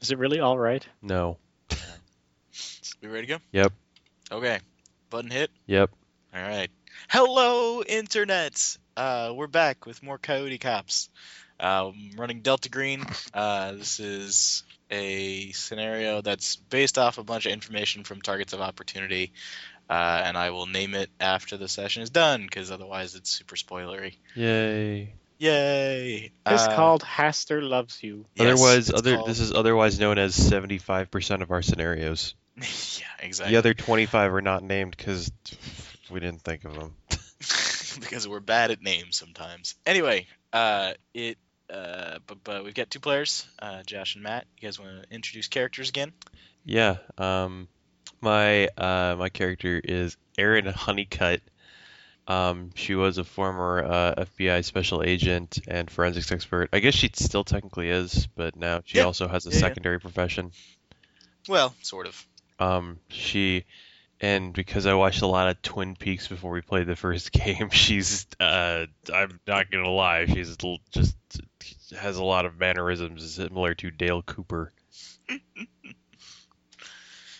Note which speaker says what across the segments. Speaker 1: Is it really all right?
Speaker 2: No.
Speaker 3: We ready to go?
Speaker 2: Yep.
Speaker 3: Okay. Button hit.
Speaker 2: Yep.
Speaker 3: All right. Hello, internets. Uh, we're back with more Coyote Cops. Uh, I'm running Delta Green. Uh, this is a scenario that's based off a bunch of information from Targets of Opportunity, uh, and I will name it after the session is done because otherwise it's super spoilery.
Speaker 2: Yay.
Speaker 3: Yay!
Speaker 1: It's
Speaker 3: Uh,
Speaker 1: called Haster Loves You.
Speaker 3: yes,
Speaker 2: otherwise,
Speaker 3: it's
Speaker 2: other
Speaker 3: called-
Speaker 2: this is otherwise known as seventy five percent of our scenarios.
Speaker 3: yeah, exactly.
Speaker 2: The other twenty five are not named because we didn't think of them.
Speaker 3: because we're bad at names sometimes. Anyway, uh, it uh, but, but we've got two players, uh, Josh and Matt. You guys want to introduce characters again?
Speaker 2: Yeah. Um, my uh, my character is Erin Honeycutt. Um, she was a former uh, FBI special agent and forensics expert. I guess she still technically is, but now she
Speaker 3: Yeah.
Speaker 2: also has a
Speaker 3: Yeah, yeah.
Speaker 2: secondary profession.
Speaker 3: Well, sort of.
Speaker 2: Um, she and because I watched a lot of Twin Peaks before we played the first game, she's uh, I'm not gonna lie, she's l- just has a lot of mannerisms similar to Dale Cooper,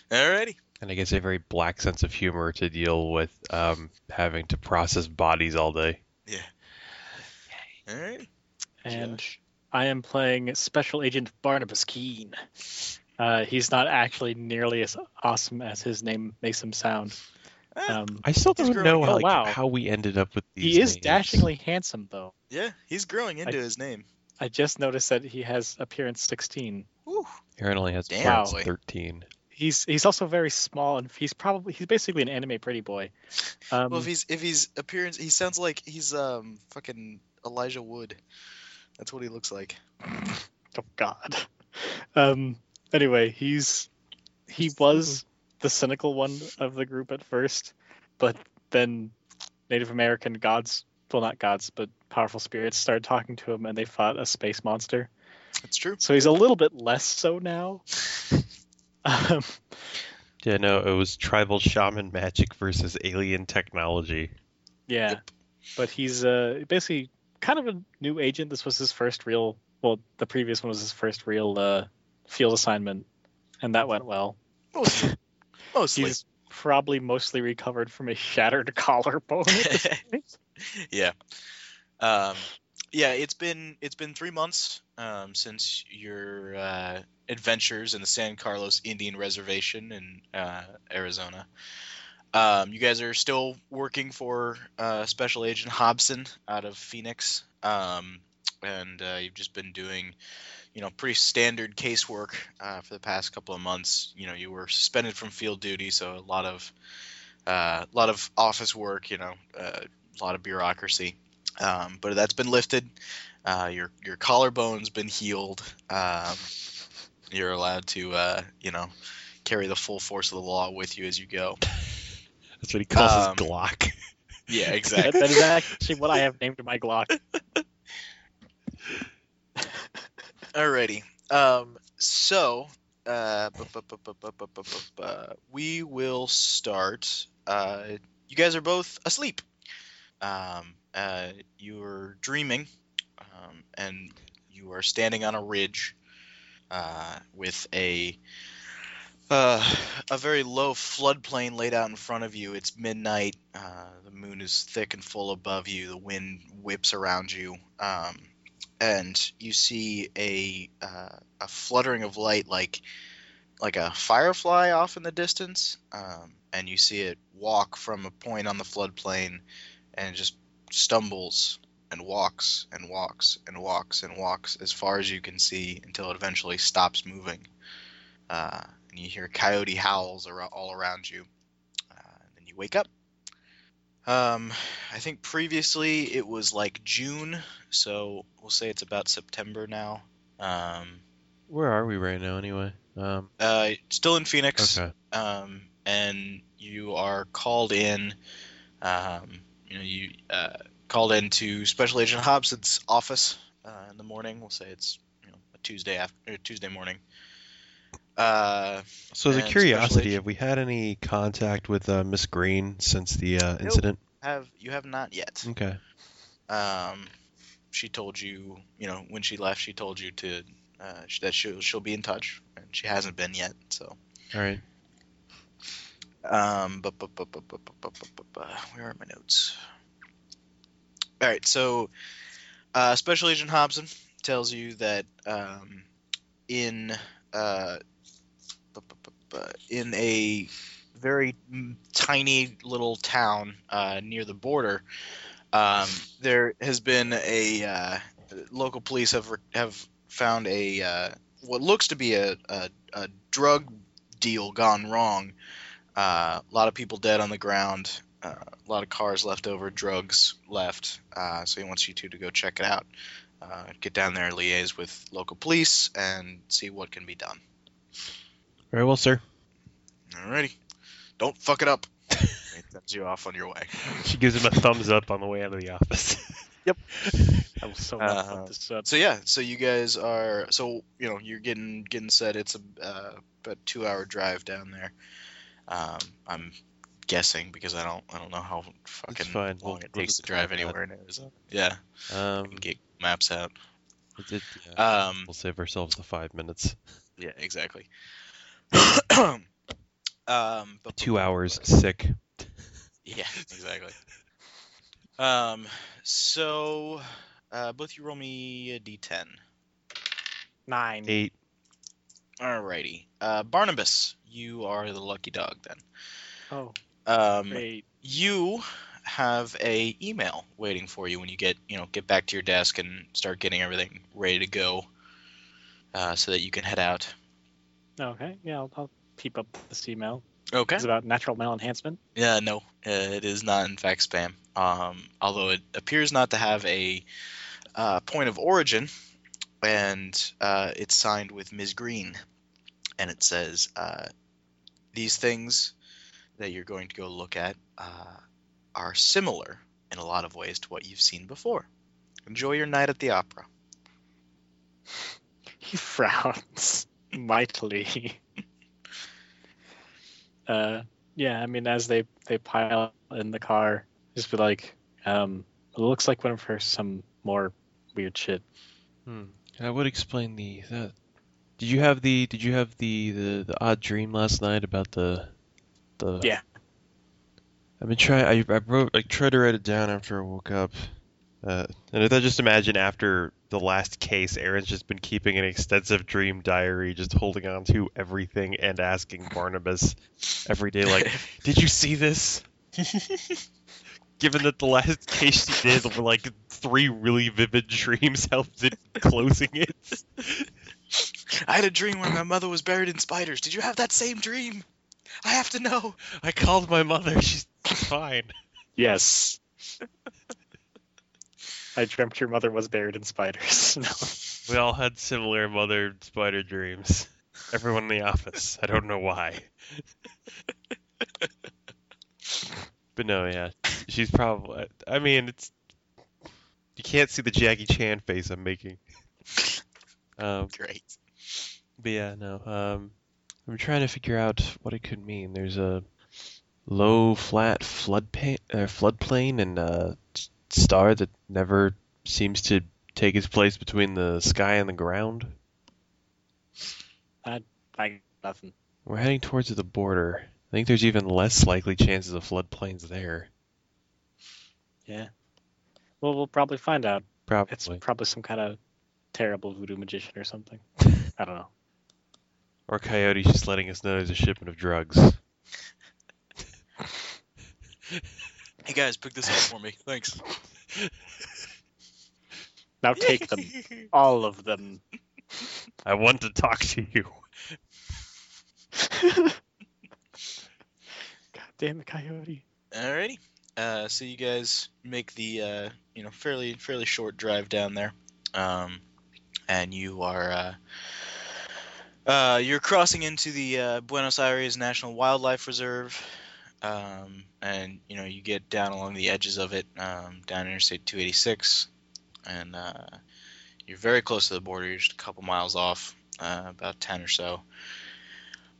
Speaker 3: Alrighty.
Speaker 2: and I guess a very black sense of humor to deal with um, having to process bodies all day.
Speaker 3: Alrighty.
Speaker 1: And
Speaker 3: Josh?
Speaker 1: I am playing Special Agent Barnabas Keene. Uh, he's not actually nearly as awesome as his name makes him sound.
Speaker 3: Ah,
Speaker 1: Um,
Speaker 2: I still
Speaker 3: He's
Speaker 2: don't
Speaker 3: growing-
Speaker 2: know
Speaker 1: oh,
Speaker 2: like,
Speaker 1: wow.
Speaker 2: how we ended up with these.
Speaker 1: he is
Speaker 2: names.
Speaker 1: dashingly handsome, though.
Speaker 3: yeah, he's growing into
Speaker 1: I-
Speaker 3: his name.
Speaker 1: I just noticed that he has appearance 16.
Speaker 3: Woo.
Speaker 2: Aaron only has
Speaker 3: Damn.
Speaker 2: parents
Speaker 3: Wow.
Speaker 2: thirteen.
Speaker 1: He's he's also very small, and he's probably he's basically an anime pretty boy. Um,
Speaker 3: well, if he's if he's appearance, he sounds like he's um fucking Elijah Wood. That's what he looks like.
Speaker 1: oh God. Um. Anyway, he's he was the cynical one of the group at first, but then Native American gods, well, not gods, but powerful spirits started talking to him, and they fought a space monster.
Speaker 3: That's true.
Speaker 1: So he's a little bit less so now. um,
Speaker 2: Yeah, no, it was tribal shaman magic versus alien technology.
Speaker 1: Yeah,
Speaker 3: Yep.
Speaker 1: but he's uh, basically kind of a new agent. This was his first real. Well, the previous one was his first real uh, field assignment, and that went well.
Speaker 3: Mostly. Mostly.
Speaker 1: He's probably mostly recovered from a shattered collarbone. at this point.
Speaker 3: yeah um yeah it's been it's been three months um since your uh adventures in the san carlos indian reservation in uh arizona um you guys are still working for uh special agent hobson out of phoenix um and uh, you've just been doing you know pretty standard casework uh, for the past couple of months you know you were suspended from field duty so a lot of uh, a lot of office work you know uh, a lot of bureaucracy. Um, but that's been lifted. Uh, your your collarbone's been healed. Um, you're allowed to uh, you know carry the full force of the law with you as you go.
Speaker 2: That's what he calls
Speaker 3: Um,
Speaker 2: his Glock.
Speaker 3: Yeah,
Speaker 1: that,
Speaker 3: exactly.
Speaker 1: that is actually what I have named my Glock.
Speaker 3: Alrighty. Um, so uh, bu- bu- bu- bu- bu- bu- bu- bu- bu- we will start. Uh, you guys are both asleep. Um, uh, you are dreaming, um, and you are standing on a ridge uh, with a uh, a very low floodplain laid out in front of you. It's midnight. Uh, the moon is thick and full above you. The wind whips around you. Um, and you see a uh, a fluttering of light like like a firefly off in the distance um, and you see it walk from a point on the floodplain and it just stumbles and walks and walks and walks and walks as far as you can see until it eventually stops moving uh, and you hear coyote howls ar- all around you uh, and then you wake up um, i think previously it was like june so we'll say it's about September now. Um,
Speaker 2: Where are we right now, anyway? Um,
Speaker 3: uh, still in Phoenix,
Speaker 2: okay.
Speaker 3: um, and you are called in. Um, you know, you uh, called into Special Agent Hobson's office uh, in the morning. We'll say it's you know a Tuesday after or Tuesday morning. Uh,
Speaker 2: So, as a
Speaker 3: and
Speaker 2: curiosity,
Speaker 3: special
Speaker 2: have we had any contact with uh, Miss Green since the uh, incident?
Speaker 3: incident? have you have not yet?
Speaker 2: Okay.
Speaker 3: Um, she told you, you know, when she left, she told you to uh, that she'll she'll be in touch, and She hasn't been yet, so.
Speaker 2: All right.
Speaker 3: Um, bu- bu- bu- bu- bu- bu- bu- bu- bu- bu- where are my notes? All right, so uh, Special Agent Hobson tells you that um, in uh, bu- bu- bu- bu- in a very mm, tiny little town uh, near the border, um, there has been a uh, local police have re- have found a uh, what looks to be a, a, a drug deal gone wrong uh, a lot of people dead on the ground, uh, a lot of cars left over, drugs left. Uh, so he wants you two to go check it out. Uh, get down there, liaise with local police, and see what can be done.
Speaker 2: Very well, sir.
Speaker 3: Alrighty. Don't fuck it up. he sends you off on your way.
Speaker 2: She gives him a thumbs up on the way out of the office.
Speaker 1: I will so
Speaker 3: Uh,
Speaker 1: much love this up.
Speaker 3: So yeah, so you guys are so you know you're getting getting set. It's a uh, about two hour drive down there. Um, I'm guessing because I don't I don't know how fucking
Speaker 2: fine.
Speaker 3: long
Speaker 2: We'll-
Speaker 3: it
Speaker 2: we'll
Speaker 3: takes
Speaker 2: just
Speaker 3: to drive
Speaker 2: call it that.
Speaker 3: anywhere in Arizona. Yeah.
Speaker 2: Um,
Speaker 3: get maps out.
Speaker 2: it- it- yeah.
Speaker 3: Um,
Speaker 2: we'll save ourselves the five minutes.
Speaker 3: yeah, exactly. um, but-
Speaker 2: Two hours sick.
Speaker 3: Yeah, exactly. Um, so uh, both you roll me a d10.
Speaker 1: Nine.
Speaker 2: Eight.
Speaker 3: Alrighty, uh, Barnabas, you are the lucky dog then.
Speaker 1: Oh,
Speaker 3: Um,
Speaker 1: great.
Speaker 3: you have a email waiting for you when you get you know get back to your desk and start getting everything ready to go, uh, so that you can head out.
Speaker 1: Okay, yeah, I'll, I'll peep up this email.
Speaker 3: Okay.
Speaker 1: It's about natural male enhancement.
Speaker 3: Yeah, no, uh, it is not in fact spam. Um, although it appears not to have a uh, point of origin, and uh, it's signed with Ms. Green, and it says uh, these things that you're going to go look at uh, are similar in a lot of ways to what you've seen before. Enjoy your night at the opera.
Speaker 1: He frowns mightily. uh, yeah, I mean, as they they pile in the car, just be like, um, it looks like one of her some more weird shit.
Speaker 2: Hmm. I would explain the, the. Did you have the? Did you have the, the the odd dream last night about the, the?
Speaker 1: Yeah.
Speaker 2: I've been trying. I I wrote like tried to write it down after I woke up. Uh, and I thought- just imagine after the last case, Aaron's just been keeping an extensive dream diary, just holding on to everything and asking Barnabas every day, like, "Did you see this?" Given that the last case she did were like three really vivid dreams, how did closing it?
Speaker 3: I had a dream where my mother was buried in spiders. Did you have that same dream? I have to know.
Speaker 2: I called my mother. She's fine.
Speaker 1: Yes. I dreamt your mother was buried in spiders. No.
Speaker 2: We all had similar mother spider dreams. Everyone in the office. I don't know why. but no, yeah. She's probably. I mean, it's. You can't see the Jackie Chan face I'm making. Um,
Speaker 3: Great.
Speaker 2: but yeah, no. Um, I'm trying to figure out what it could mean. There's a low, flat flood pa- uh, floodplain and a s- star that never seems to take its place between the sky and the ground.
Speaker 1: I nothing.
Speaker 2: We're heading towards the border. I think there's even less likely chances of floodplains there.
Speaker 1: Yeah. Well, we'll probably find out. It's
Speaker 2: Probably.
Speaker 1: probably some kind of terrible voodoo magician or something. I don't know.
Speaker 2: Or coyotes just letting us know there's a shipment of drugs.
Speaker 3: Hey guys, pick this up for me. Thanks.
Speaker 1: Now take them, all of them.
Speaker 2: I want to talk to you.
Speaker 1: God damn it, coyote.
Speaker 3: Alrighty. Uh, so you guys make the uh, you know fairly fairly short drive down there, um, and you are uh, uh, you're crossing into the uh, Buenos Aires National Wildlife Reserve, um, and you know you get down along the edges of it, um, down Interstate 286, and uh, you're very close to the border. You're just a couple miles off, uh, about ten or so.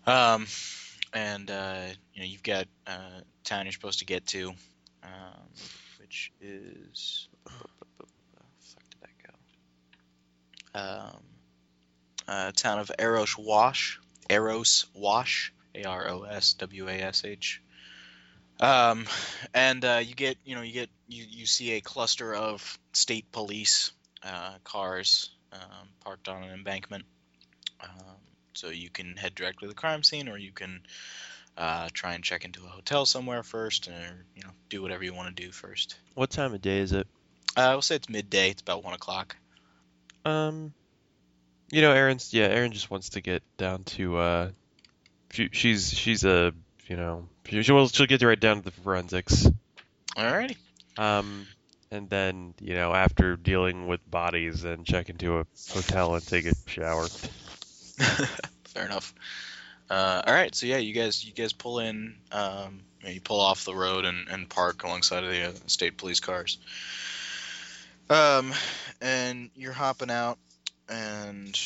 Speaker 3: Um, and uh, you know you've got uh, town you're supposed to get to, um, which is fuck did that go? Um, uh, town of Eros Wash, Eros Wash, A R O S W A S H. Um, and uh, you get you know you get you, you see a cluster of state police uh, cars um, parked on an embankment. Um, so you can head directly to the crime scene, or you can uh, try and check into a hotel somewhere first, or you know do whatever you want to do first.
Speaker 2: What time of day is it?
Speaker 3: Uh, I will say it's midday. It's about one o'clock.
Speaker 2: Um, you know, Erin's yeah, Erin just wants to get down to uh, she, she's she's a you know she, she'll she'll get right down to the forensics.
Speaker 3: Alrighty.
Speaker 2: Um, and then you know after dealing with bodies and check into a hotel and take a shower.
Speaker 3: Fair enough. Uh, all right, so yeah, you guys, you guys pull in, um, you, know, you pull off the road and, and park alongside of the uh, state police cars. Um, and you're hopping out, and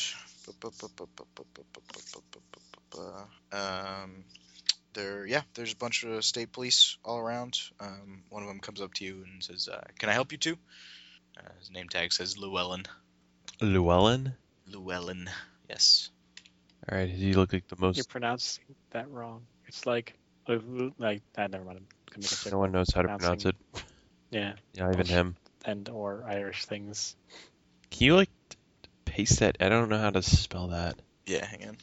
Speaker 3: um, there, yeah, there's a bunch of state police all around. Um, one of them comes up to you and says, uh, "Can I help you too?" Uh, his name tag says Llewellyn.
Speaker 2: Llewellyn.
Speaker 3: Llewellyn, yes.
Speaker 2: All right, he looked like the
Speaker 1: You're
Speaker 2: most.
Speaker 1: pronouncing that wrong. It's like like I never mind. I'm gonna
Speaker 2: No one knows how to pronounce it.
Speaker 1: Yeah,
Speaker 2: Yeah, even him.
Speaker 1: and or Irish things.
Speaker 2: Can you like t- paste that? I don't know how to spell that.
Speaker 3: Yeah, hang on.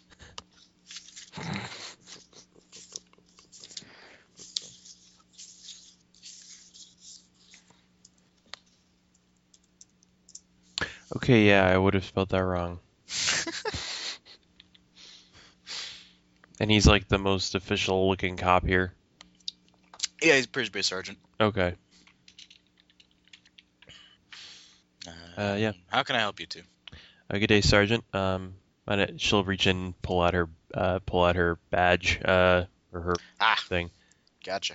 Speaker 2: Okay, yeah, I would have spelled that wrong. and he's like the most official looking cop here.
Speaker 3: Yeah, he's a Brisbane sergeant.
Speaker 2: Okay. Uh, yeah.
Speaker 3: Um, How can I help you too?
Speaker 2: Uh, good day, Sergeant. Um, and it- she'll reach in, pull out her, uh, pull out her badge, uh, or her
Speaker 3: Ah,
Speaker 2: thing.
Speaker 3: gotcha.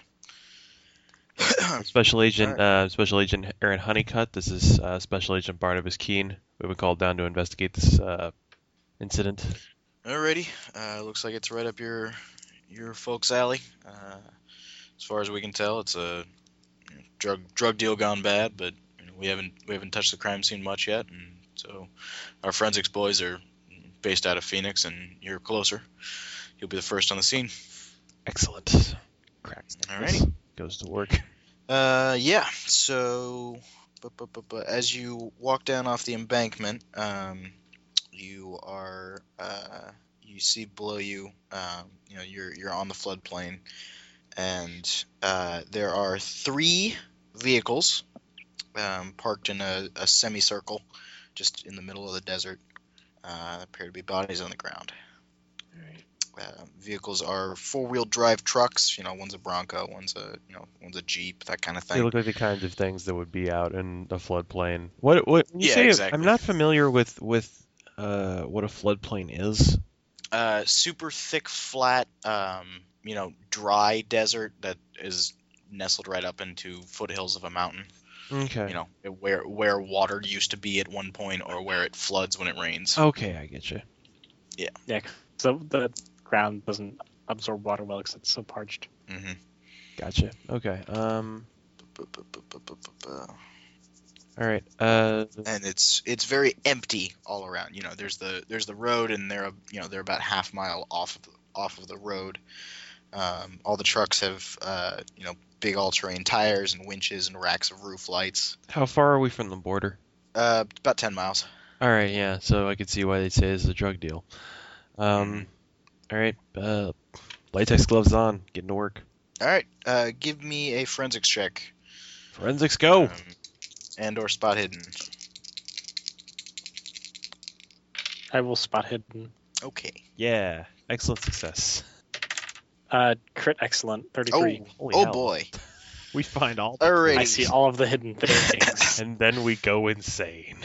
Speaker 2: Special Agent, uh, Special Agent Aaron Honeycutt. This is uh, Special Agent Barnabas Keene. We've been called down to investigate this uh, incident.
Speaker 3: Alrighty. Uh, looks like it's right up your your folks' alley. Uh, as far as we can tell, it's a you know, drug drug deal gone bad, but you know, we haven't we haven't touched the crime scene much yet, and so our forensics boys are based out of Phoenix, and you're closer. You'll be the first on the scene.
Speaker 2: Excellent. Cracks.
Speaker 3: Alrighty.
Speaker 2: Goes to work.
Speaker 3: Uh, yeah. So, but, but, but, but as you walk down off the embankment, um, you are uh, you see below you, um, you know, you're you're on the floodplain, and uh, there are three vehicles um, parked in a, a semicircle, just in the middle of the desert. Uh, appear to be bodies on the ground. Uh, vehicles are four-wheel drive trucks. You know, one's a Bronco, one's a you know, one's a Jeep, that kind of thing.
Speaker 2: They look like the kinds of things that would be out in a floodplain. What? What? when you
Speaker 3: Yeah,
Speaker 2: say-
Speaker 3: exactly.
Speaker 2: I'm not familiar with with uh, what a floodplain is.
Speaker 3: uh, super thick, flat, um, you know, dry desert that is nestled right up into foothills of a mountain.
Speaker 2: Okay.
Speaker 3: You know, where where water used to be at one point, or where it floods when it rains.
Speaker 2: Okay, I get you.
Speaker 1: Yeah, so the ground doesn't absorb water well because it's so parched.
Speaker 3: hmm
Speaker 2: Gotcha. Okay. Um. All right. Uh.
Speaker 3: And it's it's very empty all around. You know, there's the there's the road, and they're you know they're about half mile off of, off of the road. Um, all the trucks have uh, you know big all-terrain tires and winches and racks of roof lights.
Speaker 2: How far are we from the border?
Speaker 3: Uh, about ten miles.
Speaker 2: All right. Yeah. So I could see why they say this is a drug deal. Um. All right. Uh. Latex gloves on. Getting to work.
Speaker 3: All right, uh, give me a forensics check.
Speaker 2: Forensics go.
Speaker 3: um, and or spot hidden.
Speaker 1: I will spot hidden.
Speaker 3: Okay.
Speaker 2: Yeah. Excellent success.
Speaker 1: Uh, crit excellent,
Speaker 3: Oh,
Speaker 1: 33.
Speaker 2: Holy
Speaker 3: oh
Speaker 2: hell.
Speaker 3: boy.
Speaker 2: We find all.
Speaker 3: Alrighty.
Speaker 1: I see all of the hidden things.
Speaker 2: And then we go insane.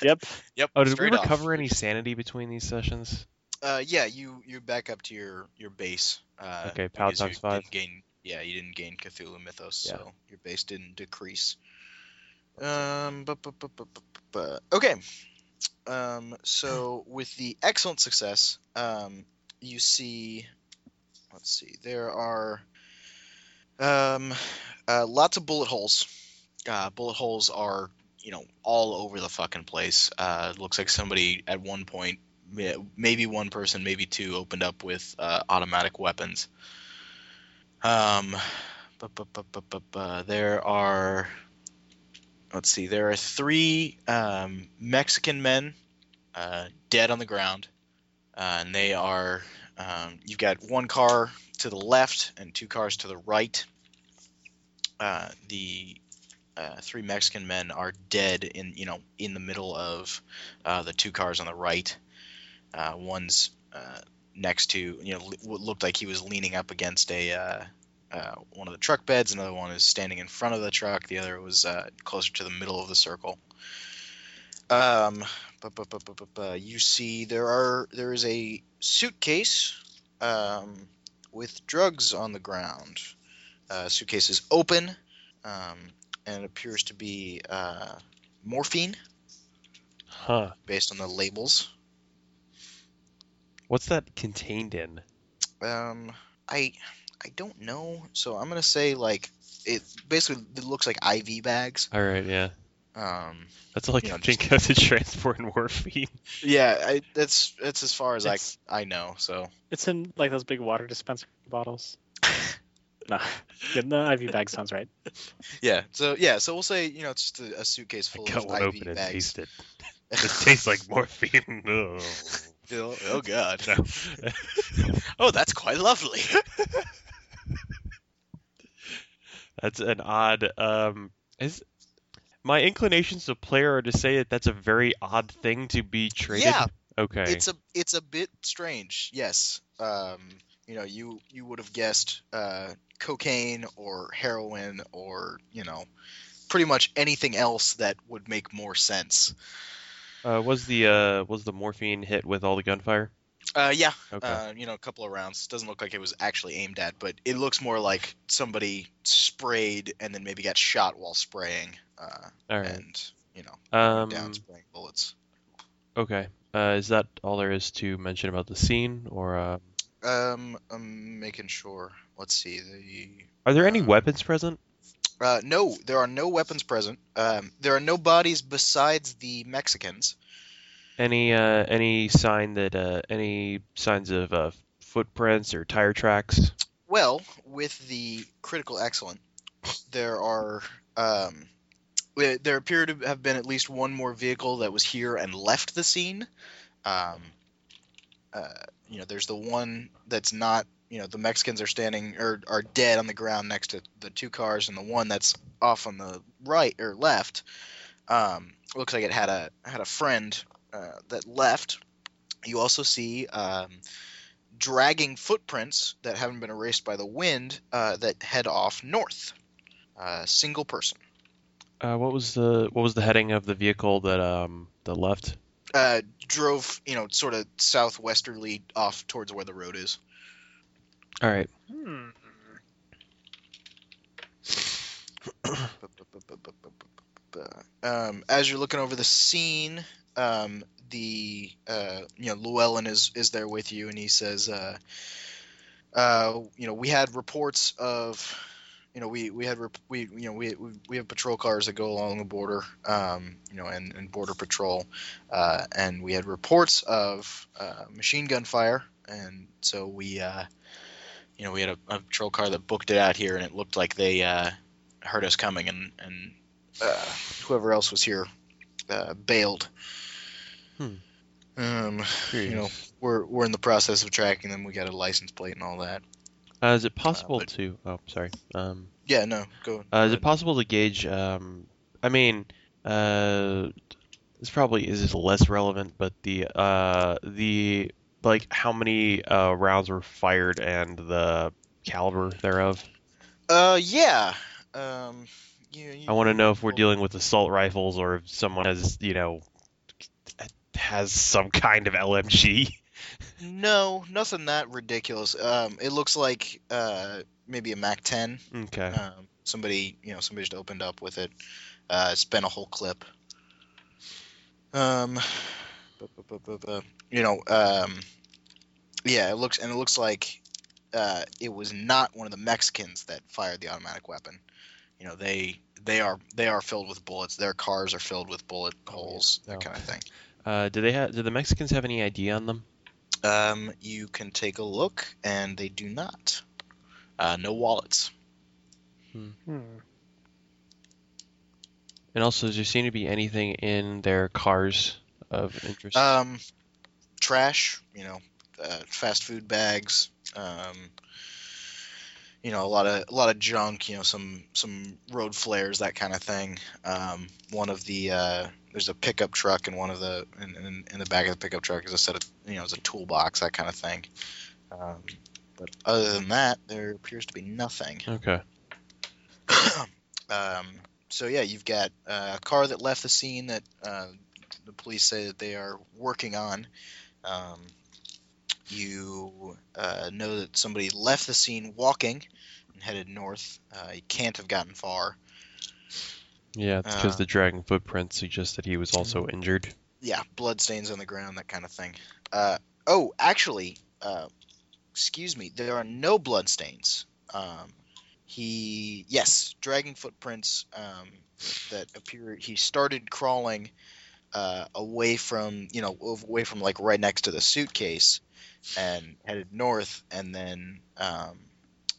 Speaker 1: yep.
Speaker 3: Yep.
Speaker 2: Oh, did
Speaker 3: straight
Speaker 2: we
Speaker 3: off.
Speaker 2: recover any sanity between these sessions?
Speaker 3: Uh, yeah, you you back up to your your base. Uh,
Speaker 2: Okay, power
Speaker 3: because you
Speaker 2: times five.
Speaker 3: didn't Gain, yeah, you didn't gain Cthulhu Mythos,
Speaker 2: Yeah.
Speaker 3: so your base didn't decrease. Um, bu- bu- bu- bu- bu- bu- bu- okay. Um, so with the excellent success, um, you see, let's see, there are, um, uh, lots of bullet holes. Uh, bullet holes are, you know, all over the fucking place. Uh, it looks like somebody at one point yeah, maybe one person, maybe two, opened up with uh, automatic weapons. Um, bu- bu- bu- bu- bu- bu- there are, let's see, there are three um, Mexican men uh, dead on the ground, uh, and they are. Um, you've got one car to the left and two cars to the right. Uh, the uh, three Mexican men are dead in you know in the middle of uh, the two cars on the right. Uh, one's uh, next to you know l- what looked like he was leaning up against a uh, uh, one of the truck beds. Another one is standing in front of the truck. The other was uh, closer to the middle of the circle. Um, bu- bu- bu- bu- bu- bu- you see there are there is a suitcase um, with drugs on the ground. Uh, suitcase is open um, and it appears to be uh, morphine
Speaker 2: Huh.
Speaker 3: based on the labels.
Speaker 2: What's that contained in?
Speaker 3: Um, I I don't know, so I'm gonna say like it basically it looks like IV bags.
Speaker 2: All right, yeah.
Speaker 3: Um,
Speaker 2: That's all I can
Speaker 3: You know,
Speaker 2: think of to transport morphine.
Speaker 3: yeah, I, that's that's as far as
Speaker 1: It's-
Speaker 3: I I know. So
Speaker 1: It's in like those big water dispenser bottles. no, yeah, the IV bag sounds right.
Speaker 3: yeah, so yeah, so we'll say you know it's just a, a suitcase full
Speaker 2: Cut
Speaker 3: of
Speaker 2: one
Speaker 3: IV
Speaker 2: open and
Speaker 3: bags.
Speaker 2: taste it. It tastes like morphine. Ugh.
Speaker 3: oh, oh god.
Speaker 2: No.
Speaker 3: Oh, that's quite lovely.
Speaker 2: That's an odd. Um, is my inclinations to player are to say that that's a very odd thing to be traded.
Speaker 3: Yeah.
Speaker 2: Okay.
Speaker 3: It's a it's a bit strange. Yes. Um, you know, you you would have guessed uh, cocaine or heroin or you know, pretty much anything else that would make more sense.
Speaker 2: Uh, was the uh, was the morphine hit with all the gunfire?
Speaker 3: Uh, yeah.
Speaker 2: Okay.
Speaker 3: Uh, you know, a couple of rounds. Doesn't look like it was actually aimed at, but it looks more like somebody sprayed and then maybe got shot while spraying. Uh,
Speaker 2: all right.
Speaker 3: and you know,
Speaker 2: Um,
Speaker 3: down spraying bullets.
Speaker 2: okay. Uh, is that all there is to mention about the scene, or uh,
Speaker 3: Um, I'm making sure. Let's see the.
Speaker 2: are there any
Speaker 3: Um,
Speaker 2: weapons present?
Speaker 3: Uh, no, there are no weapons present. Um, there are no bodies besides the Mexicans.
Speaker 2: Any uh, any sign that uh, any signs of uh, footprints or tire tracks?
Speaker 3: Well, with the critical excellent, there are um, there there appear to have been at least one more vehicle that was here and left the scene. Um, uh, you know, there's the one that's not. You know, the Mexicans are standing or are dead on the ground next to the two cars, and the one that's off on the right or left um, looks like it had a had a friend uh, that left. You also see um, dragging footprints that haven't been erased by the wind uh, that head off north. Uh, single person.
Speaker 2: Uh, what was the what was the heading of the vehicle that um that left?
Speaker 3: Uh, drove, you know, sort of southwesterly off towards where the road is.
Speaker 2: All right.
Speaker 1: Hmm.
Speaker 3: Um, as you're looking over the scene, um, the uh, you know Llewellyn is is there with you, and he says, uh, uh, you know, we had reports of, you know, we we had rep- we you know we, we we have patrol cars that go along the border, um, you know, and, and border patrol, uh, and we had reports of uh, machine gun fire, and so we. Uh, you know, we had a, a patrol car that booked it out here, and it looked like they uh, heard us coming, and and uh, whoever else was here uh, bailed.
Speaker 2: Hmm.
Speaker 3: Um,
Speaker 2: Curious.
Speaker 3: know, we're we're in the process of tracking them. We got a license plate and all that.
Speaker 2: Uh, is it possible
Speaker 3: but-
Speaker 2: to? Oh, sorry. Um,
Speaker 3: Yeah, no, go.
Speaker 2: uh, is
Speaker 3: go
Speaker 2: it possible to gauge? Um, I mean, uh, this probably is less relevant, but the uh the like how many uh rounds were fired and the caliber thereof.
Speaker 3: ahead. Uh, yeah. Um, you, you,
Speaker 2: I want to know if we're
Speaker 3: Cool.
Speaker 2: dealing with assault rifles or if someone has you know has some kind of LMG.
Speaker 3: No, nothing that ridiculous. Um, it looks like uh maybe a Mac 10.
Speaker 2: Okay.
Speaker 3: Um, somebody, you know, somebody just opened up with it. Uh, spent a whole clip. Um, bu- bu- bu- bu- bu- you know, um, yeah, it looks and it looks like uh, it was not one of the Mexicans that fired the automatic weapon. You know, they they are they are filled with bullets. Their cars are filled with bullet holes,
Speaker 2: no.
Speaker 3: that kind of thing.
Speaker 2: Uh, do they have? Do the Mexicans have any ID on them?
Speaker 3: Um, you can take a look, and they do not. Uh, no wallets.
Speaker 1: Hmm.
Speaker 2: And also, does there seem to be anything in their cars of interest?
Speaker 3: Um, trash, you know, uh, fast food bags. Um, you know, a lot of a lot of junk. You know, some some road flares, that kind of thing. Um, one of the uh, there's a pickup truck, and one of the in, in, in the back of the pickup truck is a set of you know, is a toolbox, that kind of thing. Um, but other than that, there appears to be nothing.
Speaker 2: okay.
Speaker 3: um, so yeah, you've got uh, a car that left the scene that uh, the police say that they are working on. Um, you uh, know that somebody left the scene walking and headed north. Uh, he can't have gotten far.
Speaker 2: Yeah, it's because
Speaker 3: Uh.
Speaker 2: the dragon footprint suggests that he was also injured.
Speaker 3: Yeah, bloodstains on the ground, that kind of thing. Uh, oh, actually, uh, excuse me, there are no bloodstains. Um, he, yes, dragging footprints um, that appear. He started crawling uh, away from, you know, away from like right next to the suitcase, and headed north, and then. Um,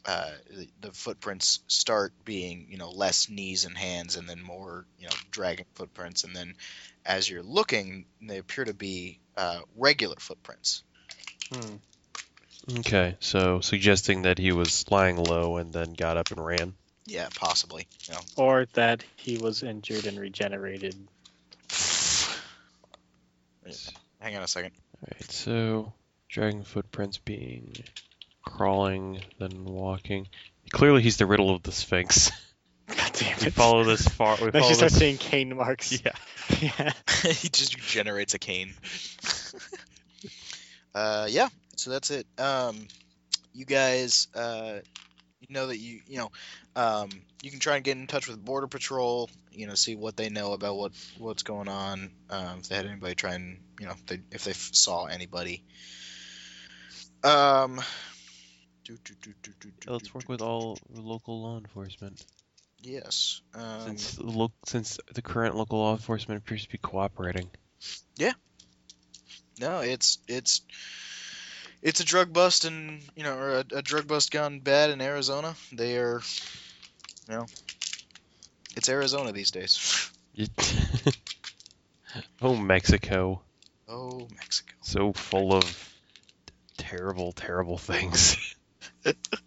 Speaker 3: uh, the, the footprints start being, you know, less knees and hands, and then more, you know, dragging footprints, and then as you're looking, they appear to be uh, regular footprints.
Speaker 1: Hmm.
Speaker 2: Okay, so suggesting that he was lying low and then got up and ran.
Speaker 3: Yeah, possibly. You know,
Speaker 1: Or that he was injured and regenerated.
Speaker 3: hang on a second.
Speaker 2: Alright, so dragon footprints being crawling, then walking. Clearly, he's the riddle of the Sphinx.
Speaker 1: God damn
Speaker 2: We
Speaker 1: it.
Speaker 2: follow this far. We
Speaker 1: Then
Speaker 2: follow
Speaker 1: you start
Speaker 2: this.
Speaker 1: seeing cane marks.
Speaker 2: Yeah.
Speaker 1: yeah.
Speaker 3: he just generates a cane. uh, yeah. So that's it. Um, you guys, uh, you know that you you know, um, you can try and get in touch with Border Patrol. You know, see what they know about what what's going on. Um, if they had anybody try and you know if they if they f- saw anybody. Um. do, do, do, do, do, do,
Speaker 2: Let's
Speaker 3: do,
Speaker 2: work
Speaker 3: do,
Speaker 2: with
Speaker 3: do,
Speaker 2: all local law enforcement.
Speaker 3: Yes. Um,
Speaker 2: Since the lo- since the current local law enforcement appears to be cooperating.
Speaker 3: no, it's it's it's a drug bust and you know, or a, a drug bust gone bad in Arizona. They are, you know, it's Arizona these days.
Speaker 2: It- oh, Mexico,
Speaker 3: Oh, Mexico.
Speaker 2: so full of terrible, terrible things.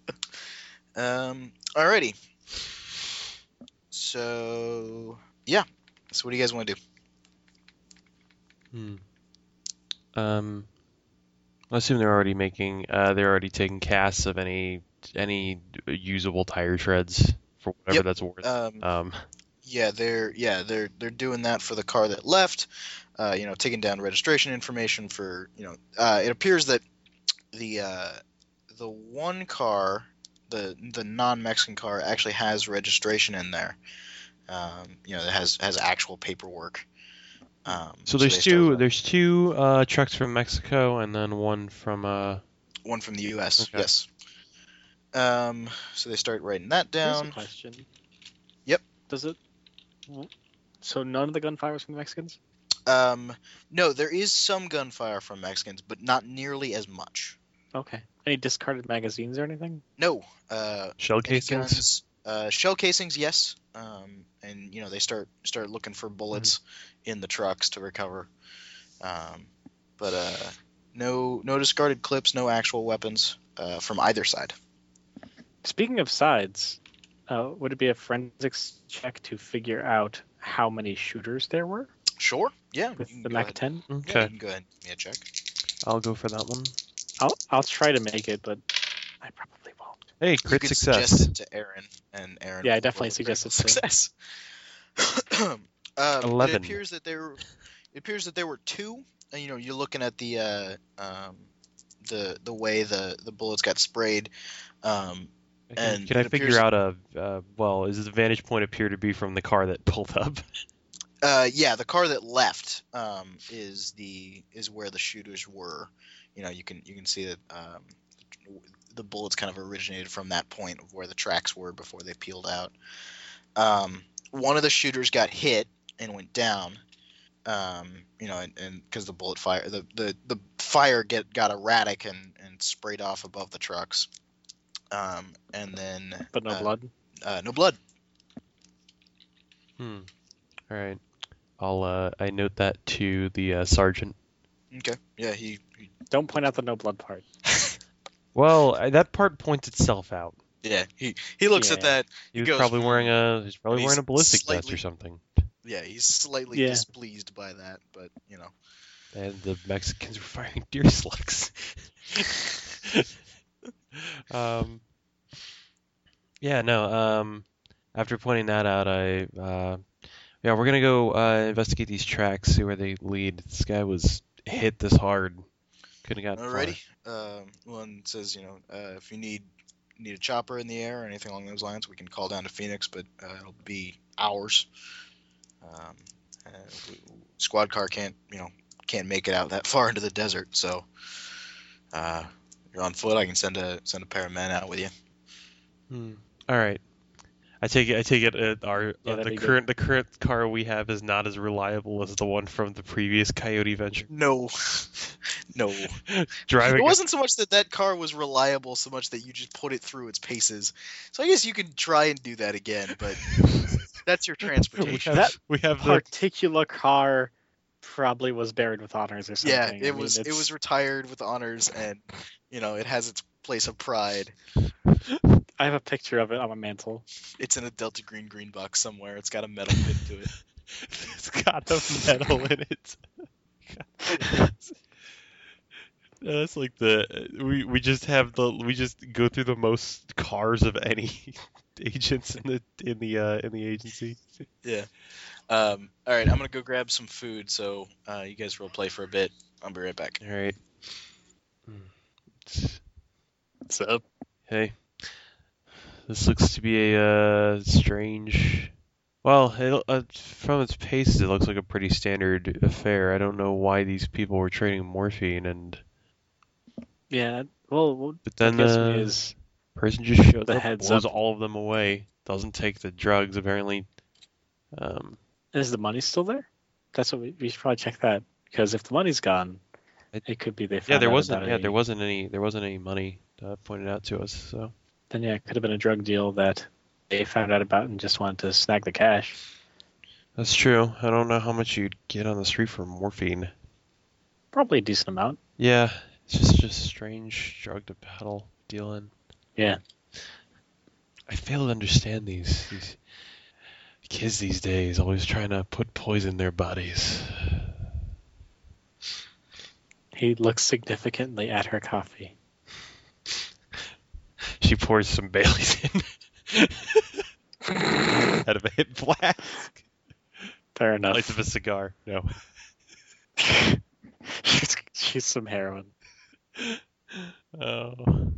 Speaker 3: Um. Alrighty. So yeah. So what do you guys want to do?
Speaker 2: Hmm. Um, I assume they're already making. Uh, they're already taking casts of any any usable tire treads for whatever
Speaker 3: Yep,
Speaker 2: that's worth.
Speaker 3: Um.
Speaker 2: um.
Speaker 3: Yeah, they're yeah they're they're doing that for the car that left. Uh, you know, taking down registration information for you know. Uh, it appears that the uh, the one car, the the non-Mexican car, actually has registration in there. Um, you know, that has has actual paperwork. Um,
Speaker 2: So there's
Speaker 3: they
Speaker 2: two.
Speaker 3: started-
Speaker 2: There's two uh, trucks from Mexico and then one from. Uh,
Speaker 3: one from the U.S.
Speaker 2: Okay.
Speaker 3: Yes. Um, so they start writing that
Speaker 1: Here's a
Speaker 3: down.
Speaker 1: question.
Speaker 3: Yep.
Speaker 1: Does it? w- So none of the gunfire was from the Mexicans.
Speaker 3: Um, no, there is some gunfire from Mexicans, but not nearly as much.
Speaker 1: Okay. Any discarded magazines or anything?
Speaker 3: No. Uh,
Speaker 2: Shell
Speaker 3: Any
Speaker 2: casings.
Speaker 3: guns, uh, shell casings, yes. Um, and you know they start start looking for bullets in the trucks to recover. Um, but uh, no no discarded clips, no actual weapons uh, from either side.
Speaker 1: Speaking of sides, uh, would it be a forensics check to figure out how many shooters there were
Speaker 3: Sure. Yeah.
Speaker 1: with
Speaker 3: you
Speaker 1: the
Speaker 3: can go
Speaker 1: Mac
Speaker 3: ahead-
Speaker 1: 10?
Speaker 3: yeah, you
Speaker 2: Okay,
Speaker 3: can go ahead and give me a check.
Speaker 2: I'll go for that one.
Speaker 1: I'll I'll try to make it, but I probably won't.
Speaker 2: Hey,
Speaker 3: You
Speaker 2: crit
Speaker 3: could
Speaker 2: success.
Speaker 3: Suggest it to Aaron, and Aaron.
Speaker 1: Yeah, I
Speaker 3: will
Speaker 1: definitely
Speaker 3: roll a
Speaker 1: suggest
Speaker 3: critical
Speaker 1: it
Speaker 3: success. um, It
Speaker 2: Eleven.
Speaker 3: appears that there, it appears that there were two. And, you know, you're looking at the uh, um, the the way the the bullets got sprayed. Um,
Speaker 2: I can-
Speaker 3: and
Speaker 2: can I
Speaker 3: it
Speaker 2: figure
Speaker 3: appears-
Speaker 2: out a uh, well? Is the vantage point appear to be from the car that pulled up?
Speaker 3: uh, yeah, the car that left um, is the is where the shooters were. You know, you can you can see that um, the bullets kind of originated from that point of where the tracks were before they peeled out. Um, one of the shooters got hit and went down. um, you know, and because the bullet fire, the, the, the fire get got erratic and, and sprayed off above the trucks, um, and then
Speaker 1: but no
Speaker 3: uh,
Speaker 1: blood.
Speaker 3: uh, no blood.
Speaker 2: Hmm. All right. I'll uh, I note that to the uh, sergeant.
Speaker 3: Okay, yeah, he, he
Speaker 1: Don't point out the no blood part.
Speaker 2: Well, I- that part points itself out.
Speaker 3: yeah he he looks at
Speaker 1: Yeah.
Speaker 3: that.
Speaker 2: He,
Speaker 3: He
Speaker 2: was
Speaker 3: goes,
Speaker 2: probably wearing a he's probably
Speaker 3: he's
Speaker 2: wearing a ballistic vest
Speaker 3: slightly-
Speaker 2: or something.
Speaker 3: Yeah, he's slightly
Speaker 1: Yeah.
Speaker 3: displeased by that, but you know.
Speaker 2: And the Mexicans were firing deer slugs. um, yeah, no. Um, after pointing that out, I uh, yeah, we're gonna go uh, investigate these tracks, see where they lead. This guy was hit this hard, couldn't have got
Speaker 3: Alrighty. Um, one says, you know, uh, if you need need a chopper in the air or anything along those lines, we can call down to Phoenix, but uh, it'll be hours. Um, uh, we, squad car can't, you know, can't make it out that far into the desert, so uh, you're on foot. I can send a send a pair of men out with you.
Speaker 2: Hmm. All right. I take it. I take it. Uh, our
Speaker 1: Yeah,
Speaker 2: uh,
Speaker 1: that'd
Speaker 2: the
Speaker 1: be good.
Speaker 2: current the current car we have is not as reliable as the one from the previous Coyote venture.
Speaker 3: No, no.
Speaker 2: Driving
Speaker 3: It wasn't so much that that car was reliable, so much that you just put it through its paces. So I guess you could try and do that again, but that's your
Speaker 2: we
Speaker 3: transportation.
Speaker 2: have,
Speaker 1: That
Speaker 2: we have the
Speaker 1: Particular car probably was buried with honors or something.
Speaker 3: yeah,
Speaker 1: I
Speaker 3: it
Speaker 1: mean,
Speaker 3: was it
Speaker 1: it's-
Speaker 3: was retired with honors, and you know it has its place of pride.
Speaker 1: I have a picture of it on my mantle.
Speaker 3: It's in a Delta Green green box somewhere. It's got a metal pin to it.
Speaker 2: it's got the metal in it. That's like the we, we just have the we just go through the most cars of any agents in the in the uh, in the agency.
Speaker 3: Um, all right, I'm gonna go grab some food. So uh, you guys role play for a bit. I'll be right back.
Speaker 2: All right. Hmm.
Speaker 1: So
Speaker 2: Hey, this looks to be a uh, strange. Well, it, uh, from its pace, it looks like a pretty standard affair. I don't know why these people were trading morphine, and
Speaker 1: yeah, well, well,
Speaker 2: but then
Speaker 1: What gets
Speaker 2: the
Speaker 1: me is
Speaker 2: person just shows
Speaker 1: the
Speaker 2: up,
Speaker 1: heads
Speaker 2: blows
Speaker 1: up.
Speaker 2: all of them away, doesn't take the drugs apparently. Um,
Speaker 1: is the money still there? That's what we, we should probably check that because if the money's gone,
Speaker 2: It-
Speaker 1: it could be they.
Speaker 2: yeah,
Speaker 1: found
Speaker 2: there
Speaker 1: out
Speaker 2: wasn't.
Speaker 1: about
Speaker 2: Yeah,
Speaker 1: a-
Speaker 2: there wasn't any. There wasn't any money uh, pointed out to us. So
Speaker 1: Then yeah, it could have been a drug deal that they found out about and just wanted to snag the cash.
Speaker 2: that's true. I don't know how much you'd get on the street for morphine.
Speaker 1: Probably a decent amount.
Speaker 2: Yeah, it's just just strange drug to peddle dealing.
Speaker 1: Yeah.
Speaker 2: I fail to understand these these kids these days, always trying to put poison in their bodies.
Speaker 1: He looks significantly at her coffee.
Speaker 2: She pours some Bailey's in out of a hip flask,
Speaker 1: Fair enough.
Speaker 2: lights of a cigar. No,
Speaker 1: she's, she's some heroin.
Speaker 2: oh, I'm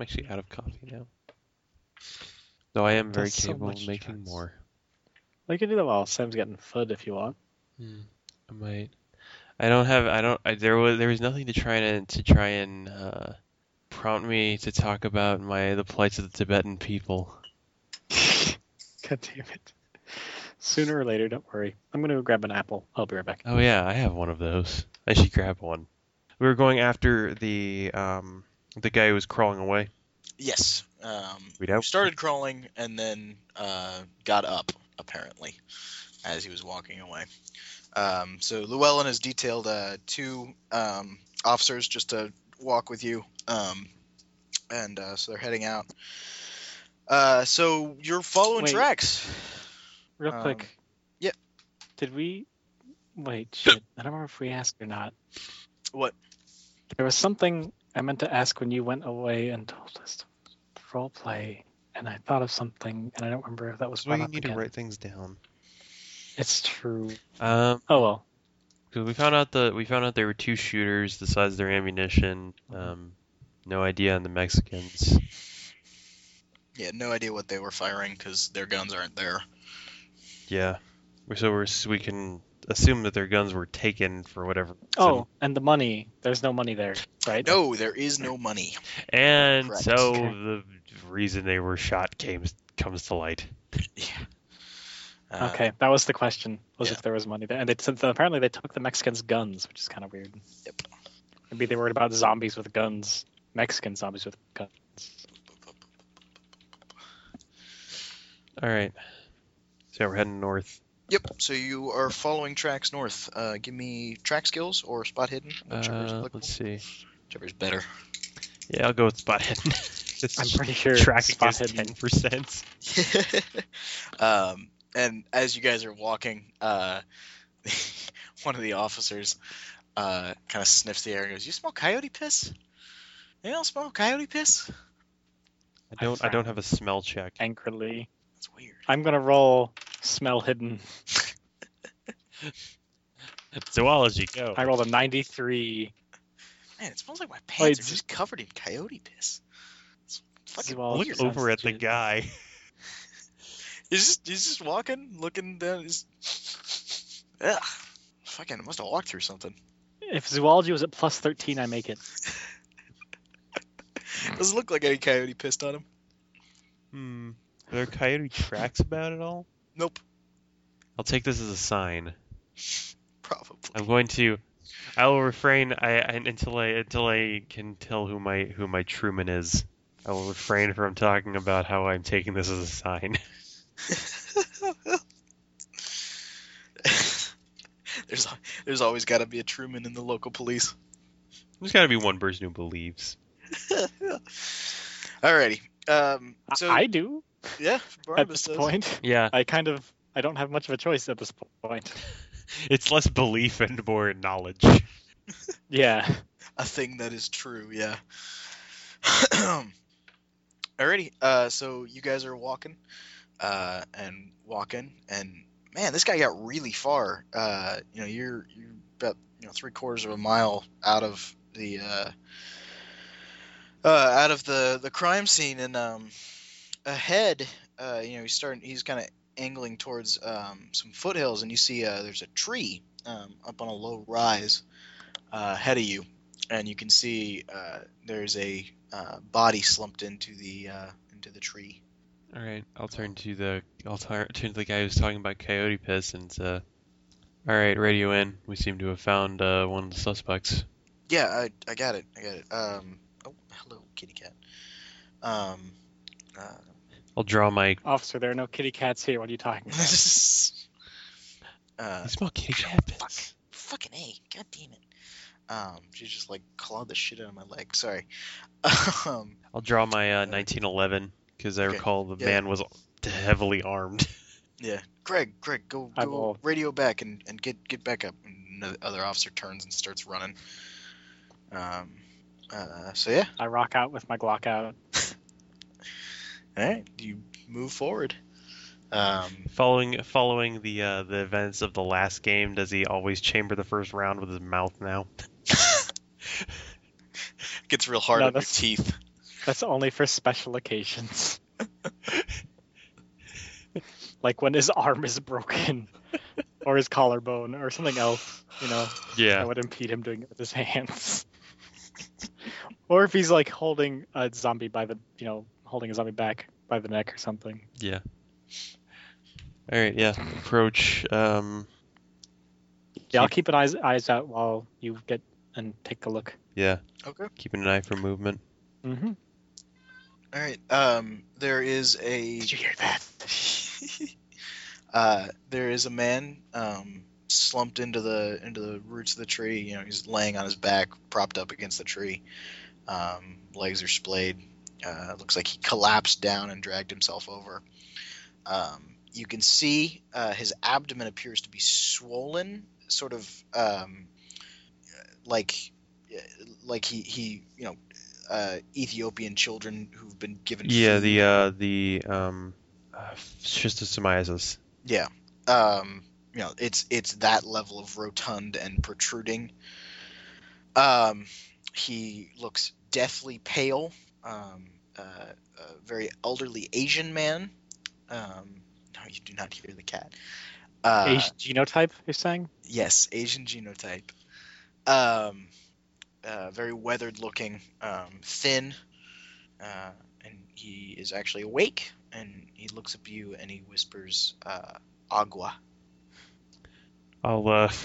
Speaker 2: actually out of coffee now. Though I am very
Speaker 1: Does so
Speaker 2: capable
Speaker 1: much
Speaker 2: of making
Speaker 1: drugs.
Speaker 2: more.
Speaker 1: We can do that while Sam's getting food if you want.
Speaker 2: Hmm, I might. I don't have. I don't. I, there was. There was nothing to try and to try and uh, prompt me to talk about my the plights of the Tibetan people.
Speaker 1: God damn it. Sooner or later, don't worry. I'm gonna go grab an apple. I'll be right back.
Speaker 2: Oh yeah, I have one of those. I should grab one. We were going after the um the guy who was crawling away.
Speaker 3: Yes. Um,
Speaker 2: We don't.
Speaker 3: started crawling and then uh, got up apparently as he was walking away. Um, so Llewellyn has detailed uh, two um, officers just to walk with you, um, and uh, so they're heading out. Uh, so you're following
Speaker 1: Wait.
Speaker 3: tracks.
Speaker 1: Real
Speaker 3: Um,
Speaker 1: quick.
Speaker 3: yeah.
Speaker 1: Did we? Wait, shit. I don't remember if we asked or not.
Speaker 3: What?
Speaker 1: There was something I meant to ask when you went away and told us to role play, and I thought of something, and I don't remember if that was
Speaker 2: That's why
Speaker 1: brought
Speaker 2: you
Speaker 1: up
Speaker 2: need
Speaker 1: again.
Speaker 2: to write things down.
Speaker 1: It's true.
Speaker 2: Um,
Speaker 1: Oh well.
Speaker 2: 'cause we found out the we found out there were two shooters, the size of their ammunition. Um, no idea on the Mexicans.
Speaker 3: Yeah, no idea what they were firing because their guns aren't there.
Speaker 2: Yeah. So we're s- we can assume that their guns were taken for whatever.
Speaker 1: Oh, and the money. There's no money there, right?
Speaker 3: No, there is no money.
Speaker 2: reason. And
Speaker 3: Correct.
Speaker 2: so
Speaker 1: Okay.
Speaker 2: the reason they were shot came comes to light.
Speaker 3: Yeah. Uh,
Speaker 1: okay, that was the question. Was
Speaker 3: yeah.
Speaker 1: if there was money there, and they since apparently they took the Mexicans' guns, which is kind of weird.
Speaker 3: Yep.
Speaker 1: Maybe they worried about zombies with guns, Mexican zombies with guns.
Speaker 2: All right. So yeah, we're heading north.
Speaker 3: Yep. So you are following tracks north. Uh, give me track skills or spot hidden, whichever is
Speaker 2: Uh,
Speaker 3: applicable.
Speaker 2: let's see.
Speaker 3: Whichever is better.
Speaker 2: Yeah, I'll go with spot hidden. It's
Speaker 1: I'm pretty sure
Speaker 2: tracking
Speaker 1: spot
Speaker 2: is
Speaker 1: hidden.
Speaker 2: ten percent.
Speaker 3: um, and as you guys are walking, uh, one of the officers uh, kind of sniffs the air and goes, "You smell coyote piss? You don't smell coyote piss?
Speaker 2: I don't. I
Speaker 1: frown.
Speaker 2: don't have a smell check.
Speaker 1: Angrily,
Speaker 3: That's weird."
Speaker 1: I'm gonna roll smell hidden.
Speaker 2: Zoology, go.
Speaker 1: I rolled a 93.
Speaker 3: Man, it smells like my pants
Speaker 1: Wait,
Speaker 3: are
Speaker 1: d-
Speaker 3: just covered in coyote piss. It's fucking
Speaker 1: Zoology
Speaker 3: weird.
Speaker 2: Look over at the
Speaker 1: Legit.
Speaker 2: guy.
Speaker 3: He's just he's just walking, looking down. He's... Ugh. Fucking must have walked through something.
Speaker 1: If zoology was at plus 13, I make it.
Speaker 3: Doesn't look like any coyote pissed on him.
Speaker 2: Hmm. Are there coyote tracks about at all?
Speaker 3: Nope,
Speaker 2: I'll take this as a sign.
Speaker 3: probably.
Speaker 2: I'm going to. I will refrain. I, I until I until I can tell who my who my Truman is. I will refrain from talking about how I'm taking this as a sign.
Speaker 3: there's al- there's always got to be a Truman in the local police.
Speaker 2: There's got to be one person who believes.
Speaker 3: Alrighty. Um, so
Speaker 1: I do
Speaker 3: yeah,
Speaker 1: at
Speaker 3: Barnabas
Speaker 1: this
Speaker 3: does.
Speaker 1: point.
Speaker 2: Yeah,
Speaker 1: I kind of I don't have much of a choice at this point.
Speaker 2: it's less belief and more knowledge.
Speaker 1: Yeah.
Speaker 3: a thing that is true. Yeah. Alrighty. Uh, so you guys are walking, uh, and walking, and man, this guy got really far. Uh, you know, you're you're about you know three quarters of a mile out of the uh, uh, out of the the crime scene, and um, ahead, uh, you know, he's starting. He's kind of angling towards um, some foothills, and you see uh, there's a tree um, up on a low rise uh, ahead of you and you can see uh, there's a uh, body slumped into the uh, into the tree.
Speaker 2: All right, I'll turn to the I'll tar- turn to the guy who's talking about coyote piss and uh, all right, radio in. We seem to have found uh, one of the suspects.
Speaker 3: Yeah, I, I got it. I got it. Um, oh, hello, kitty cat. Um, uh,
Speaker 2: I'll draw my.
Speaker 1: Officer, there are no kitty cats here. What are you talking about?
Speaker 3: uh,
Speaker 2: You smell kitty cat
Speaker 3: fuck,
Speaker 2: piss.
Speaker 3: fucking a, god damn it. Um, she just like clawed the shit out of my leg. Sorry. Um,
Speaker 2: I'll draw my uh, 1911 because I
Speaker 3: Okay.
Speaker 2: recall the
Speaker 3: Yeah.
Speaker 2: man was heavily armed.
Speaker 3: yeah, Greg, Greg, go
Speaker 1: I
Speaker 3: go
Speaker 1: will-
Speaker 3: radio back and, and get get back up. And the other officer turns and starts running. Um, uh, so yeah.
Speaker 1: I rock out with my Glock out.
Speaker 3: All right, you move forward. Um,
Speaker 2: Following following the uh, the events of the last game, does he always chamber the first round with his mouth now?
Speaker 3: gets real hard
Speaker 1: No,
Speaker 3: on your
Speaker 1: that's-
Speaker 3: teeth.
Speaker 1: That's only for special occasions. like when his arm is broken or his collarbone or something else, you know, that
Speaker 2: Yeah.
Speaker 1: would impede him doing it with his hands. or if he's like holding a zombie by the, you know, holding a zombie back by the neck or something.
Speaker 2: Yeah. All right. Yeah. Approach. Um.
Speaker 1: Yeah, I'll keep an eyes eyes out while you get and take a look.
Speaker 2: Yeah.
Speaker 3: Okay.
Speaker 2: Keeping an eye for movement.
Speaker 1: Mm-hmm.
Speaker 3: All right. Um, there is a
Speaker 1: you hear that?
Speaker 3: uh, there is a man um, slumped into the into the roots of the tree. You know, he's laying on his back, propped up against the tree. Um, legs are splayed. Uh, looks like he collapsed down and dragged himself over. Um, you can see uh, his abdomen appears to be swollen, sort of um, like like he he you know uh, Ethiopian children who've been given
Speaker 2: Yeah.
Speaker 3: food.
Speaker 2: The uh the um uh, schistosomiasis.
Speaker 3: Yeah. Um, you know, it's it's that level of rotund and protruding. Um, he looks deathly pale. Um, uh, a very elderly Asian man. Um, no, you do not hear the cat. Uh,
Speaker 1: Asian genotype, you're saying?
Speaker 3: Yes, Asian genotype. Um, uh, very weathered looking, um, thin, uh, and he is actually awake. And he looks at you and he whispers, uh, agua.
Speaker 2: I'll uh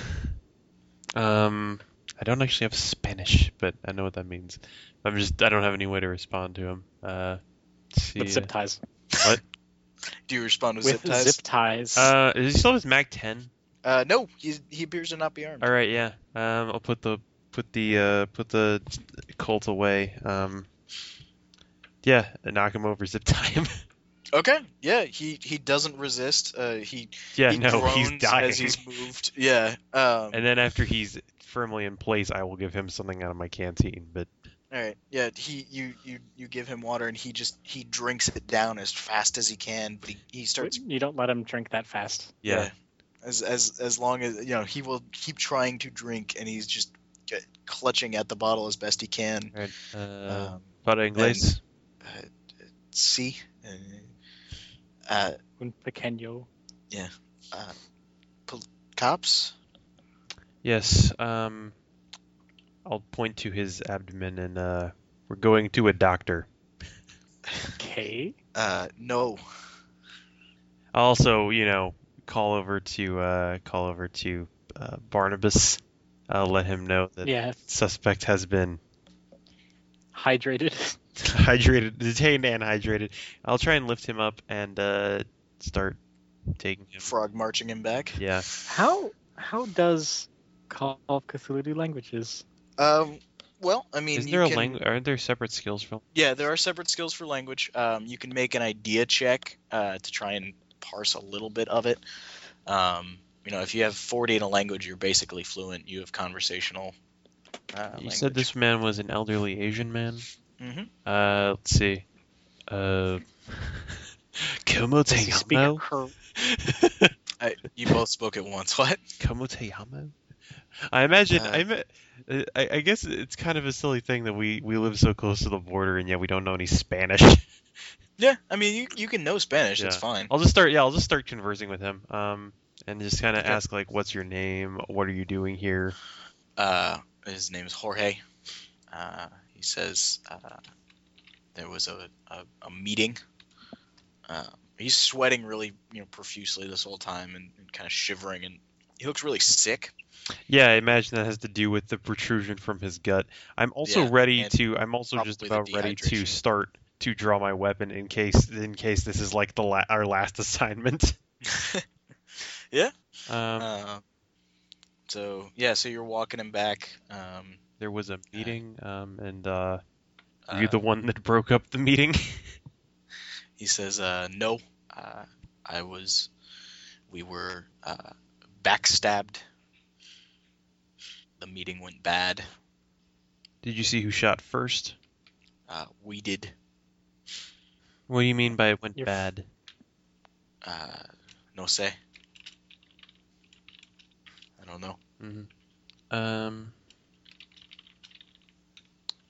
Speaker 2: um I don't actually have Spanish, but I know what that means. I'm just I don't have any way to respond to him. Uh see,
Speaker 1: With zip ties.
Speaker 3: Do you respond with,
Speaker 1: With
Speaker 3: zip ties?
Speaker 1: zip ties.
Speaker 2: uh is he still with Mac 10?
Speaker 3: Uh, no, he's, he appears to not be armed.
Speaker 2: All right, yeah. Um I'll put the put the uh put the Colt away. Um yeah, and knock him over, zip tie him.
Speaker 3: Okay, yeah, he he doesn't resist. Uh, he
Speaker 2: yeah,
Speaker 3: he
Speaker 2: no, he's
Speaker 3: groans
Speaker 2: dying.
Speaker 3: as he's moved. Yeah. Um,
Speaker 2: And then after he's firmly in place, I will give him something out of my canteen. But
Speaker 3: All right. Yeah. He, you, you, you give him water, and he just he drinks it down as fast as he can. But he, he starts
Speaker 1: you don't let him drink that fast.
Speaker 2: yeah,
Speaker 3: Yeah. as as as long as you know he will keep trying to drink, and he's just c- clutching at the bottle as best he can.
Speaker 2: Alright, uh,
Speaker 3: Um,
Speaker 2: para inglés.
Speaker 3: see, uh, uh,
Speaker 1: Un pequeño.
Speaker 3: cops.
Speaker 2: Yes. Um, I'll point to his abdomen, and uh, we're going to a doctor.
Speaker 1: Okay.
Speaker 3: Uh, no.
Speaker 2: I'll also, you know, call over to uh, call over to uh, Barnabas. I'll let him know that
Speaker 1: Yeah.
Speaker 2: suspect has been
Speaker 1: Hydrated.
Speaker 2: hydrated, detained, and hydrated. I'll try and lift him up and uh, start taking him.
Speaker 3: Frog marching him back.
Speaker 2: Yeah.
Speaker 1: How how does Call of Cthulhu do languages?
Speaker 3: Um. Well, I mean,
Speaker 2: Is
Speaker 3: you
Speaker 2: there a
Speaker 3: can-
Speaker 2: language? Aren't there separate skills for?
Speaker 3: Yeah, there are separate skills for language. Um, you can make an idea check uh, to try and parse a little bit of it. Um, you know, if you have 40 in a language, you're basically fluent. You have conversational. Uh,
Speaker 2: You
Speaker 3: language.
Speaker 2: said this man was an elderly Asian man.
Speaker 3: Mhm.
Speaker 2: Uh, let's see. Uh, Como te
Speaker 1: Does he speak
Speaker 2: llamo?
Speaker 1: Kor-
Speaker 3: I, you both spoke at once. What?
Speaker 2: Como te llamo? I imagine.
Speaker 3: Uh,
Speaker 2: I, ima- uh, I I guess it's kind of a silly thing that we we live so close to the border and yet we don't know any Spanish.
Speaker 3: Yeah, I mean, you, you can know Spanish. It's
Speaker 2: Yeah.
Speaker 3: fine.
Speaker 2: I'll just start. Yeah, I'll just start conversing with him. Um, and just kind of
Speaker 3: Okay.
Speaker 2: ask like, "What's your name? What are you doing here?"
Speaker 3: Uh, his name's Jorge. Uh, he says uh, there was a, a, a meeting. Uh, he's sweating really you know profusely this whole time and, and kind of shivering and he looks really sick.
Speaker 2: Yeah, I imagine that has to do with the protrusion from his gut. I'm also
Speaker 3: Yeah,
Speaker 2: ready
Speaker 3: and
Speaker 2: to. I'm also just
Speaker 3: probably the
Speaker 2: about ready to
Speaker 3: dehydration.
Speaker 2: start to draw my weapon in case in case this is like the la- our last assignment.
Speaker 3: Yeah.
Speaker 2: Um,
Speaker 3: Uh, so yeah, so you're walking him back. Um,
Speaker 2: there was a meeting, um, and uh, were you
Speaker 3: uh,
Speaker 2: the one that broke up the meeting?
Speaker 3: he says uh, no. Uh, I was. We were uh, backstabbed. The meeting went bad.
Speaker 2: Did you see who shot first?
Speaker 3: Uh, we did.
Speaker 2: What do you mean by it went
Speaker 1: Your-
Speaker 2: bad?
Speaker 3: uh, no sé. I don't know.
Speaker 2: Um,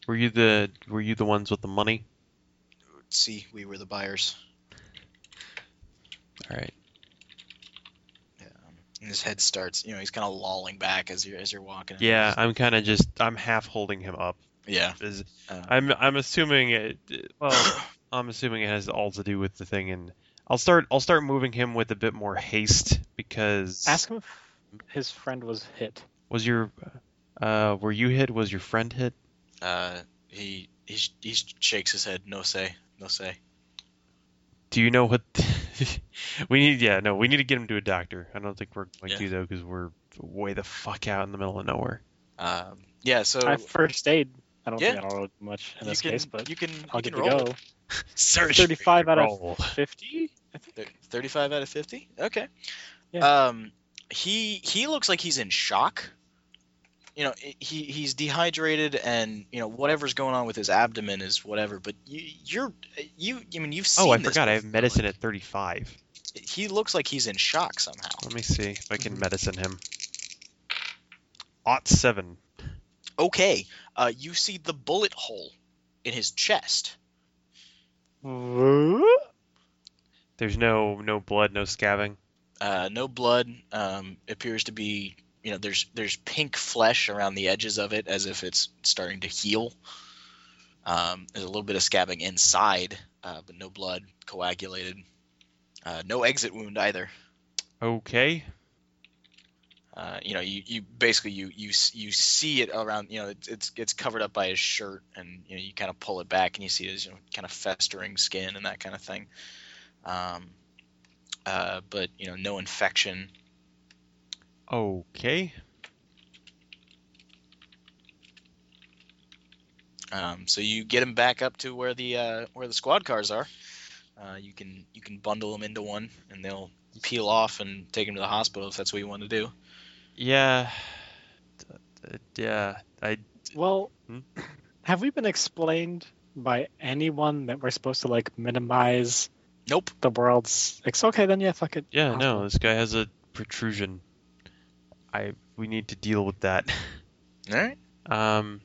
Speaker 2: were you the were you the ones with the money?
Speaker 3: See, we were the buyers.
Speaker 2: All right.
Speaker 3: Um, and his head starts, you know, he's kind of lolling back as you're as you're walking.
Speaker 2: Yeah, I'm kind of just I'm half holding him up.
Speaker 3: yeah.
Speaker 2: Is-
Speaker 3: Uh,
Speaker 2: I'm I'm assuming it. Well, I'm assuming it has all to do with the thing, and I'll start I'll start moving him with a bit more haste because
Speaker 1: Ask him if his friend was hit.
Speaker 2: was your uh were you hit? Was your friend hit?
Speaker 3: Uh, he he sh- he sh- shakes his head. No say. No say.
Speaker 2: Do you know what? we need yeah no we need to get him to a doctor. I don't think we're going
Speaker 3: Yeah.
Speaker 2: to though because we're way the fuck out in the middle of nowhere.
Speaker 3: Um, yeah. So
Speaker 1: I first aid. I don't
Speaker 3: Yeah.
Speaker 1: think I'll roll much in
Speaker 3: you
Speaker 1: this
Speaker 3: can
Speaker 1: case, but
Speaker 3: you can
Speaker 1: I'll
Speaker 3: you
Speaker 1: get
Speaker 3: can
Speaker 1: to
Speaker 3: roll
Speaker 1: go.
Speaker 3: it.
Speaker 2: Search.
Speaker 1: 35 out of
Speaker 2: Roll.
Speaker 1: 50?
Speaker 3: Thir- Thirty-five out of fifty. Okay.
Speaker 1: Yeah.
Speaker 3: Um, he he looks like he's in shock. You know, i- he he's dehydrated, and you know whatever's going on with his abdomen is whatever. But you you're you I mean you've seen.
Speaker 2: Oh, I
Speaker 3: this
Speaker 2: forgot. I have
Speaker 3: before,
Speaker 2: medicine
Speaker 3: like,
Speaker 2: at 35.
Speaker 3: he looks like he's in shock somehow.
Speaker 2: Let me see if I can
Speaker 1: Mhm.
Speaker 2: medicine him. Ought seven.
Speaker 3: Okay. Uh, you see the bullet hole in his chest.
Speaker 2: There's no no blood, no scabbing.
Speaker 3: Uh, no blood. Um, appears to be you know there's there's pink flesh around the edges of it as if it's starting to heal. Um, there's a little bit of scabbing inside, uh, but no blood, coagulated. Uh, no exit wound either.
Speaker 2: Okay.
Speaker 3: Uh, you know, you, you basically you you s- you see it around. You know, it's it's, it's covered up by his shirt, and you know you kind of pull it back, and you see his you know, kind of festering skin and that kind of thing. Um, uh, but you know, no infection.
Speaker 2: Okay.
Speaker 3: Um, so you get him back up to where the uh, where the squad cars are. Uh, you can you can bundle them into one, and they'll peel off and take him to the hospital if that's what you want to do.
Speaker 2: Yeah. D- d- Yeah. I
Speaker 1: Well,
Speaker 2: Hmm?
Speaker 1: have we been explained by anyone that we're supposed to like minimize
Speaker 3: Nope.
Speaker 1: the world's? It's okay then. Yeah, fuck it.
Speaker 2: yeah no.
Speaker 1: Hospital.
Speaker 2: This guy has a protrusion. I we need to deal with that.
Speaker 3: All right.
Speaker 2: Um,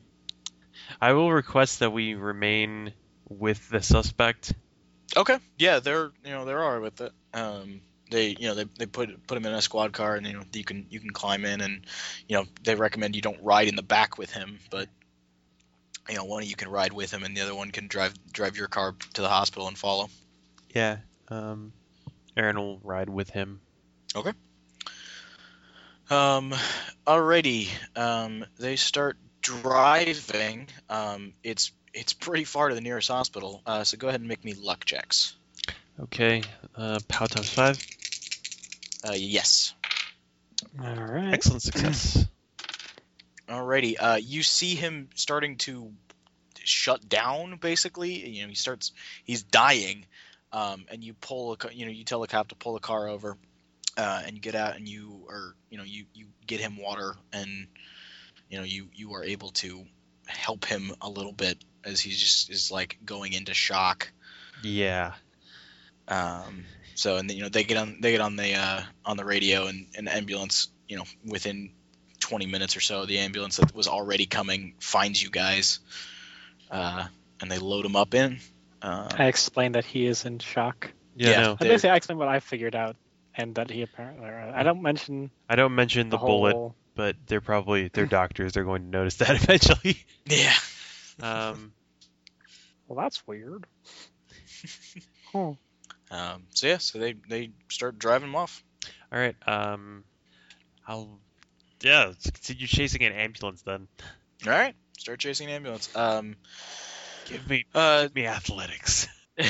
Speaker 2: I will request that we remain with the suspect.
Speaker 3: Okay. Yeah, they're you know they're alright with it. Um, they you know they, they put put him in a squad car and you know you can you can climb in and you know they recommend you don't ride in the back with him, but you know one of you can ride with him and the other one can drive drive your car to the hospital and follow.
Speaker 2: Yeah. Um, Aaron will ride with him.
Speaker 3: Um, already, um, they start driving. Um, it's it's pretty far to the nearest hospital. Uh, so go ahead and make me luck checks.
Speaker 2: Okay. Uh, pow times five.
Speaker 3: Uh, yes.
Speaker 1: All right.
Speaker 2: Excellent success.
Speaker 3: Alrighty. Uh, you see him starting to shut down. Basically, you know, he starts. He's dying, um, and you pull. A, ca- you know, you tell the cop to pull the car over, uh, and you get out, and you are. You know, you you get him water, and you know, you you are able to help him a little bit as he just is like going into shock.
Speaker 2: yeah.
Speaker 3: Um, so and then, you know they get on they get on the uh, on the radio and an ambulance you know within 20 minutes or so the ambulance that was already coming finds you guys uh, and they load him up in. Uh,
Speaker 1: I explained that he is in shock.
Speaker 2: Yeah.
Speaker 3: Yeah.
Speaker 2: No.
Speaker 1: I
Speaker 3: There-
Speaker 1: basically I explained what I figured out, and that he apparently. uh, I don't mention
Speaker 2: I don't mention the,
Speaker 1: the,
Speaker 2: bullet,
Speaker 1: whole-
Speaker 2: but they're probably they're doctors. They're going to notice that eventually.
Speaker 3: yeah.
Speaker 2: Um,
Speaker 1: Well, that's weird. huh.
Speaker 3: Um, so yeah, so they they start driving him off.
Speaker 2: all right. Um, I'll. Yeah. let's Continue chasing an ambulance then.
Speaker 3: All right, start chasing an ambulance. Um,
Speaker 2: Give me
Speaker 3: uh,
Speaker 2: give me athletics.
Speaker 3: uh,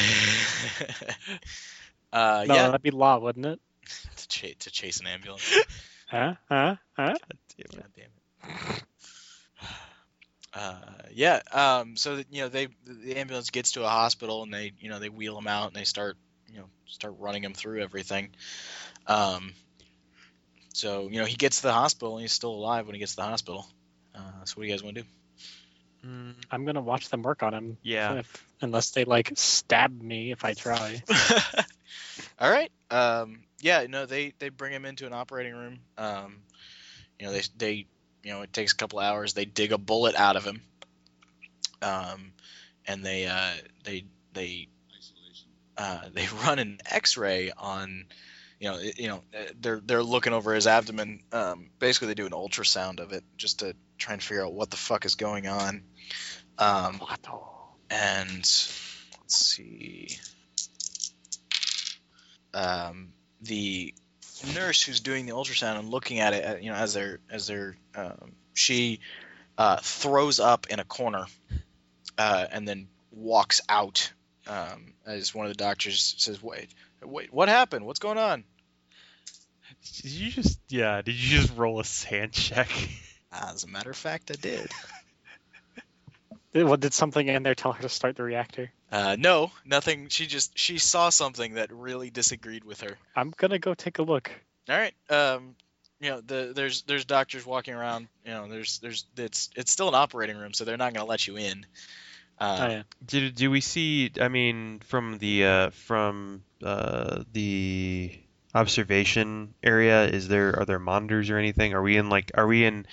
Speaker 1: no,
Speaker 3: yeah,
Speaker 1: that'd be law, wouldn't it?
Speaker 3: to, cha- to chase an ambulance.
Speaker 1: Huh? Huh? Huh?
Speaker 2: Damn it.
Speaker 3: God damn it. Uh, yeah. Um, so that, you know they the ambulance gets to a hospital and they you know they wheel him out and they start you know start running him through everything. Um, so you know he gets to the hospital and he's still alive when he gets to the hospital. Uh, so what do you guys want to do?
Speaker 2: Mm,
Speaker 1: I'm gonna watch them work on him.
Speaker 2: yeah.
Speaker 1: If, unless they like stab me if I try.
Speaker 3: All right. Um, yeah. No, they they bring him into an operating room. Um, you know, they they you know it takes a couple hours. They dig a bullet out of him. Um, and they uh, they they uh, they run an X-ray on. You know, it- you know, uh, they're they're looking over his abdomen. Um, basically, they do an ultrasound of it just to try and figure out what the fuck is going on. Um,
Speaker 1: What? the-
Speaker 3: and let's see um, the nurse who's doing the ultrasound and looking at it uh, you know as they're as they're um, she uh, throws up in a corner uh, and then walks out um, as one of the doctors says wait wait what happened what's going on
Speaker 2: Did you just yeah? Did you just roll a sand check?
Speaker 3: Ah, as a matter of fact i did
Speaker 1: Did- What did something in there tell her to start the reactor?
Speaker 3: uh, no nothing she just she saw something that really disagreed with her
Speaker 1: I'm gonna go take a look.
Speaker 3: All right. Um, you know, the, there's there's doctors walking around. You know, there's there's it's it's still an operating room, so they're not going to let you in.
Speaker 1: oh,
Speaker 3: Uh,
Speaker 1: yeah.
Speaker 2: Do do we see? I mean, from the uh, from uh, the observation area, is there are there monitors or anything? Are we in like are we in?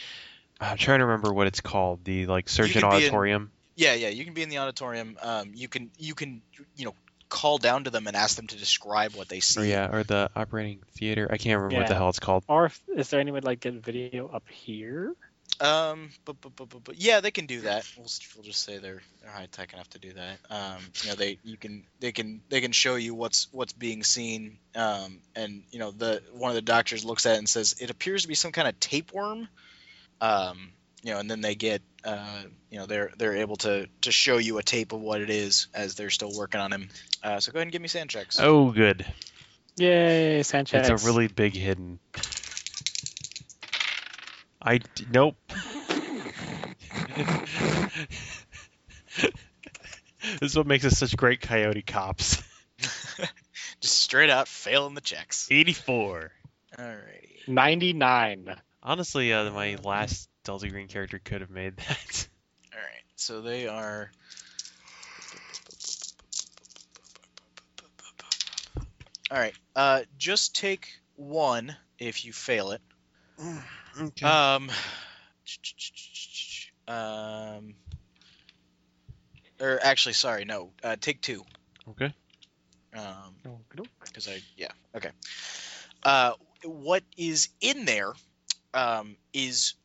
Speaker 2: I'm trying to remember what it's called. The like surgeon
Speaker 3: could be in-
Speaker 2: auditorium.
Speaker 3: yeah, yeah. You can be in the auditorium. Um, you can you can you know call down to them and ask them to describe what they see.
Speaker 2: Or yeah, or the operating theater. I can't remember what the
Speaker 1: Yeah.
Speaker 2: hell it's called.
Speaker 1: Or if, is there any way to like get video up here?
Speaker 3: Um, but, but, but, but, but yeah, they can do that. We'll, s- we'll just say they're, they're high tech enough to do that. Um, you know, they you can they can they can show you what's what's being seen. Um, and you know the one of the doctors looks at it and says it appears to be some kind of tapeworm. Um, you know, and then they get uh, you know they're they're able to to show you a tape of what it is as they're still working on him. Uh, so go ahead and give me sand checks.
Speaker 2: Oh, good.
Speaker 1: Yay, Sanchez.
Speaker 2: It's a really big hidden. I d- nope. this is what makes us such great coyote cops.
Speaker 3: Just straight out failing the checks.
Speaker 2: 84.
Speaker 3: Alrighty.
Speaker 1: 99.
Speaker 2: Honestly, uh, my last Delta Green character could have made that.
Speaker 3: All right, so they are. All right, uh, just take one if you fail it.
Speaker 2: Uh,
Speaker 3: Um, um, or actually, sorry, no, uh, take two.
Speaker 2: okay.
Speaker 3: Um, because I yeah okay. Uh, what is in there um, is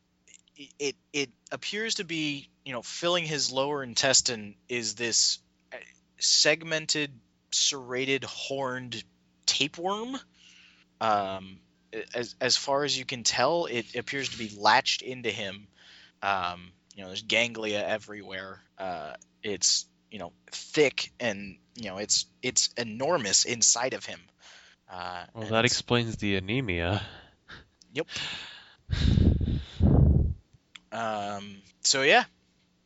Speaker 3: it it appears to be you know filling his lower intestine is this uh, segmented serrated horned tapeworm. Um, as as far as you can tell, it appears to be latched into him. Um, you know, there's ganglia everywhere. Uh, it's you know thick and you know it's it's enormous inside of him. Uh,
Speaker 2: Well,
Speaker 3: and
Speaker 2: that
Speaker 3: it's-
Speaker 2: explains the anemia.
Speaker 3: Yep. um, so yeah,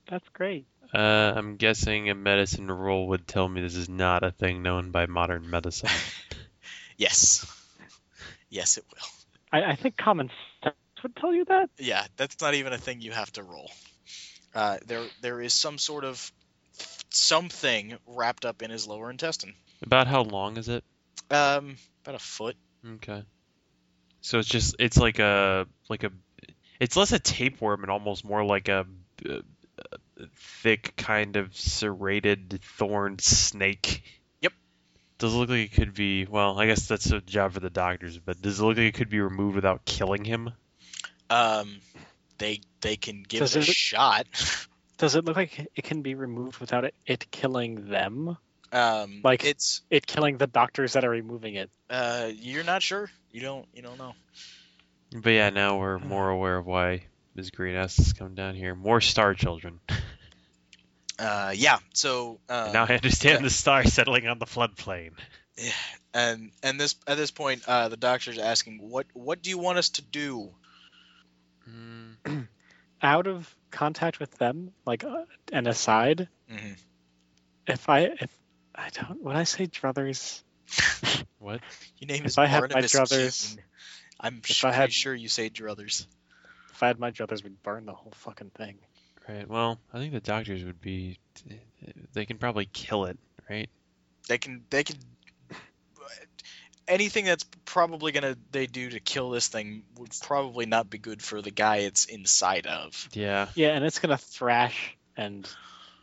Speaker 1: That's great.
Speaker 2: Uh, I'm guessing a medicine roll would tell me this is not a thing known by modern medicine.
Speaker 3: yes, yes it will.
Speaker 1: I, I think common sense would tell you that.
Speaker 3: Yeah, that's not even a thing you have to roll. Uh, there there is some sort of something wrapped up in his lower intestine.
Speaker 2: About how long is it?
Speaker 3: Um, about a foot.
Speaker 2: Okay. So it's just it's like a like a it's less a tapeworm and almost more like a, uh thick kind of serrated thorned snake.
Speaker 3: Yep.
Speaker 2: Does it look like it could be well, I guess that's a job for the doctors, but does it look like it could be removed without killing him?
Speaker 3: Um, they they can give
Speaker 1: Does
Speaker 3: it a
Speaker 1: it look-
Speaker 3: shot.
Speaker 1: Does it look like it can be removed without it, it killing them?
Speaker 3: Um,
Speaker 1: Like-
Speaker 3: it's
Speaker 1: It killing the doctors that are removing it.
Speaker 3: uh, you're not sure. You don't you don't know.
Speaker 2: But yeah, now we're more aware of why Ms. Greenhouse has come down here. More star children.
Speaker 3: Uh, yeah. So uh,
Speaker 2: And now I understand the star settling on the floodplain.
Speaker 3: and and this at this point, uh, the doctor's asking, "What what do you want us to do?"
Speaker 2: Mm,
Speaker 1: Out of contact with them, like uh, an aside,
Speaker 3: Mm-hmm.
Speaker 1: if I if I don't when I say druthers,
Speaker 2: what?
Speaker 3: Your name
Speaker 1: If
Speaker 3: is
Speaker 1: I had my
Speaker 3: Barnabas
Speaker 1: druthers-
Speaker 3: Keene. I'm
Speaker 1: if
Speaker 3: sure,
Speaker 1: I had-
Speaker 3: sure you say druthers.
Speaker 1: if I had my druthers, we'd burn the whole fucking thing.
Speaker 2: Right. Well, I think the doctors would be. They can probably kill it, right?
Speaker 3: They can they can anything that's probably gonna they do to kill this thing would probably not be good for the guy it's inside of.
Speaker 2: Yeah.
Speaker 1: Yeah, and it's gonna thrash, and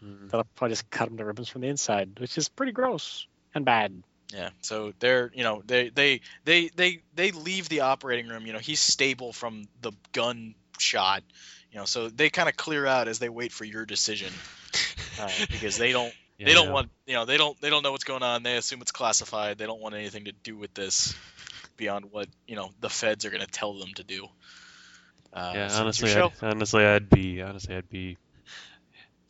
Speaker 2: Mm-hmm.
Speaker 1: that'll probably just cut them to ribbons from the inside, which is pretty gross and bad.
Speaker 3: Yeah. So they're you know they they they they they leave the operating room. You know he's stable from the gun shot. You know so they kind of clear out as they wait for your decision uh, because they don't they don't want you know they don't they don't know what's going on. They assume it's classified. They don't want anything to do with this beyond what you know the feds are going to tell them to do. Uh,
Speaker 2: Yeah.
Speaker 3: so it's
Speaker 2: honestly,
Speaker 3: your show.
Speaker 2: I'd, honestly, I'd be. Honestly, I'd be.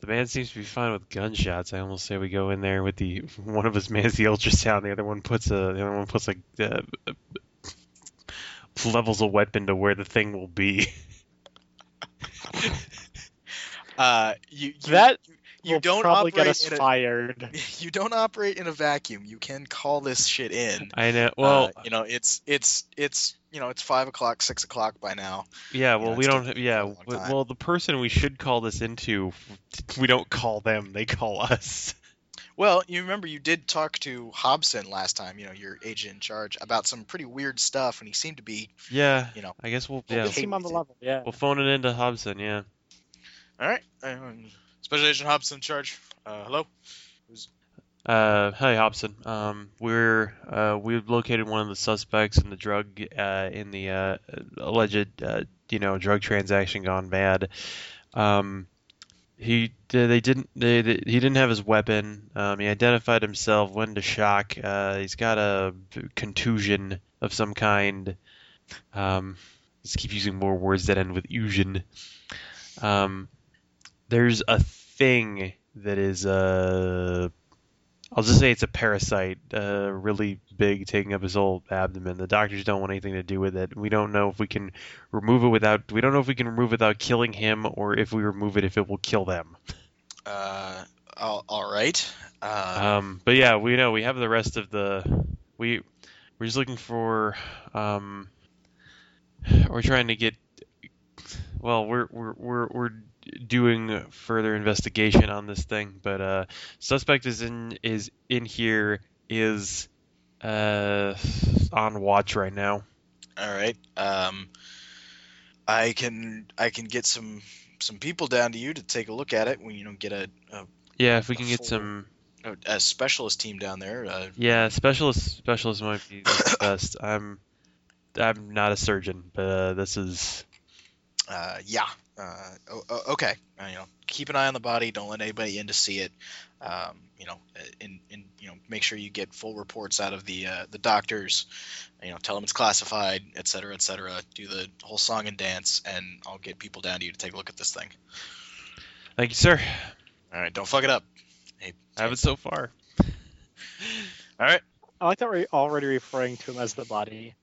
Speaker 2: The man seems to be fine with gunshots. I almost say we go in there with the one of us mans the ultrasound, the other one puts a the other one puts like uh, levels a weapon to where the thing will be.
Speaker 3: uh, you, you
Speaker 1: That
Speaker 3: you, you
Speaker 1: Will
Speaker 3: don't
Speaker 1: probably
Speaker 3: operate
Speaker 1: get us
Speaker 3: in a,
Speaker 1: fired.
Speaker 3: you don't operate in a vacuum. You can call this shit in.
Speaker 2: I know. Well,
Speaker 3: Uh, you know it's it's it's you know it's five o'clock, six o'clock by now.
Speaker 2: Yeah,
Speaker 3: know,
Speaker 2: well,
Speaker 3: it's
Speaker 2: we
Speaker 3: taken
Speaker 2: don't.
Speaker 3: for a
Speaker 2: Yeah,
Speaker 3: long
Speaker 2: w-
Speaker 3: time.
Speaker 2: well, the person we should call this into, we don't call them; they call us.
Speaker 3: Well, you remember you did talk to Hobson last time. You know your agent in charge about some pretty weird stuff, and he seemed to be
Speaker 2: Yeah,
Speaker 3: you know.
Speaker 2: I guess we'll.
Speaker 1: Yeah.
Speaker 2: Yeah,
Speaker 1: Just seem on the level. Yeah.
Speaker 2: we'll phone it into Hobson. Yeah.
Speaker 3: All right, um, Special Agent Hobson in charge. Uh, hello.
Speaker 2: Uh, hey Hobson. Um, we're uh, we've located one of the suspects in the drug uh, in the uh, alleged uh, you know drug transaction gone bad. Um, he they didn't they, they- he didn't have his weapon. Um, he identified himself, went into shock. Uh, he's got a contusion of some kind. Um, let's keep using more words that end with usion. Um, there's a thing that is uh, I'll just say it's a parasite, uh, really big, taking up his whole abdomen. The doctors don't want anything to do with it. We don't know if we can remove it without. We don't know if we can remove it without killing him, or if we remove it, if it will kill them.
Speaker 3: Uh, all, all right. Uh,
Speaker 2: Um, but yeah, we know we have the rest of the. We we're just looking for. Um, we're trying to get. Well, we're we're we're we're doing further investigation on this thing, but uh, suspect is in is in here is uh on watch right now.
Speaker 3: all right. Um, I can I can get some some people down to you to take a look at it when you know get a
Speaker 2: Yeah, if we can get
Speaker 3: Full- some-
Speaker 2: some
Speaker 3: a, a specialist team down there. Uh,
Speaker 2: Yeah, specialist specialist might be the best. I'm I'm not a surgeon, but uh, this is
Speaker 3: uh, yeah. Uh, o- o- okay. Uh, you know, keep an eye on the body. Don't let anybody in to see it. Um, you know, and, and you know, make sure you get full reports out of the uh, the doctors. You know, tell them it's classified, et cetera, et cetera. Do the whole song and dance, and I'll get people down to you to take a look at this thing.
Speaker 2: thank you, sir.
Speaker 3: All right, don't fuck it up.
Speaker 2: I have it so far.
Speaker 1: I like that we're already referring to him as the body.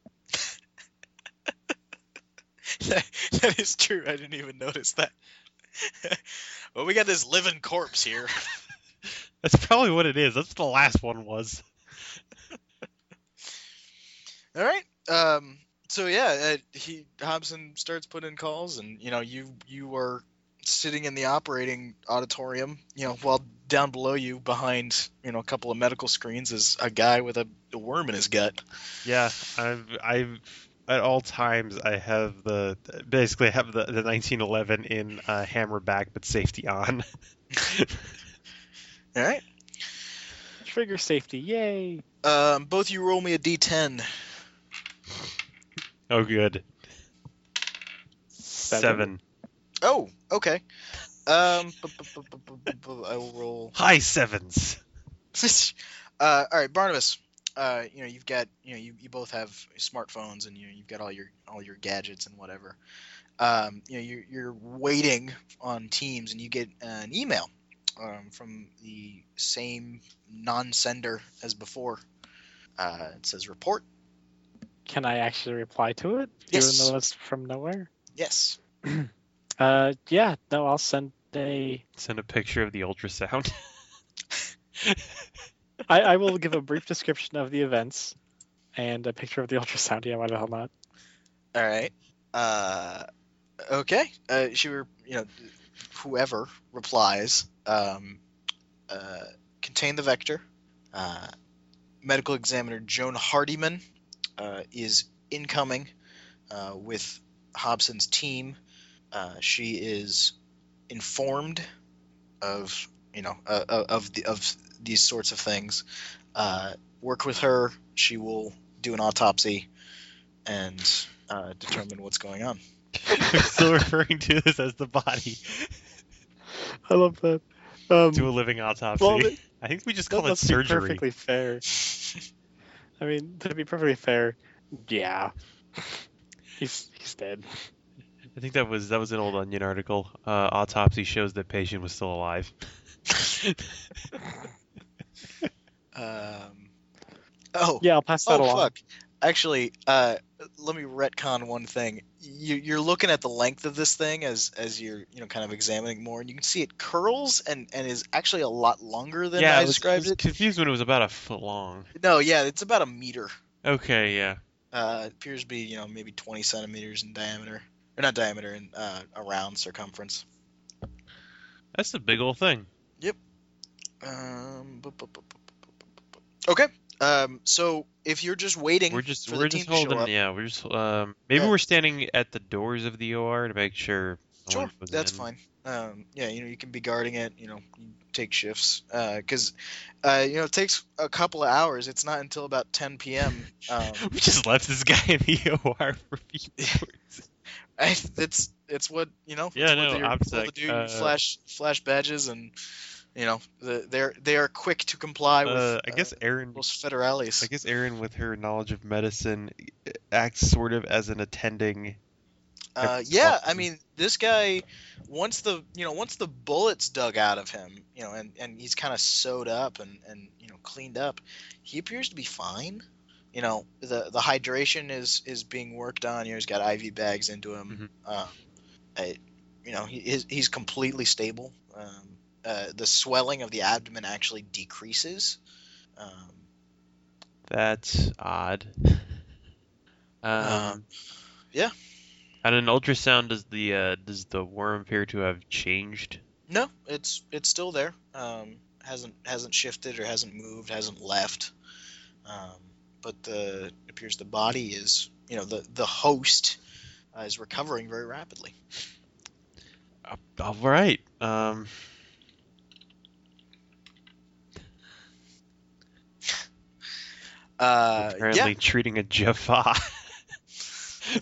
Speaker 3: that is true. I didn't even notice that. well, we got this living corpse here.
Speaker 2: That's probably what it is. That's what the last one was.
Speaker 3: All right. Um, so yeah, uh, he Hobson starts putting in calls, and you know you you are sitting in the operating auditorium. You know, while down below you, behind you know a couple of medical screens, is a guy with a, a worm in his gut.
Speaker 2: Yeah, I'm I'm at all times I have the basically I have the, the 1911 in uh, hammer back but safety on.
Speaker 3: All right.
Speaker 1: Trigger safety, yay!
Speaker 3: Um, both you roll me a d10.
Speaker 2: oh good.
Speaker 1: Seven.
Speaker 3: Oh, okay. Um, bu- bu- bu- bu- bu- bu- bu- I will roll.
Speaker 2: High sevens.
Speaker 3: uh, all right, Barnabas. Uh, you know, you've got you know you, you both have smartphones and you you've got all your all your gadgets and whatever. Um, you know, you're, you're waiting on Teams and you get an email um, from the same non-sender as before. Uh, it says report.
Speaker 1: Can I actually reply to it?
Speaker 3: Yes.
Speaker 1: Even though it's from nowhere?
Speaker 3: Yes.
Speaker 1: Uh, yeah, no, I'll send a.
Speaker 2: Send a picture of the ultrasound.
Speaker 1: I, I will give a brief description of the events and a picture of the ultrasound. Yeah, why the hell not?
Speaker 3: All right. Uh, okay. Uh, she were you know whoever replies um, uh, contain the vector. Uh, medical examiner Joan Hardiman uh, is incoming uh, with Hobson's team. Uh, she is informed of you know uh, uh, of the, of these sorts of things. Uh, work with her. She will do an autopsy and uh, determine what's going on.
Speaker 2: I'm still referring to this as the body.
Speaker 1: I love that. Um,
Speaker 2: Do a living autopsy.
Speaker 1: well, th-
Speaker 2: I think we just
Speaker 1: let-
Speaker 2: call it
Speaker 1: let's be
Speaker 2: surgery.
Speaker 1: perfectly fair. I mean, to be perfectly fair, yeah, he's he's dead.
Speaker 2: I think that was that was an old Onion article. Uh, autopsy shows that patient was still alive.
Speaker 3: Um, oh,
Speaker 1: Yeah, I'll pass that
Speaker 3: oh,
Speaker 1: along.
Speaker 3: fuck. Actually, uh, let me retcon one thing. You, you're looking at the length of this thing as as you're you know kind of examining more, and you can see it curls and and is actually a lot longer than
Speaker 2: yeah,
Speaker 3: I
Speaker 2: I was,
Speaker 3: described
Speaker 2: was
Speaker 3: it.
Speaker 2: confused when it was about a foot long.
Speaker 3: No, yeah, it's about a meter.
Speaker 2: Okay, yeah.
Speaker 3: Uh, it appears to be you know maybe 20 centimeters in diameter, or not diameter, in uh, around circumference.
Speaker 2: That's a big old thing.
Speaker 3: Um, bu- bu- bu- bu- bu- bu- bu- bu- bu- okay. Um, so if you're just waiting,
Speaker 2: We're just
Speaker 3: for
Speaker 2: we're
Speaker 3: the
Speaker 2: just
Speaker 3: team to show
Speaker 2: holding
Speaker 3: up.
Speaker 2: yeah, we're just um maybe
Speaker 3: Yeah.
Speaker 2: we're standing at the doors of the OR to make sure no one
Speaker 3: Sure,
Speaker 2: was
Speaker 3: that's
Speaker 2: in.
Speaker 3: fine. Um, yeah, you know, you can be guarding it. You know, you take shifts because, uh, you know, it takes a couple of hours. It's not until about 10 p.m. Um,
Speaker 2: We just left this guy in the OR for a few hours.
Speaker 3: I, it's it's what you know.
Speaker 2: Yeah,
Speaker 3: it's what
Speaker 2: no,
Speaker 3: you're told
Speaker 2: OPSEC,
Speaker 3: to do. You
Speaker 2: uh,
Speaker 3: flash flash badges and you know the, they're they are quick to comply with.
Speaker 2: Uh, I guess
Speaker 3: uh,
Speaker 2: Aaron.
Speaker 3: those federales.
Speaker 2: I guess Aaron, with her knowledge of medicine, acts sort of as an attending.
Speaker 3: Uh, yeah, I mean, this guy, once the you know once the bullets dug out of him, you know, and and he's kind of sewed up and and you know cleaned up, he appears to be fine. You know, the the hydration is is being worked on. You know, he's got IV bags into him. Uh, I, you know, he he's, he's completely stable. Um, uh, the swelling of the abdomen actually decreases. Um,
Speaker 2: That's odd. Um,
Speaker 3: yeah.
Speaker 2: On an ultrasound, does the uh, does the worm appear to have changed?
Speaker 3: No, it's it's still there. Um, hasn't hasn't shifted or hasn't moved, hasn't left. Um, but the it appears the body is you know the the host uh, is recovering very rapidly.
Speaker 2: Uh, All right. Um,
Speaker 3: Uh,
Speaker 2: apparently treating a Jaffa.
Speaker 3: yeah.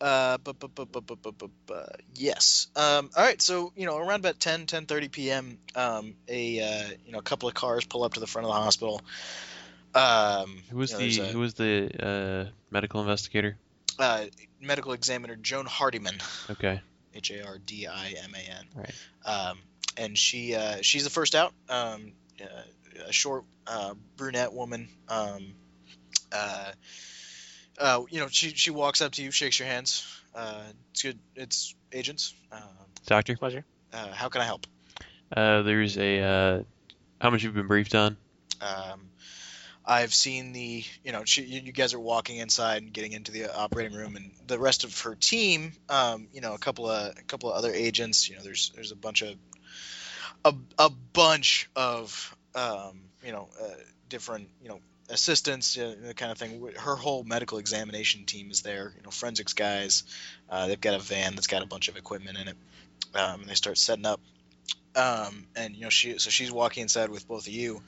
Speaker 3: Uh, bu- bu- bu- bu- bu- bu- bu- bu- yes. Um, all right. So you know around about 10, 10:30 p.m. Um, a uh, you know a couple of cars pull up to the front of the hospital. Um,
Speaker 2: who was
Speaker 3: you know,
Speaker 2: the
Speaker 3: there's a-
Speaker 2: who was the uh, medical investigator?
Speaker 3: uh, medical examiner Joan Hardiman?
Speaker 2: Okay.
Speaker 3: H A R D I M A N.
Speaker 2: Right.
Speaker 3: Um, and she uh, she's the first out. Um, uh, a short uh, brunette woman. Um, uh, uh, you know, she she walks up to you, shakes your hands. Uh, it's good. It's agents. Um,
Speaker 2: Doctor.
Speaker 1: Pleasure.
Speaker 3: uh, how can I help?
Speaker 2: Uh, there's a uh, how much you've been briefed on?
Speaker 3: Um, I've seen the, you know, she, you you guys are walking inside and getting into the operating room, and the rest of her team, um, you know, a couple of a couple of other agents, you know, there's there's a bunch of a, a bunch of, um, you know, uh, different, you know, assistants, uh, that kind of thing. Her whole medical examination team is there, you know, forensics guys. Uh, they've got a van that's got a bunch of equipment in it, um, and they start setting up. Um, and you know, she so she's walking inside with both of you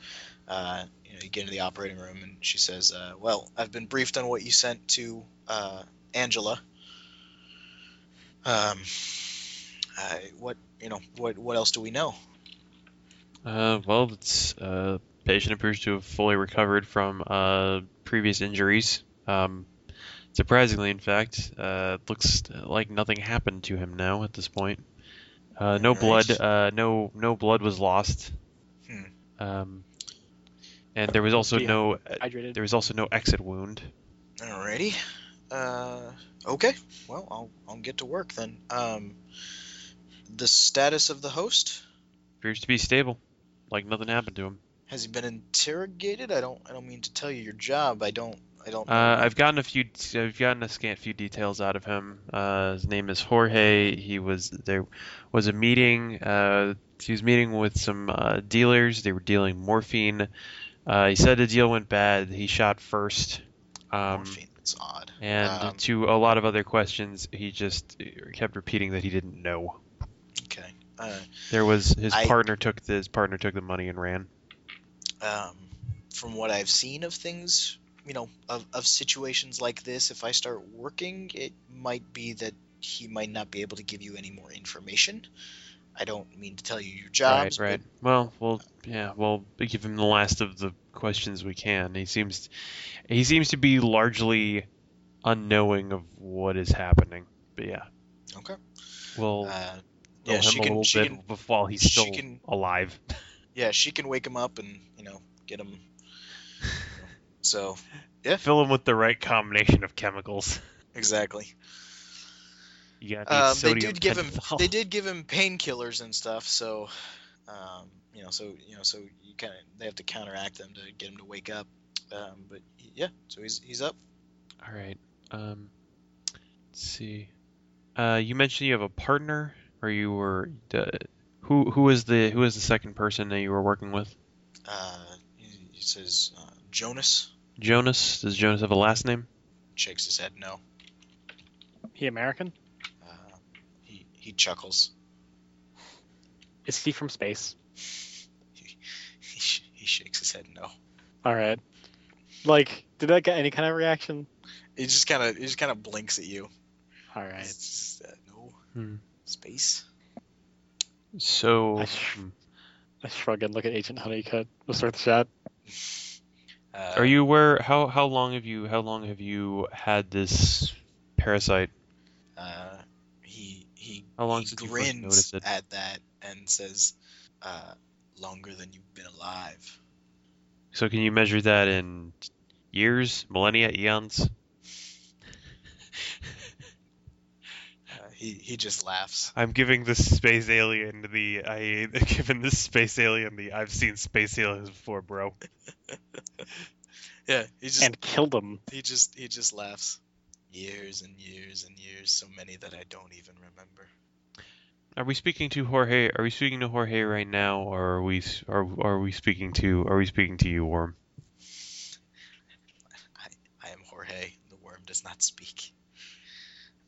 Speaker 3: uh, you know, you get into the operating room, and she says, uh, "Well, I've been briefed on what you sent to uh, Angela. Um, I, what you know, what what else do we know?
Speaker 2: Uh, well, it's uh, patient appears to have fully recovered from uh, previous injuries. Um, surprisingly, in fact, uh, looks like nothing happened to him now at this point. Uh, no
Speaker 3: Nice.
Speaker 2: blood. Uh, no no blood was lost.
Speaker 3: Hmm.
Speaker 2: Um, and there was also
Speaker 1: Be
Speaker 2: no uh,
Speaker 1: Hydrated.
Speaker 2: there was also no exit wound.
Speaker 3: Alrighty. Uh, okay. Well, I'll I'll get to work then. Um, the status of the host
Speaker 2: Appears to be stable, like nothing happened to him.
Speaker 3: has he been interrogated? I don't I don't mean to tell you your job. I don't I don't.
Speaker 2: Uh, I've gotten a few. I've gotten a scant few details out of him. Uh, his name is Jorge. He was there was a meeting. Uh, he was meeting with some uh, dealers. They were dealing morphine. Uh, he said the deal went bad. He shot first. Um,
Speaker 3: morphine. It's odd.
Speaker 2: and
Speaker 3: Um,
Speaker 2: to a lot of other questions, he just kept repeating that he didn't know.
Speaker 3: Okay. Uh,
Speaker 2: There was his
Speaker 3: I-
Speaker 2: partner took the, his partner took the money and ran.
Speaker 3: um, from what I've seen of things, you know, of, of situations like this, if I start working, it might be that he might not be able to give you any more information. I don't mean to tell you your jobs,
Speaker 2: right, right. Well, well, yeah, well, we give him the last of the questions we can. He seems, he seems to be largely unknowing of what is happening. But yeah,
Speaker 3: but- okay.
Speaker 2: we'll
Speaker 3: Uh,
Speaker 2: know
Speaker 3: yeah,
Speaker 2: him
Speaker 3: she
Speaker 2: a
Speaker 3: can,
Speaker 2: little
Speaker 3: she
Speaker 2: bit
Speaker 3: can,
Speaker 2: bef- while he's
Speaker 3: she
Speaker 2: still
Speaker 3: can-
Speaker 2: alive.
Speaker 3: yeah, she can wake him up and you know get him. so
Speaker 2: Fill him with the right combination of chemicals.
Speaker 3: exactly.
Speaker 2: You gotta need
Speaker 3: Um, they
Speaker 2: sodium
Speaker 3: did give him.
Speaker 2: pentothal.
Speaker 3: They did give him painkillers and stuff. So, um, you know, so you know, so you kind of they have to counteract them to get him to wake up. Um, but yeah, so he's he's up.
Speaker 2: All right. Um, let's see. Uh, you mentioned you have a partner, or you were. Uh, who who is the who is the second person that you were working with?
Speaker 3: Uh, he, he says uh, Jonas
Speaker 2: Jonas. Does Jonas have a last name?
Speaker 3: shakes his head no.
Speaker 1: He American?
Speaker 3: Uh, he He chuckles.
Speaker 1: Is he from space?
Speaker 3: He, sh- he shakes his head no.
Speaker 1: All right. Like, did I get any kind of reaction?
Speaker 3: He just kind of he just kind of blinks at you.
Speaker 1: All right.
Speaker 3: It's just, uh, no
Speaker 2: Hmm.
Speaker 3: space.
Speaker 2: So, hmm.
Speaker 1: I sh- I shrug and look at Agent Honeycutt. Let's start the shot.
Speaker 3: Uh,
Speaker 2: are you aware? How how long have you how long have you had this parasite?
Speaker 3: Uh, he he
Speaker 2: How long
Speaker 3: he
Speaker 2: since you first
Speaker 3: grins
Speaker 2: noticed it?
Speaker 3: at that and says, uh, "Longer than you've been alive."
Speaker 2: So can you measure that in years, millennia, eons?
Speaker 3: Uh, he he just laughs.
Speaker 4: I'm giving this space alien the I giving this space alien the I've seen space aliens before, bro.
Speaker 3: Yeah, he just
Speaker 1: And killed him.
Speaker 3: he just he just laughs. Years and years and years, so many that I don't even remember.
Speaker 2: Are we speaking to Jorge? Are we speaking to Jorge right now, or are we s- are are we speaking to are we speaking to you, Worm?
Speaker 3: I am Jorge. The worm does not speak.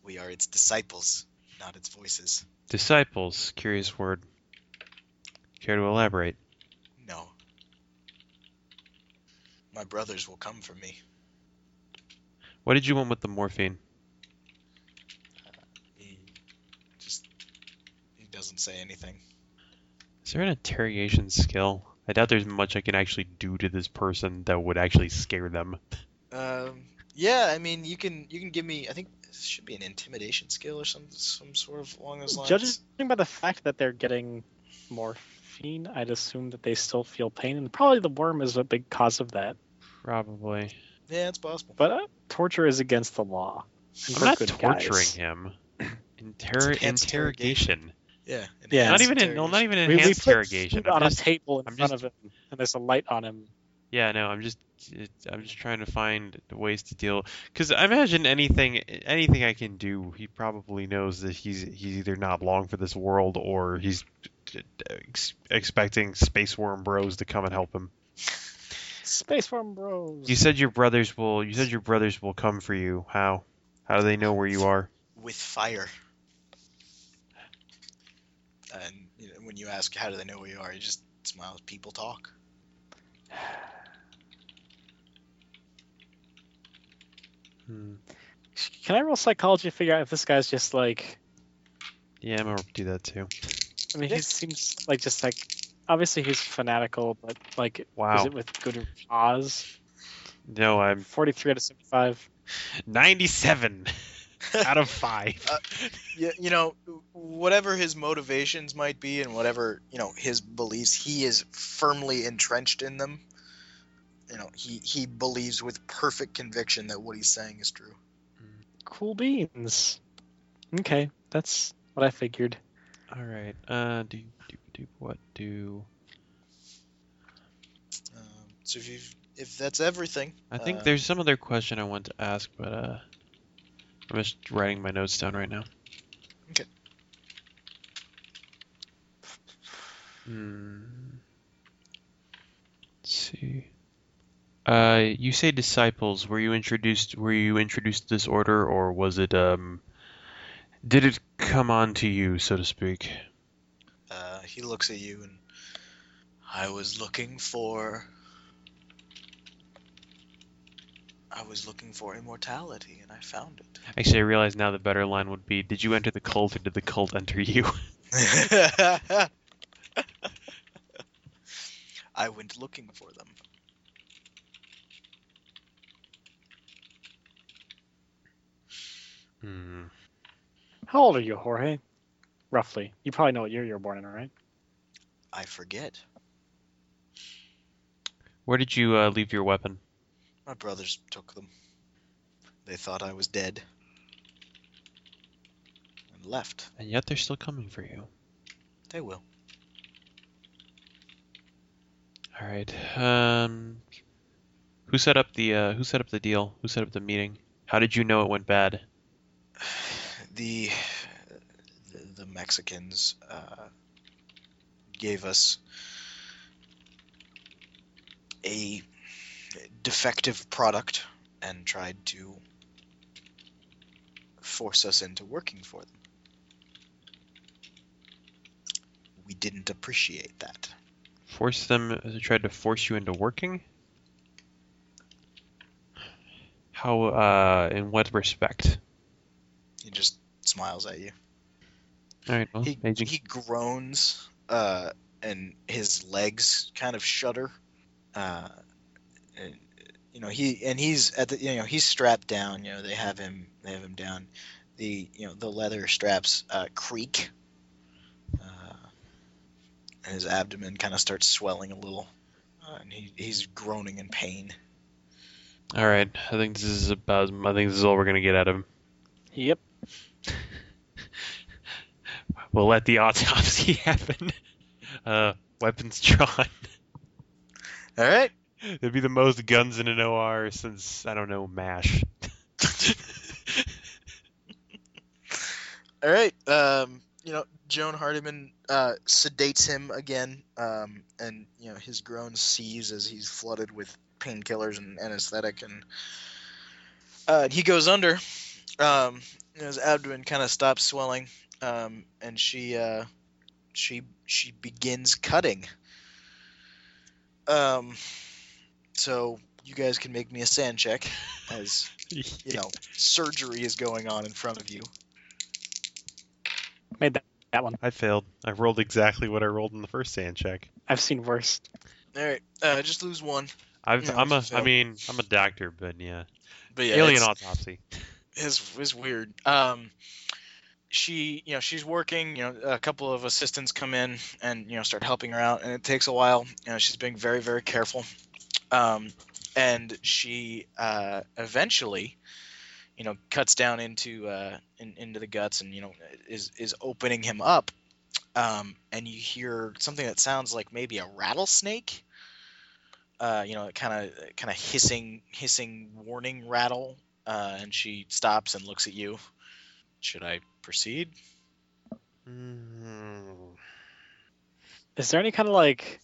Speaker 3: We are its disciples, not its voices.
Speaker 2: Disciples, curious word. Care to elaborate?
Speaker 3: No. My brothers will come for me.
Speaker 2: What did you want with the morphine?
Speaker 3: He just he doesn't say anything.
Speaker 2: Is there an interrogation skill? I doubt there's much I can actually do to this person that would actually scare them.
Speaker 3: Um, yeah, I mean, you can you can give me. I think it should be an intimidation skill or some some sort of along those lines.
Speaker 1: Judging by the fact that they're getting morphine, I'd assume that they still feel pain, and probably the worm is a big cause of that.
Speaker 2: Probably.
Speaker 3: Yeah, it's possible.
Speaker 1: But uh, torture is against the law. and
Speaker 2: I'm
Speaker 1: we're
Speaker 2: not
Speaker 1: good
Speaker 2: torturing
Speaker 1: guys.
Speaker 2: him. Inter-
Speaker 3: enhanced
Speaker 2: interrogation.
Speaker 3: Yeah. an
Speaker 1: Yeah.
Speaker 2: Not
Speaker 3: enhanced
Speaker 2: even in, no, not
Speaker 3: interrogation.
Speaker 2: even
Speaker 1: We, we
Speaker 2: enhanced
Speaker 1: put
Speaker 2: interrogation.
Speaker 1: food
Speaker 2: I'm
Speaker 1: on
Speaker 2: just-
Speaker 1: a table in
Speaker 2: I'm
Speaker 1: front
Speaker 2: just-
Speaker 1: of him, and there's a light on him.
Speaker 2: Yeah, no, I'm just it, I'm just trying to find ways to deal because I imagine anything anything I can do, he probably knows that he's he's either not long for this world or he's ex- expecting space worm bros to come and help him.
Speaker 1: Space Worm Bros.
Speaker 2: You said your brothers will you said your brothers will come for you. How? How do they know where you are?
Speaker 3: with fire. And you know, when you ask how do they know where you are, he just smiles. People talk.
Speaker 2: Hmm.
Speaker 1: Can I roll psychology to figure out if this guy's just like?
Speaker 2: Yeah, I'm gonna do that too.
Speaker 1: I mean,
Speaker 3: Yeah.
Speaker 1: he seems like just like. Obviously, he's fanatical, but like, is
Speaker 2: Wow.
Speaker 1: it with good cause?
Speaker 2: No, I'm
Speaker 1: Forty-three out of seventy-five.
Speaker 2: 97 out of five.
Speaker 3: you, you know, whatever his motivations might be and whatever, you know, his beliefs, he is firmly entrenched in them. You know, he, he believes with perfect conviction that what he's saying is true.
Speaker 1: Cool beans. Okay, that's what I figured.
Speaker 2: All right. Uh, do do do what do?
Speaker 3: Um, so if you if that's everything,
Speaker 2: I think
Speaker 3: Uh,
Speaker 2: there's some other question I want to ask, but uh, I'm just writing my notes down right now.
Speaker 3: Okay.
Speaker 2: Hmm. Let's see. Uh, you say disciples. Were you introduced? Were you introduced to this order, or was it um? Did it come on to you, so to speak?
Speaker 3: uh, he looks at you and I was looking for I was looking for immortality and I found it.
Speaker 2: Actually, I realize now the better line would be: Did you enter the cult, or did the cult enter you?
Speaker 3: I went looking for them.
Speaker 2: Hmm.
Speaker 1: How old are you, Jorge? Roughly. You probably know what year you were born in, right?
Speaker 3: I forget.
Speaker 2: Where did you uh, leave your weapon?
Speaker 3: My brothers took them. They thought I was dead. And left.
Speaker 2: And yet they're still coming for you.
Speaker 3: They will.
Speaker 2: All right. Um, who set up the uh, Who set up the deal? Who set up the meeting? How did you know it went bad?
Speaker 3: The the, the Mexicans uh, gave us a defective product and tried to force us into working for them. we didn't appreciate that.
Speaker 2: Force them. uh, Tried to force you into working. How? Uh, in what respect?
Speaker 3: He just smiles at you.
Speaker 2: All right. Well,
Speaker 3: He,
Speaker 2: Agent
Speaker 3: he groans, uh, and his legs kind of shudder. Uh, and, you know he and he's at the you know he's strapped down. You know they have him they have him down. The you know the leather straps uh, creak, uh, and his abdomen kind of starts swelling a little, uh, and he, he's groaning in pain.
Speaker 2: All right. I think this is about. I think this is all we're gonna get out of him.
Speaker 1: Yep.
Speaker 2: We'll let the autopsy happen. Uh, weapons drawn.
Speaker 3: All right.
Speaker 4: It'd be the most guns in an OR since I don't know Mash.
Speaker 3: All right. Um, you know, Joan Hardiman uh, sedates him again, um, and you know his groan sees as he's flooded with painkillers and anesthetic, and uh, he goes under. Um, and his abdomen kind of stops swelling, um, and she uh, she she begins cutting. Um, so you guys can make me a sand check, as you know surgery is going on in front of you.
Speaker 1: Made that, that one.
Speaker 4: I failed. I rolled exactly what I rolled in the first sand check.
Speaker 1: I've seen worse.
Speaker 3: All right, uh, just lose one.
Speaker 2: I've,
Speaker 3: Yeah,
Speaker 2: I'm a.
Speaker 3: so-
Speaker 2: I mean, I'm a doctor, but yeah.
Speaker 3: But yeah,
Speaker 2: Alien
Speaker 3: it's-
Speaker 2: autopsy.
Speaker 3: is is weird. Um, she, you know, she's working. You know, a couple of assistants come in and you know start helping her out, and it takes a while. You know, she's being very very careful. Um, and she uh, eventually, you know, cuts down into uh, in, into the guts, and you know, is is opening him up. Um, and you hear something that sounds like maybe a rattlesnake. Uh, you know, kind of kind of hissing hissing warning rattle uh, and she stops and looks at you. Should I proceed?
Speaker 4: Mm.
Speaker 1: Is there any kind of like,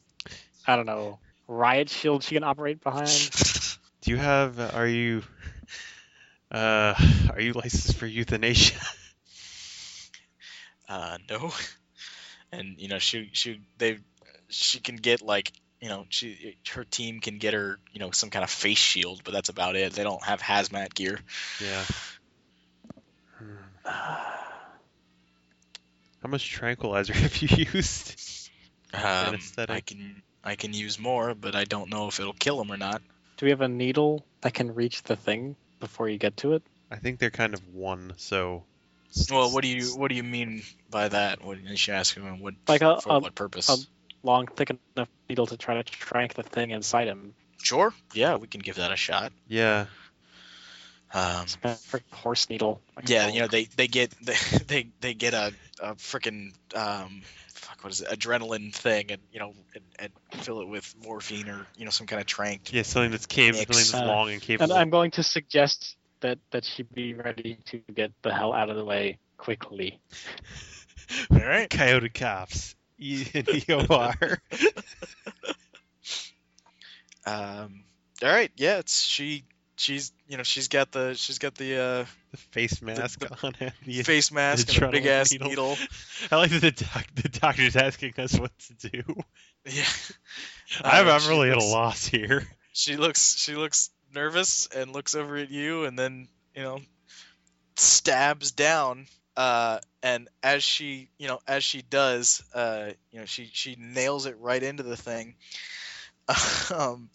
Speaker 1: I don't know, riot shield she can operate behind?
Speaker 4: Do you have? Are you? Uh, are you licensed for euthanasia?
Speaker 3: Uh, no. And you know, she she they she can get like you know she her team can get her you know some kind of face shield, but that's about it. They don't have hazmat gear.
Speaker 2: Yeah. Hmm. How much tranquilizer have you used?
Speaker 3: Um,
Speaker 2: Anesthetic.
Speaker 3: I can I can use more, but I don't know if it'll kill him or not.
Speaker 1: Do we have a needle that can reach the thing before you get to it?
Speaker 4: I think they're kind of one. So
Speaker 3: Well, what do you what do you mean by that? What you should ask him what
Speaker 1: Like a-
Speaker 3: for
Speaker 1: a-
Speaker 3: what purpose?
Speaker 1: a- Long, thick enough needle to try to shrink the thing inside him.
Speaker 3: sure, yeah, we can give that a shot.
Speaker 2: Yeah.
Speaker 3: Um,
Speaker 1: It's a freaking horse needle.
Speaker 3: Yeah,
Speaker 4: oh.
Speaker 3: you know they they get they they, they get a a freaking um fuck what is it adrenaline thing and you know and, and fill it with morphine or you know some kind of trank.
Speaker 4: yeah, something that's capable, something
Speaker 3: Mix.
Speaker 4: that's long and
Speaker 1: And
Speaker 4: capable.
Speaker 1: I'm going to suggest that that she be ready to get the hell out of the way quickly.
Speaker 3: All right.
Speaker 4: Coyote cops. E- in EOR.
Speaker 3: Um. All right. Yeah. It's she. She's you know she's got the she's got the uh,
Speaker 4: the face mask on it. The,
Speaker 3: face mask and a
Speaker 4: adrenaline
Speaker 3: big ass
Speaker 4: needle.
Speaker 3: needle.
Speaker 4: I like that the, doc, the doctor's asking us what to do.
Speaker 3: Yeah.
Speaker 4: I'm,
Speaker 3: Uh,
Speaker 4: I'm
Speaker 3: she
Speaker 4: really at a
Speaker 3: looks-
Speaker 4: loss here.
Speaker 3: She looks she looks nervous and looks over at you and then, you know, stabs down uh and as she, you know, as she does, uh you know, she she nails it right into the thing. Um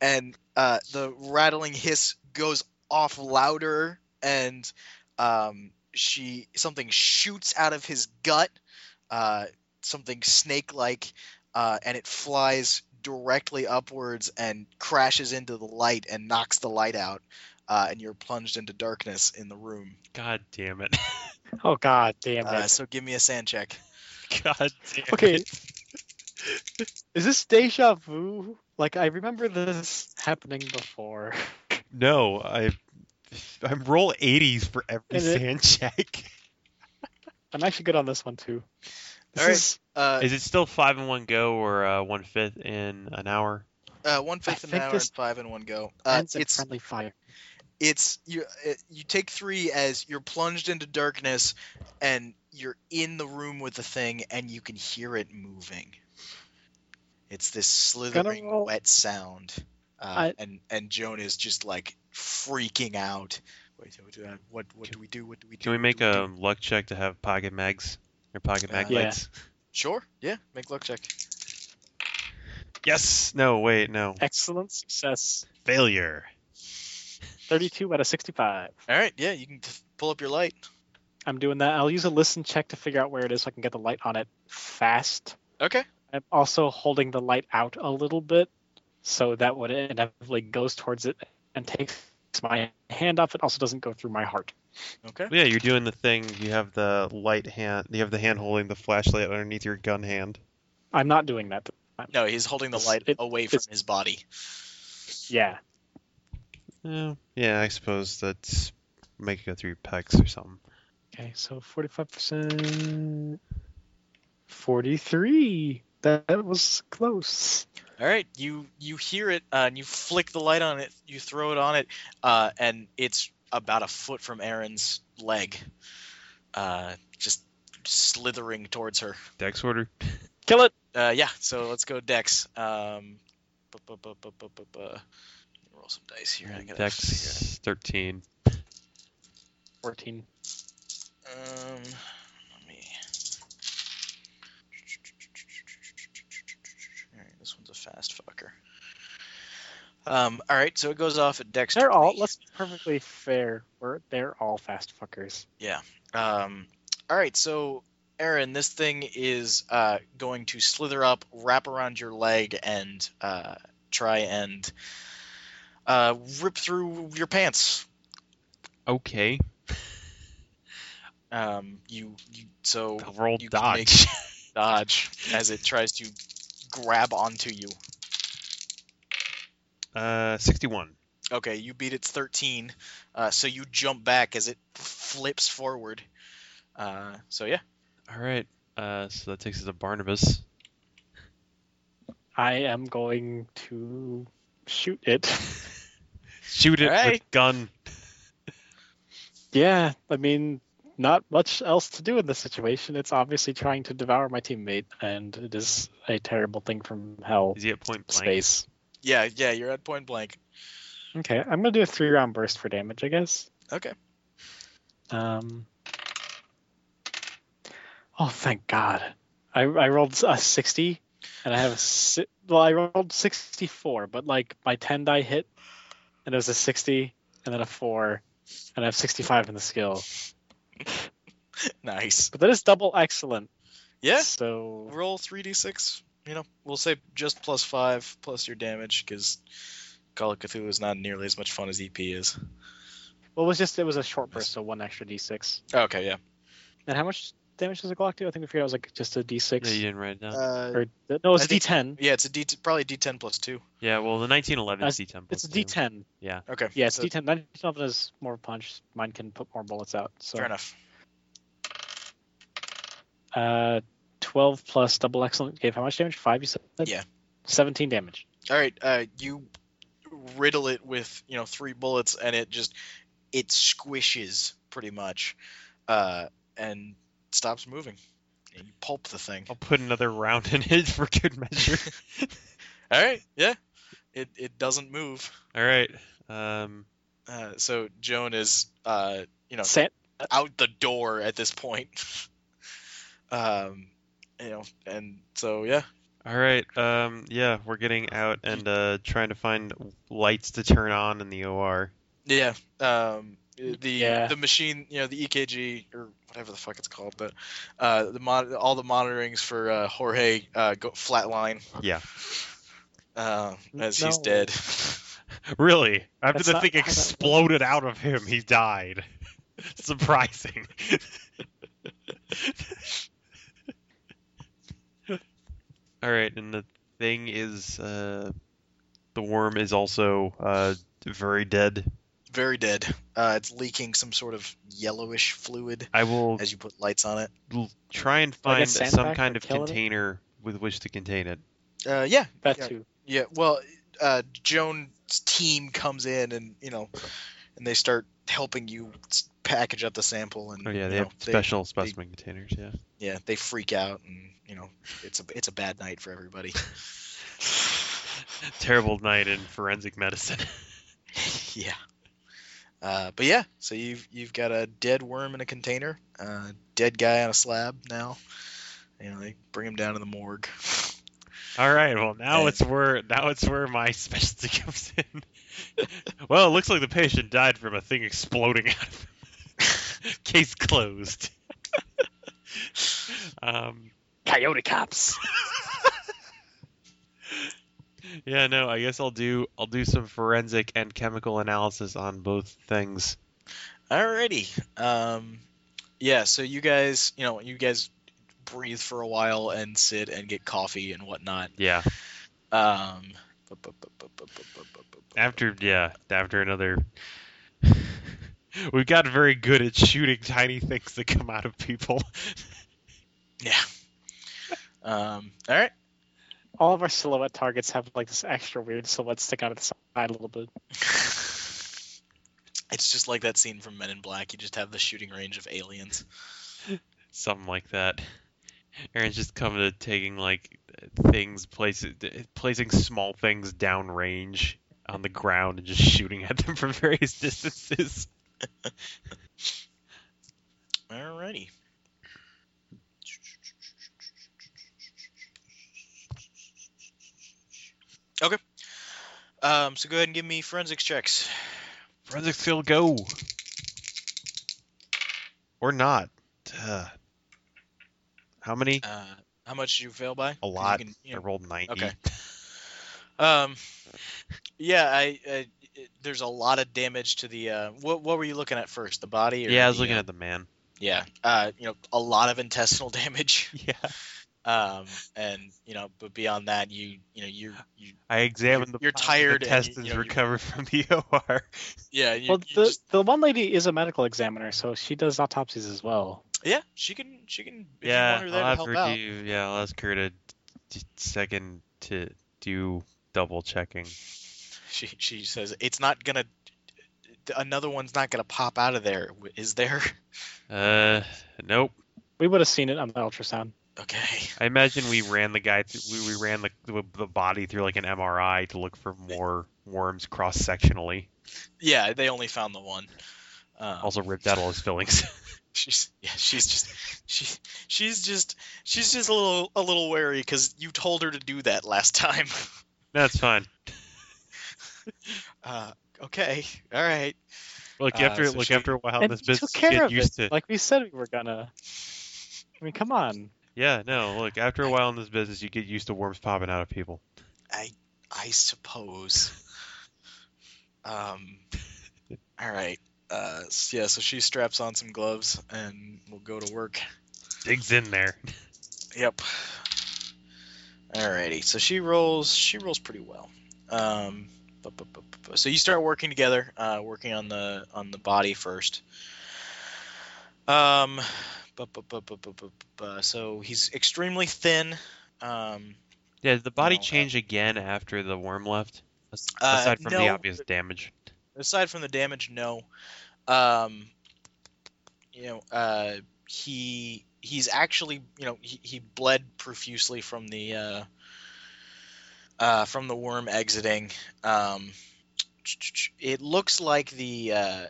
Speaker 3: and uh the rattling hiss goes off louder and um she something shoots out of his gut. Uh something snake-like uh, and it flies directly upwards and crashes into the light and knocks the light out, uh, and you're plunged into darkness in the room.
Speaker 4: God damn it.
Speaker 1: Oh god damn it.
Speaker 3: Uh, so give me a sand check.
Speaker 4: God damn
Speaker 1: okay.
Speaker 4: it.
Speaker 1: Is this deja vu? Like I remember this happening before.
Speaker 4: No, I I'm roll 80s for every
Speaker 1: Is it-
Speaker 4: sand check.
Speaker 1: I'm actually good on this one too. This
Speaker 3: All right.
Speaker 1: is,
Speaker 3: Uh,
Speaker 2: Is it still five in one go or uh, one fifth in an hour?
Speaker 3: uh, one
Speaker 1: I
Speaker 3: fifth an
Speaker 1: think
Speaker 3: hour
Speaker 1: this
Speaker 3: and five in one go. Uh,
Speaker 1: ends in
Speaker 3: it's
Speaker 1: friendly fire.
Speaker 3: it's you it, you take three as you're plunged into darkness and you're in the room with the thing and you can hear it moving. It's this slithering
Speaker 1: roll-
Speaker 3: wet sound, uh,
Speaker 1: I-
Speaker 3: and and Joan is just like freaking out. Wait, what do, I, what, what do we do? What do we do?
Speaker 2: Can we
Speaker 3: What
Speaker 2: make
Speaker 3: do do?
Speaker 2: a luck check to have pocket mags or pocket mag
Speaker 3: Uh,
Speaker 1: Yeah.
Speaker 2: lights?
Speaker 3: Sure. Yeah. Make luck check.
Speaker 2: Yes. No. Wait. No.
Speaker 1: Excellent success.
Speaker 4: Failure.
Speaker 1: 32 out of 65.
Speaker 3: All right. Yeah. You can t- pull up your light.
Speaker 1: I'm doing that. I'll use a listen check to figure out where it is so I can get the light on it fast.
Speaker 3: Okay.
Speaker 1: I'm also holding the light out a little bit so that when it inevitably goes towards it and takes my hand off, it also doesn't go through my heart.
Speaker 3: Okay.
Speaker 2: Yeah, you're doing the thing. You have the light hand. You have the hand holding the flashlight underneath your gun hand.
Speaker 1: I'm not doing that.
Speaker 3: No, he's holding the
Speaker 1: It's-
Speaker 3: light
Speaker 1: it-
Speaker 3: away from
Speaker 1: it's-
Speaker 3: his body.
Speaker 1: Yeah.
Speaker 2: Yeah. Yeah. I suppose that's make it go through your pecs or something.
Speaker 1: Okay, so 45%. 43. That, that was close.
Speaker 3: All right, you you hear it uh, and you flick the light on it. You throw it on it, uh, and it's about a foot from Aaron's leg, uh, just slithering towards her.
Speaker 2: Dex order.
Speaker 1: Kill it!
Speaker 3: Uh, yeah, so let's go Dex. Um, bu- bu- bu- bu- bu- bu- bu- roll some dice here. I gotta figure
Speaker 2: Mm, Dex thirteen.
Speaker 1: 14.
Speaker 3: it out. Um, let me. All right, this one's a fast fucker. Um, all right, so it goes off at Dex.
Speaker 1: They're all,
Speaker 3: 20.
Speaker 1: let's be perfectly fair, we're, they're all fast fuckers.
Speaker 3: Um, all right, so Aaron, this thing is uh, going to slither up, wrap around your leg, and uh, try and uh, rip through your pants.
Speaker 2: Okay.
Speaker 3: Um, you, you so
Speaker 4: Roll
Speaker 3: Oh, you can make
Speaker 4: dodge.
Speaker 3: dodge as it tries to grab onto you.
Speaker 2: Uh, sixty-one.
Speaker 3: Okay, you beat its 13, uh, so you jump back as it flips forward. Uh, so yeah,
Speaker 2: All right. Uh, so that takes us to Barnabas.
Speaker 1: I am going to shoot it.
Speaker 2: Shoot it
Speaker 3: Alright.
Speaker 2: with gun.
Speaker 1: yeah, I mean, not much else to do in this situation. It's obviously trying to devour my teammate, and it is a terrible thing from hell
Speaker 2: Is he at point blank?
Speaker 1: space.
Speaker 3: yeah, yeah. You're at point blank.
Speaker 1: Okay, I'm gonna do a three round burst for damage, I guess.
Speaker 3: Okay.
Speaker 1: Um. Oh, thank God! I I rolled a sixty, and I have a si- well, I rolled sixty four, but like my ten die hit, and it was a sixty, and then a four, and I have sixty five in the skill.
Speaker 3: Nice.
Speaker 1: But that is double excellent.
Speaker 3: Yeah.
Speaker 1: So
Speaker 3: roll 3d6 you know we'll say just plus 5 plus your damage because call of cthulhu is not nearly as much fun as ep is
Speaker 1: well, it was just it was a short burst, so one extra d six.
Speaker 3: okay yeah
Speaker 1: And how much damage does a Glock do? I think we figured it was like just a d
Speaker 2: Yeah, you
Speaker 1: six.
Speaker 2: didn't write it down.
Speaker 3: uh,
Speaker 1: Or no, it's
Speaker 3: I
Speaker 1: d
Speaker 3: think-
Speaker 1: ten.
Speaker 3: yeah it's a d probably d10 plus 2
Speaker 2: yeah. Well, the nineteen eleven
Speaker 1: That's-
Speaker 2: C temple.
Speaker 1: It's a d ten.
Speaker 3: okay
Speaker 1: Yeah, it's
Speaker 3: so-
Speaker 1: D10. 97 is more punch. Mine can put more bullets out. So
Speaker 3: fair enough
Speaker 1: uh, 12 plus double excellent gave how much damage? Five, you said?
Speaker 3: Yeah.
Speaker 1: 17 damage.
Speaker 3: all right uh, you riddle it with you know three bullets and it just it squishes pretty much uh, and stops moving and you pulp the thing
Speaker 2: I'll put another round in it for good measure.
Speaker 3: all right yeah it, it doesn't move
Speaker 2: All right. Um,
Speaker 3: uh, so joan is uh, you know
Speaker 1: Sa-
Speaker 3: out the door at this point. um, you know, and so yeah,
Speaker 2: all right. Um, yeah, we're getting out and uh, trying to find lights to turn on in the OR.
Speaker 3: yeah. Um, the
Speaker 1: Yeah.
Speaker 3: the machine, you know, the EKG or whatever the fuck it's called, but uh, the mon- all the monitorings for uh, Jorge uh, go flatline.
Speaker 2: Yeah.
Speaker 3: Uh, as he's
Speaker 1: No.
Speaker 3: dead.
Speaker 4: Really? After
Speaker 1: That's
Speaker 4: the
Speaker 1: not
Speaker 4: thing
Speaker 1: how that works.
Speaker 4: exploded out of him, he died. Surprising.
Speaker 2: All right, and the thing is, uh, the worm is also uh, very dead.
Speaker 3: Very dead. Uh, it's leaking some sort of yellowish fluid
Speaker 2: I will
Speaker 3: as you put lights on it.
Speaker 2: l- try and
Speaker 1: Like a
Speaker 2: find some
Speaker 1: sandbag
Speaker 2: kind
Speaker 1: or
Speaker 2: of
Speaker 1: kill it?
Speaker 2: container with which to contain it.
Speaker 3: Uh, yeah,
Speaker 1: that
Speaker 3: yeah.
Speaker 1: too.
Speaker 3: Yeah, well, uh, Joan's team comes in and you know, and they start helping you s- package up the sample, and
Speaker 5: Oh yeah,
Speaker 3: you
Speaker 5: they
Speaker 3: know,
Speaker 5: have special specimen containers. Yeah.
Speaker 3: yeah, they freak out, and you know, it's a it's a bad night for everybody.
Speaker 2: Terrible night in forensic medicine.
Speaker 3: yeah. Uh, but yeah, so you've you've got a dead worm in a container, uh, dead guy on a slab now. You know, they bring him down to the morgue.
Speaker 2: All right, well now
Speaker 3: Yeah.
Speaker 2: it's where now it's where my specialty comes in. well, it looks like the patient died from a thing exploding out of him. Case closed. um,
Speaker 1: Coyote cops.
Speaker 2: yeah, no, I guess I'll do I'll do some forensic and chemical analysis on both things.
Speaker 3: Alrighty. Um, yeah, so you guys, you know, you guys breathe for a while and sit and get coffee and whatnot.
Speaker 2: Yeah,
Speaker 3: Um,
Speaker 2: after yeah after another. We've got very good at shooting tiny things that come out of people.
Speaker 3: yeah. Um, all right.
Speaker 1: All of our silhouette targets have like this extra weird silhouette sticking out of the side a little bit.
Speaker 3: it's just like that scene from Men in Black. You just have the shooting range of aliens.
Speaker 2: something like that. Aaron's just come to taking like things, places, placing small things downrange on the ground and just shooting at them from various distances.
Speaker 3: Alrighty. Okay. Um, so go ahead and give me forensics checks.
Speaker 2: Forensic skill, go or not. Duh. How many?
Speaker 3: Uh, how much did you fail by? 'Cause
Speaker 5: A
Speaker 3: you
Speaker 5: lot.
Speaker 3: can- you
Speaker 5: I
Speaker 3: know-
Speaker 5: rolled ninety.
Speaker 3: okay. Um, yeah, I, I it- there's a lot of damage to the. Uh, what what were you looking at first? The body? Or
Speaker 5: Yeah, I was
Speaker 3: the,
Speaker 5: looking
Speaker 3: uh,
Speaker 5: at the man.
Speaker 3: Yeah. Uh, you know, a lot of intestinal damage.
Speaker 2: Yeah,
Speaker 3: Um, and you know, but beyond that, you you know you you
Speaker 2: I examined the.
Speaker 3: You're- you're
Speaker 2: pile of
Speaker 3: tired and you-
Speaker 2: Intestines
Speaker 3: you know, you-
Speaker 2: recovered from E the OR.
Speaker 3: yeah you,
Speaker 1: Well,
Speaker 3: you
Speaker 1: the,
Speaker 3: just-
Speaker 1: the one lady is a medical examiner, so she does autopsies as well.
Speaker 3: yeah she can she can if you
Speaker 5: yeah,
Speaker 3: want her there
Speaker 5: I'll
Speaker 3: to
Speaker 5: have
Speaker 3: help
Speaker 5: her
Speaker 3: out.
Speaker 5: do. Yeah, I'll ask her to d- second to do double checking.
Speaker 3: She she says it's not gonna another one's not gonna pop out of there w- is there?
Speaker 5: Uh, nope.
Speaker 1: We would have seen it on the ultrasound.
Speaker 3: Okay.
Speaker 2: I imagine we ran the guy through, we, we ran the, the the body through like an MRI to look for more worms cross sectionally.
Speaker 3: Yeah, they only found the one. Um,
Speaker 2: Also ripped out all his fillings.
Speaker 3: she's yeah she's just she she's just she's just a little a little wary because you told her to do that last time.
Speaker 2: That's fine.
Speaker 3: Uh, okay, all right.
Speaker 2: Look
Speaker 3: Uh,
Speaker 2: after
Speaker 3: so
Speaker 2: look
Speaker 3: she-
Speaker 2: after a while
Speaker 1: and
Speaker 2: this
Speaker 1: we took
Speaker 2: business
Speaker 1: care
Speaker 2: get
Speaker 1: of
Speaker 2: used
Speaker 1: it,
Speaker 2: to
Speaker 1: like we said we were gonna. I mean, come on.
Speaker 2: yeah no look after a while in this business you get used to worms popping out of people.
Speaker 3: I suppose. Um, all right. Uh, s- yeah. So she straps on some gloves and we'll go to work.
Speaker 2: Digs in there.
Speaker 3: Yep. Alrighty. So she rolls. She rolls pretty well. Um, bu- bu- bu- bu- bu- so you start working together, uh, working on the on the body first. Um, bu- bu- bu- bu- bu- bu- bu- so he's extremely thin. Um,
Speaker 5: Yeah, did the body
Speaker 3: No, uh,
Speaker 5: change again after the worm left? As-
Speaker 3: Uh,
Speaker 5: Aside from the
Speaker 3: no.
Speaker 5: obvious damage.
Speaker 3: aside from the damage, no. Um, you know, uh, he he's actually you know he, he bled profusely from the uh, uh, from the worm exiting. Um, it looks like the uh,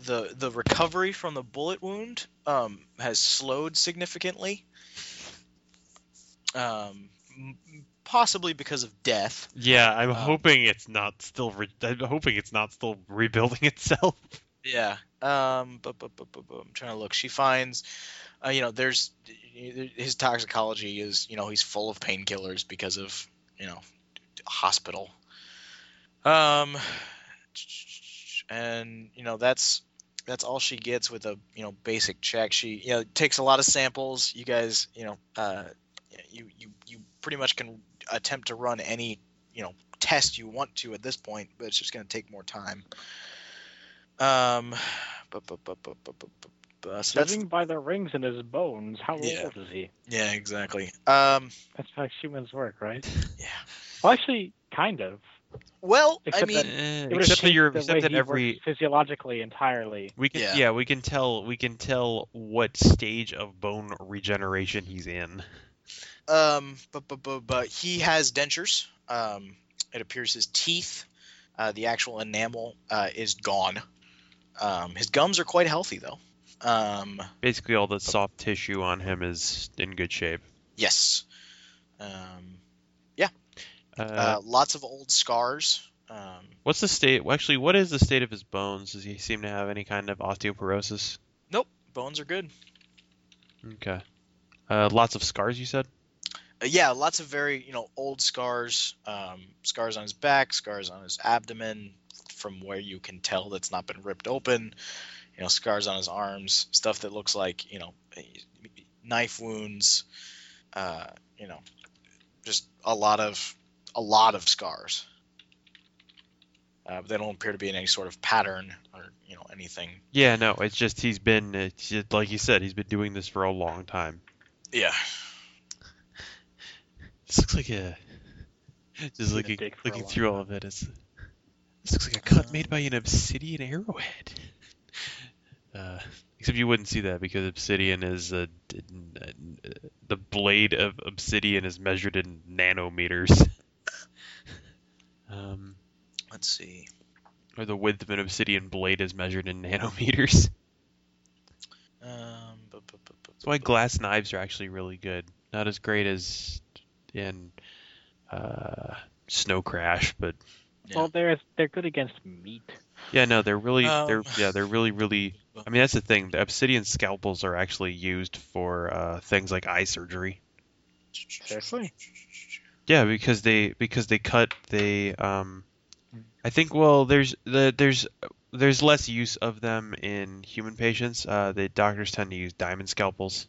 Speaker 3: the the recovery from the bullet wound um, has slowed significantly. Um, m- possibly because of death.
Speaker 2: Yeah, I'm
Speaker 3: Um,
Speaker 2: hoping it's not still re- I'm hoping it's not still rebuilding itself.
Speaker 3: Yeah. Um. But, but, but, but, but I'm trying to look. She finds, uh, you know, there's his toxicology is, you know, he's full of painkillers because of, you know, hospital. Um. And you know that's that's all she gets with a you know basic check. She you know takes a lot of samples. You guys you know uh, you you you pretty much can attempt to run any you know test you want to at this point, but it's just going to take more time. Um, bu- bu- bu- bu- bu- bu- bu- bu- so that's
Speaker 1: Judging by the rings in his bones, how
Speaker 3: Yeah.
Speaker 1: old is he?
Speaker 3: yeah, exactly. Um,
Speaker 1: That's how humans work, right?
Speaker 3: yeah,
Speaker 1: Well, actually, kind of.
Speaker 3: Well,
Speaker 1: Except
Speaker 3: I mean,
Speaker 1: It would
Speaker 2: Eh,
Speaker 1: have
Speaker 2: Except that
Speaker 1: changed
Speaker 2: you're
Speaker 1: the
Speaker 2: except
Speaker 1: way
Speaker 2: that
Speaker 1: he
Speaker 2: every
Speaker 1: worked physiologically entirely.
Speaker 2: we can
Speaker 3: Yeah.
Speaker 2: yeah. we can tell we can tell what stage of bone regeneration he's in.
Speaker 3: um, but, but, but, but he has dentures. Um, it appears his teeth, uh, the actual enamel, uh, is gone. Um, his gums are quite healthy though. Um,
Speaker 2: Basically, all the soft tissue on him is in good shape.
Speaker 3: yes. Um,
Speaker 2: Uh,
Speaker 3: uh, lots of old scars. Um,
Speaker 2: what's the state? well, Actually, what is the state of his bones? Does he seem to have any kind of osteoporosis?
Speaker 3: nope, bones are good.
Speaker 2: Okay. Uh, lots of scars, you said.
Speaker 3: Uh, yeah, lots of very you know old scars, um, scars on his back, scars on his abdomen, from where you can tell that's not been ripped open. You know, scars on his arms, stuff that looks like you know knife wounds. Uh, you know, just a lot of a lot of scars. Uh, but they don't appear to be in any sort of pattern or you know anything.
Speaker 2: Yeah, no, it's just he's been it's just, like you said, he's been doing this for a long time.
Speaker 3: Yeah.
Speaker 2: This looks like a just
Speaker 1: a
Speaker 2: looking
Speaker 1: dick for a
Speaker 2: looking
Speaker 1: long
Speaker 2: through all of it. It's this looks like a cut
Speaker 3: Uh.
Speaker 2: made by an obsidian arrowhead. Uh, except you wouldn't see that because obsidian is a, the blade of obsidian is measured in nanometers. um,
Speaker 3: Let's see.
Speaker 2: or the width of an obsidian blade is measured in nanometers.
Speaker 3: Um, bu- bu- bu- bu-
Speaker 2: That's why glass knives are actually really good. Not as great as in uh, Snow Crash, but
Speaker 3: Yeah.
Speaker 1: Well, they're they're good against meat.
Speaker 2: yeah, no, they're really they're
Speaker 3: Um.
Speaker 2: yeah they're really really. I mean that's the thing. The obsidian scalpels are actually used for uh, things like eye surgery.
Speaker 1: Seriously?
Speaker 2: Yeah, because they because they cut they um, I think well there's the there's there's less use of them in human patients. Uh, the doctors tend to use diamond scalpels,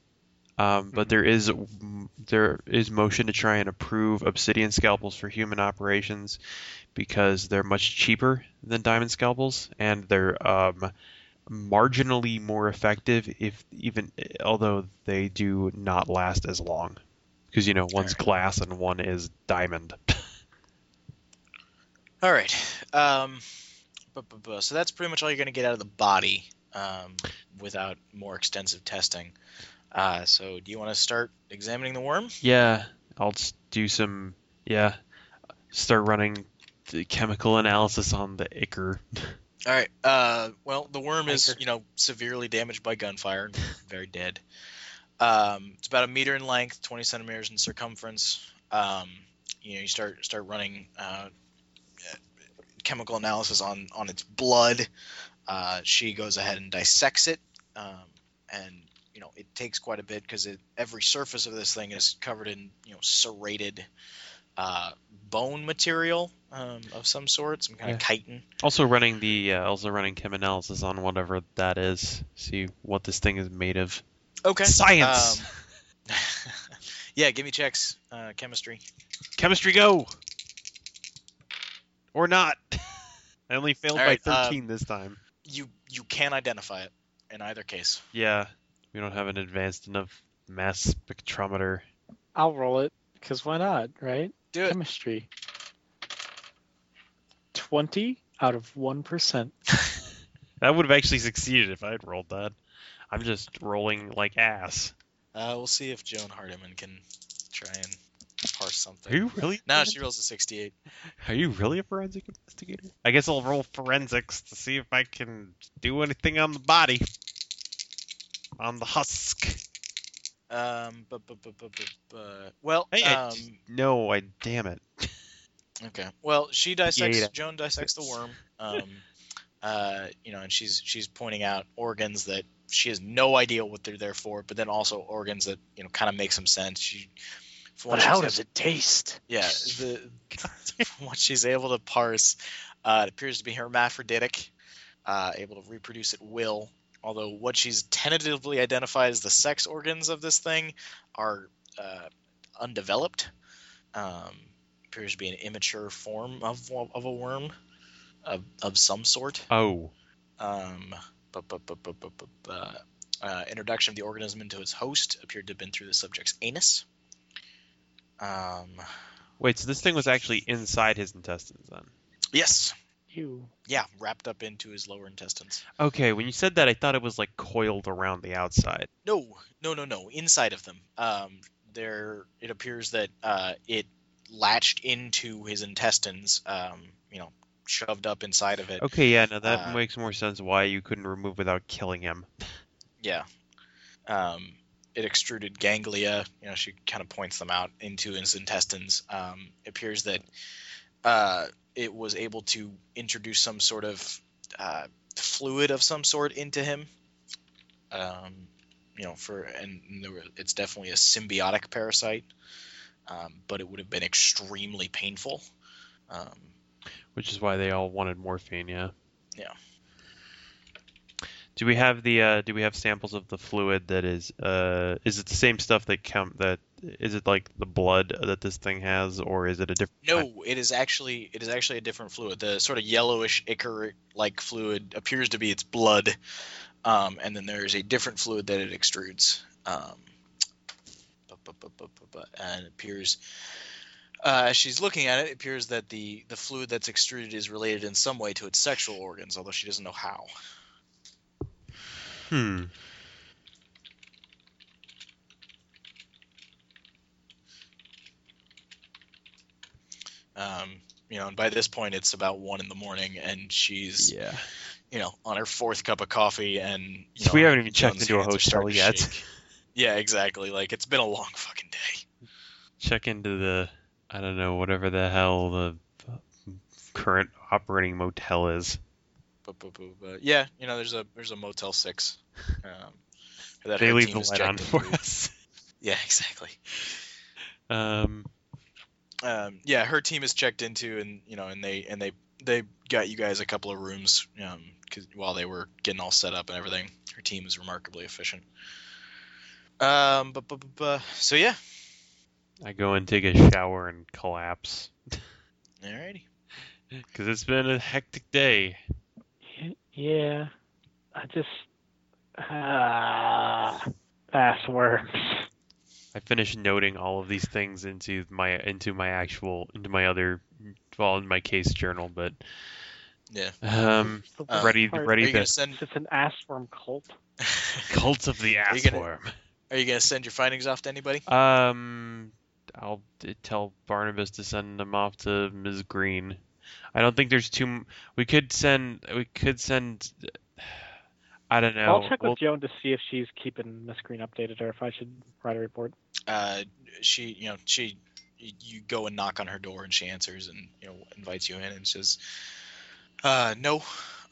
Speaker 2: um, but
Speaker 1: Mhm.
Speaker 2: there is there is motion to try and approve obsidian scalpels for human operations because they're much cheaper than diamond scalpels and they're um, marginally more effective if even although they do not last as long because you know one's glass and one is diamond.
Speaker 3: All right. Um, bu- bu- bu- so that's pretty much all you're going to get out of the body um, without more extensive testing. Uh, so do you want to start examining the worm?
Speaker 2: Yeah, I'll s- do some. Yeah, start running the chemical analysis on the ichor.
Speaker 3: All right. Uh, well, the worm is
Speaker 1: Anchor.
Speaker 3: you know severely damaged by gunfire, and very dead. Um, it's about a meter in length, 20 centimeters in circumference. Um, you know, you start start running uh, chemical analysis on on its blood. Uh, she goes ahead and dissects it, um, and you know it takes quite a bit because every surface of this thing is covered in you know serrated uh, bone material um, of some sort, some kind of chitin.
Speaker 2: Also running the uh, also running chem analysis on whatever that is. See what this thing is made of.
Speaker 3: Okay.
Speaker 2: Science,
Speaker 3: Um, yeah, give me checks. Uh, chemistry.
Speaker 2: chemistry, go or not. I only failed
Speaker 3: All right,
Speaker 2: by
Speaker 3: uh,
Speaker 2: thirteen this time.
Speaker 3: You you can identify it in either case.
Speaker 2: Yeah, we don't have an advanced enough mass spectrometer.
Speaker 1: I'll roll it because why not, right?
Speaker 3: Do it.
Speaker 1: Chemistry. Twenty out of one percent.
Speaker 2: That would have actually succeeded if I had rolled that. I'm just rolling like ass.
Speaker 3: Uh, we'll see if Joan Hardiman can try and parse something.
Speaker 2: Are you really?
Speaker 3: No, she rolls a 68.
Speaker 2: Are you really a forensic investigator? I guess I'll roll forensics to see if I can do anything on the body. On the husk.
Speaker 3: Um, but, but, but, but, but, but well,
Speaker 2: Hey, I
Speaker 3: um,
Speaker 2: just- No, I damn it.
Speaker 3: okay. Well, she dissects.
Speaker 2: Yeah.
Speaker 3: Joan dissects the worm. Um, uh, you know, and she's she's pointing out organs that she has no idea what they're there for, but then also organs that you know kind of make some sense. She, for one, she said-
Speaker 1: it taste?
Speaker 3: Yeah, the, from what she's able to parse, uh, it appears to be hermaphroditic, uh, able to reproduce at will. Although what she's tentatively identified as the sex organs of this thing are uh, undeveloped, um, appears to be an immature form of of a worm, of of some sort
Speaker 2: Oh.
Speaker 3: um, bu- bu- bu- bu- bu- bu- bu- uh, introduction of the organism into its host appeared to have been through the subject's anus. Um,
Speaker 2: Wait, so this thing was actually inside his intestines then?
Speaker 3: Yes.
Speaker 1: You.
Speaker 3: Yeah, wrapped up into his lower intestines.
Speaker 2: Okay, when you said that, I thought it was like coiled around the outside.
Speaker 3: No, no, no, no. Inside of them. Um, there. It appears that uh, it latched into his intestines. Um, you know, shoved up inside of it.
Speaker 2: Okay, yeah, no, that
Speaker 3: Uh,
Speaker 2: makes more sense why you couldn't remove without killing him.
Speaker 3: Yeah. Um, it extruded ganglia. You know, she kind of points them out into his intestines. Um, it appears that uh, it was able to introduce some sort of uh, fluid of some sort into him. Um, you know, for and there were, it's definitely a symbiotic parasite, um, but it would have been extremely painful. Um,
Speaker 2: Which is why they all wanted morphine, yeah.
Speaker 3: Yeah.
Speaker 2: Do we have the uh, do we have samples of the fluid that is uh is it the same stuff that count that is it like the blood that this thing has or is it a different kind?
Speaker 3: No, it is actually it is actually a different fluid. The sort of yellowish ichor like fluid appears to be its blood, um, and then there is a different fluid that it extrudes, um, bu- bu- bu- bu- bu- bu- and it appears. Uh, as she's looking at it, it appears that the, the fluid that's extruded is related in some way to its sexual organs, although she doesn't know how.
Speaker 2: Hmm.
Speaker 3: Um, you know, and by this point, it's about one in the morning, and she's
Speaker 2: Yeah.
Speaker 3: you know on her fourth cup of coffee, and you
Speaker 2: So
Speaker 3: know,
Speaker 2: we
Speaker 3: her
Speaker 2: haven't even checked
Speaker 3: son's
Speaker 2: into a
Speaker 3: hands are
Speaker 2: hotel
Speaker 3: starting to
Speaker 2: yet.
Speaker 3: shake. Yeah, exactly. Like it's been a long fucking day.
Speaker 2: check into the I don't know whatever the hell the current operating motel is.
Speaker 3: But, but, but, but yeah, you know, there's a there's a Motel Six. Um, that
Speaker 2: they
Speaker 3: her
Speaker 2: leave
Speaker 3: team
Speaker 2: the
Speaker 3: has
Speaker 2: light on
Speaker 3: checked
Speaker 2: for
Speaker 3: into.
Speaker 2: us.
Speaker 3: Yeah, exactly.
Speaker 2: Um,
Speaker 3: Um, yeah, her team is checked into, and you know, and they and they they got you guys a couple of rooms um, 'cause while they were getting all set up and everything. Her team is remarkably efficient. Um, but, but, but, but so yeah,
Speaker 2: I go and take a shower and collapse
Speaker 3: alrighty.
Speaker 2: because it's been a hectic day.
Speaker 1: Yeah. I just. Ah. Ass worms.
Speaker 2: I finish noting all of these things into my into my actual into my other well in my case journal, but
Speaker 3: Yeah.
Speaker 2: um,
Speaker 1: The
Speaker 3: Uh,
Speaker 1: worst
Speaker 2: ready
Speaker 1: part
Speaker 3: Are
Speaker 2: ready
Speaker 3: you gonna
Speaker 2: the
Speaker 1: is
Speaker 3: send?
Speaker 1: It's an ass worm cult.
Speaker 2: cult of the
Speaker 3: you
Speaker 2: ass
Speaker 3: gonna-
Speaker 2: worm.
Speaker 3: Are you gonna send your findings off to anybody?
Speaker 2: Um, I'll t- tell Barnabas to send them off to Ms. Green. I don't think there's too. m- We could send. We could send. I don't know.
Speaker 1: I'll check
Speaker 2: We'll-
Speaker 1: with Joan to see if she's keeping Miss Green updated or if I should write a report.
Speaker 3: uh, she, you know, she, you go and knock on her door, and she answers and you know invites you in and says, uh, "No,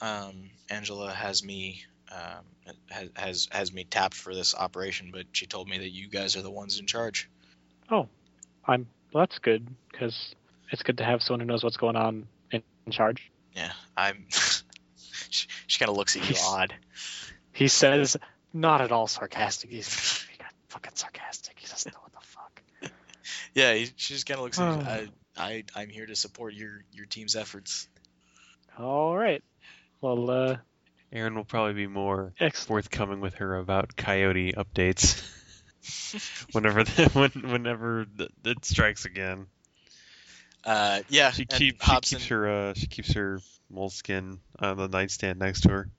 Speaker 3: um, Angela has me um, has, has has me tapped for this operation, but she told me that you guys are the ones in charge."
Speaker 1: Oh, I'm. Well, that's good because it's good to have someone who knows what's going on in, in charge.
Speaker 3: Yeah, I'm. she she kind of looks at you
Speaker 1: Yes.
Speaker 3: odd.
Speaker 1: He says, not at all sarcastic. He's he got fucking sarcastic. He doesn't know what the fuck.
Speaker 3: Yeah, he- she just kind of looks at you. I,
Speaker 1: Oh.
Speaker 3: I I'm here to support your your team's efforts.
Speaker 1: All right. Well, uh,
Speaker 2: Aaron will probably be more
Speaker 1: excellent.
Speaker 2: forthcoming with her about coyote updates. whenever the, when, whenever th- it strikes again,
Speaker 3: Uh, yeah,
Speaker 2: she
Speaker 3: and
Speaker 2: keeps she
Speaker 3: Hobson-
Speaker 2: keeps her uh, she keeps her moleskin on the nightstand next to her.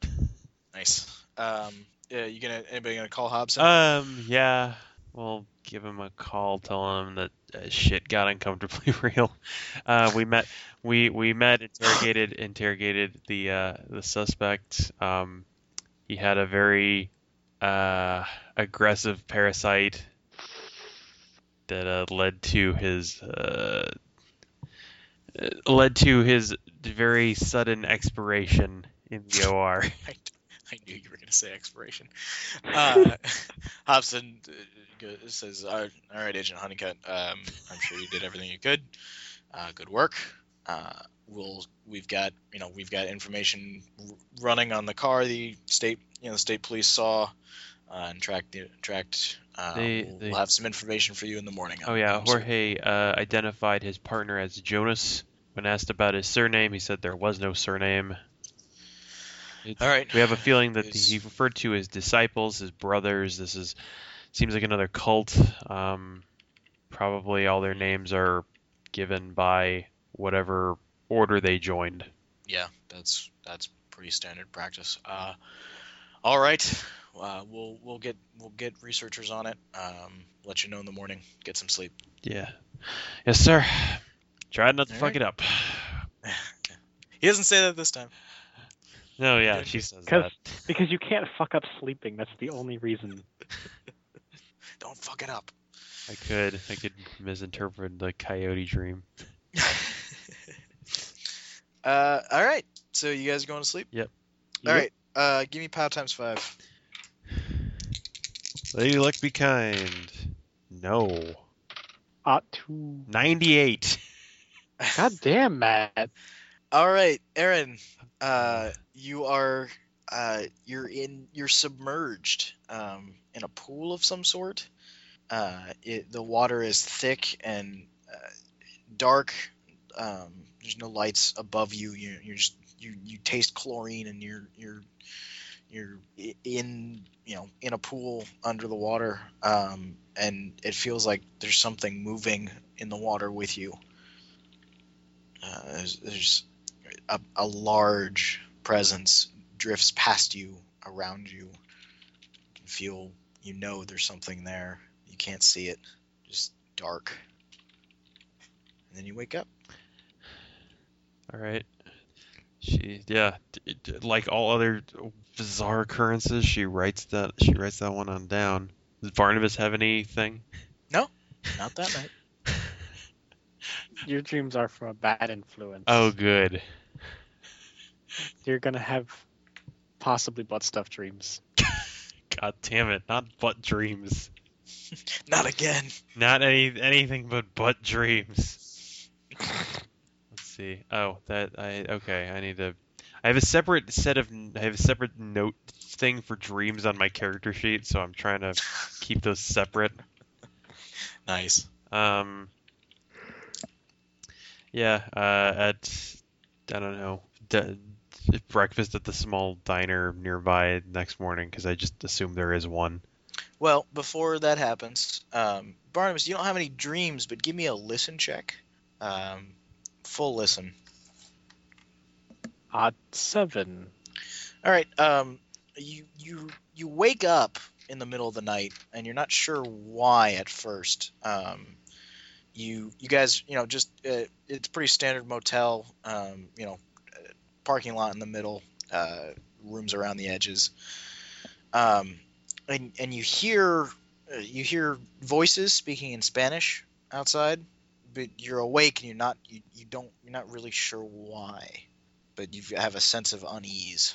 Speaker 3: Nice. Um, yeah, you gonna anybody gonna call Hobson?
Speaker 2: Um, yeah. We'll give him a call, tell him that uh, shit got uncomfortably real. Uh, we met, we we met, interrogated, interrogated the uh, the suspect. Um, he had a very uh, aggressive parasite that uh, led to his uh, uh, led to his very sudden expiration in the OR.
Speaker 3: I, I knew you were going to say expiration. Uh, Hobson uh, go- says, "All right, all right, Agent Honeycutt, um, I'm sure you did everything you could. Uh, good work. Uh, we'll we've got you know we've got information r- running on the car. The state you know the state police saw." Uh, and tracked the tracked. Uh,
Speaker 2: They-
Speaker 3: we'll,
Speaker 2: they-
Speaker 3: we'll have some information for you in the morning. Um,
Speaker 2: Oh yeah,
Speaker 3: I'm sure.
Speaker 2: Jorge uh, identified his partner as Jonas. When asked about his surname, he said there was no surname.
Speaker 3: All right.
Speaker 2: We have a feeling that
Speaker 3: Is-
Speaker 2: he referred to his disciples, his brothers. This is seems like another cult. Um, probably all their names are given by whatever order they joined.
Speaker 3: Yeah, that's that's pretty standard practice. Uh, all right, uh, we'll we'll get we'll get researchers on it. Um, let you know in the morning. Get some sleep.
Speaker 2: Yeah. Yes, sir. Try not to
Speaker 3: All
Speaker 2: fuck
Speaker 3: right.
Speaker 2: it up.
Speaker 3: He doesn't say that this time.
Speaker 2: No, yeah,
Speaker 3: Yeah,
Speaker 2: she says that.
Speaker 1: 'Cause- Because you can't fuck up sleeping. That's the only reason.
Speaker 3: Don't fuck it up.
Speaker 2: I could, I could misinterpret the coyote dream.
Speaker 3: uh, all right. So you guys are going to sleep?
Speaker 2: Yep.
Speaker 3: All
Speaker 2: Yep.
Speaker 3: right. Uh, give me pow times five.
Speaker 2: Lady luck be kind. No.
Speaker 1: Ought to.
Speaker 2: Ninety-eight.
Speaker 1: God damn, Matt.
Speaker 3: All right, Aaron. Uh, you are uh, you're in you're submerged um, in a pool of some sort. Uh, it, the water is thick and uh, dark. Um, there's no lights above you. You you're just, you you taste chlorine and you're you're you're i- in you know in a pool under the water um, and it feels like there's something moving in the water with you. Uh, there's, there's a, a large presence drifts past you, around you. You can feel, you know, there's something there. You can't see it, just dark. And then you wake up.
Speaker 2: All right. She, yeah, d- d- like all other bizarre occurrences, she writes that she writes that one on down. Does Barnabas have anything?
Speaker 3: Not that night.
Speaker 1: Your dreams are from a bad influence.
Speaker 2: Oh, good.
Speaker 1: You're gonna have possibly butt stuff dreams.
Speaker 2: God damn it! Not butt dreams.
Speaker 3: Not again.
Speaker 2: Not any anything but butt dreams. Let's see. Oh, that I okay. I need to. I have a separate set of. I have a separate note thing for dreams on my character sheet, so I'm trying to keep those separate.
Speaker 3: Nice.
Speaker 2: Um. Yeah. Uh. At I don't know. D- breakfast at the small diner nearby next morning because I just assume there is one.
Speaker 3: Well, before that happens, um, Barnabas, you don't have any dreams, but give me a listen check. Um, full listen.
Speaker 1: Odd seven.
Speaker 3: All right. Um, you you you wake up in the middle of the night, and you're not sure why at first. Um, you you guys, you know, just uh, it's pretty standard motel. Um, you know, uh, parking lot in the middle, uh, rooms around the edges. Um, and and you hear uh, you hear voices speaking in Spanish outside, but you're awake and you're not you, you don't you're not really sure why, but you have a sense of unease.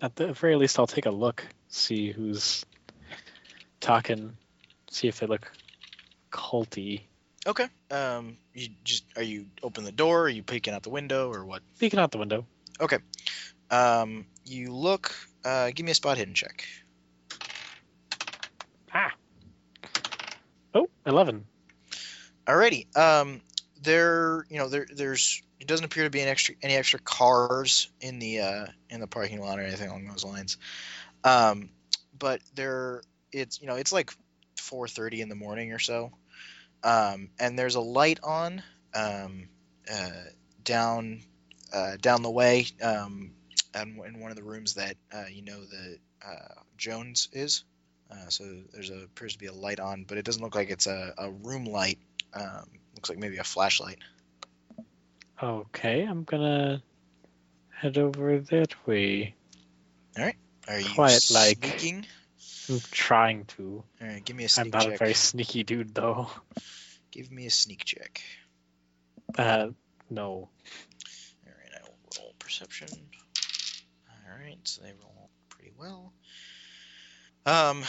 Speaker 1: At the very least, I'll take a look, see who's talking, see if they look culty.
Speaker 3: Okay. Um, you just are you open the door? Are you peeking out the window or what?
Speaker 1: Peeking out the window.
Speaker 3: Um, you look. Uh, give me a spot hidden check.
Speaker 1: Ah. Oh, 11.
Speaker 3: Alrighty. Um, there, you know, there, there's. It doesn't appear to be an extra any extra cars in the uh, in the parking lot or anything along those lines. Um, but there, it's you know, it's like 4:30 in the morning or so, um, and there's a light on um, uh, down uh, down the way um, and in one of the rooms that uh, you know the uh, Jones is. Uh, so there's a appears to be a light on, but it doesn't look like it's a, a room light. Um, looks like maybe a flashlight.
Speaker 1: Okay, I'm gonna head over that way.
Speaker 3: Are you
Speaker 1: Quiet like.
Speaker 3: sneaking?
Speaker 1: I'm trying to.
Speaker 3: All right, give me a
Speaker 1: I'm
Speaker 3: sneak
Speaker 1: not a
Speaker 3: check.
Speaker 1: very sneaky dude, though.
Speaker 3: Give me a sneak check.
Speaker 1: Uh, no.
Speaker 3: All right, I will roll perception. All right, so they roll pretty well. Um,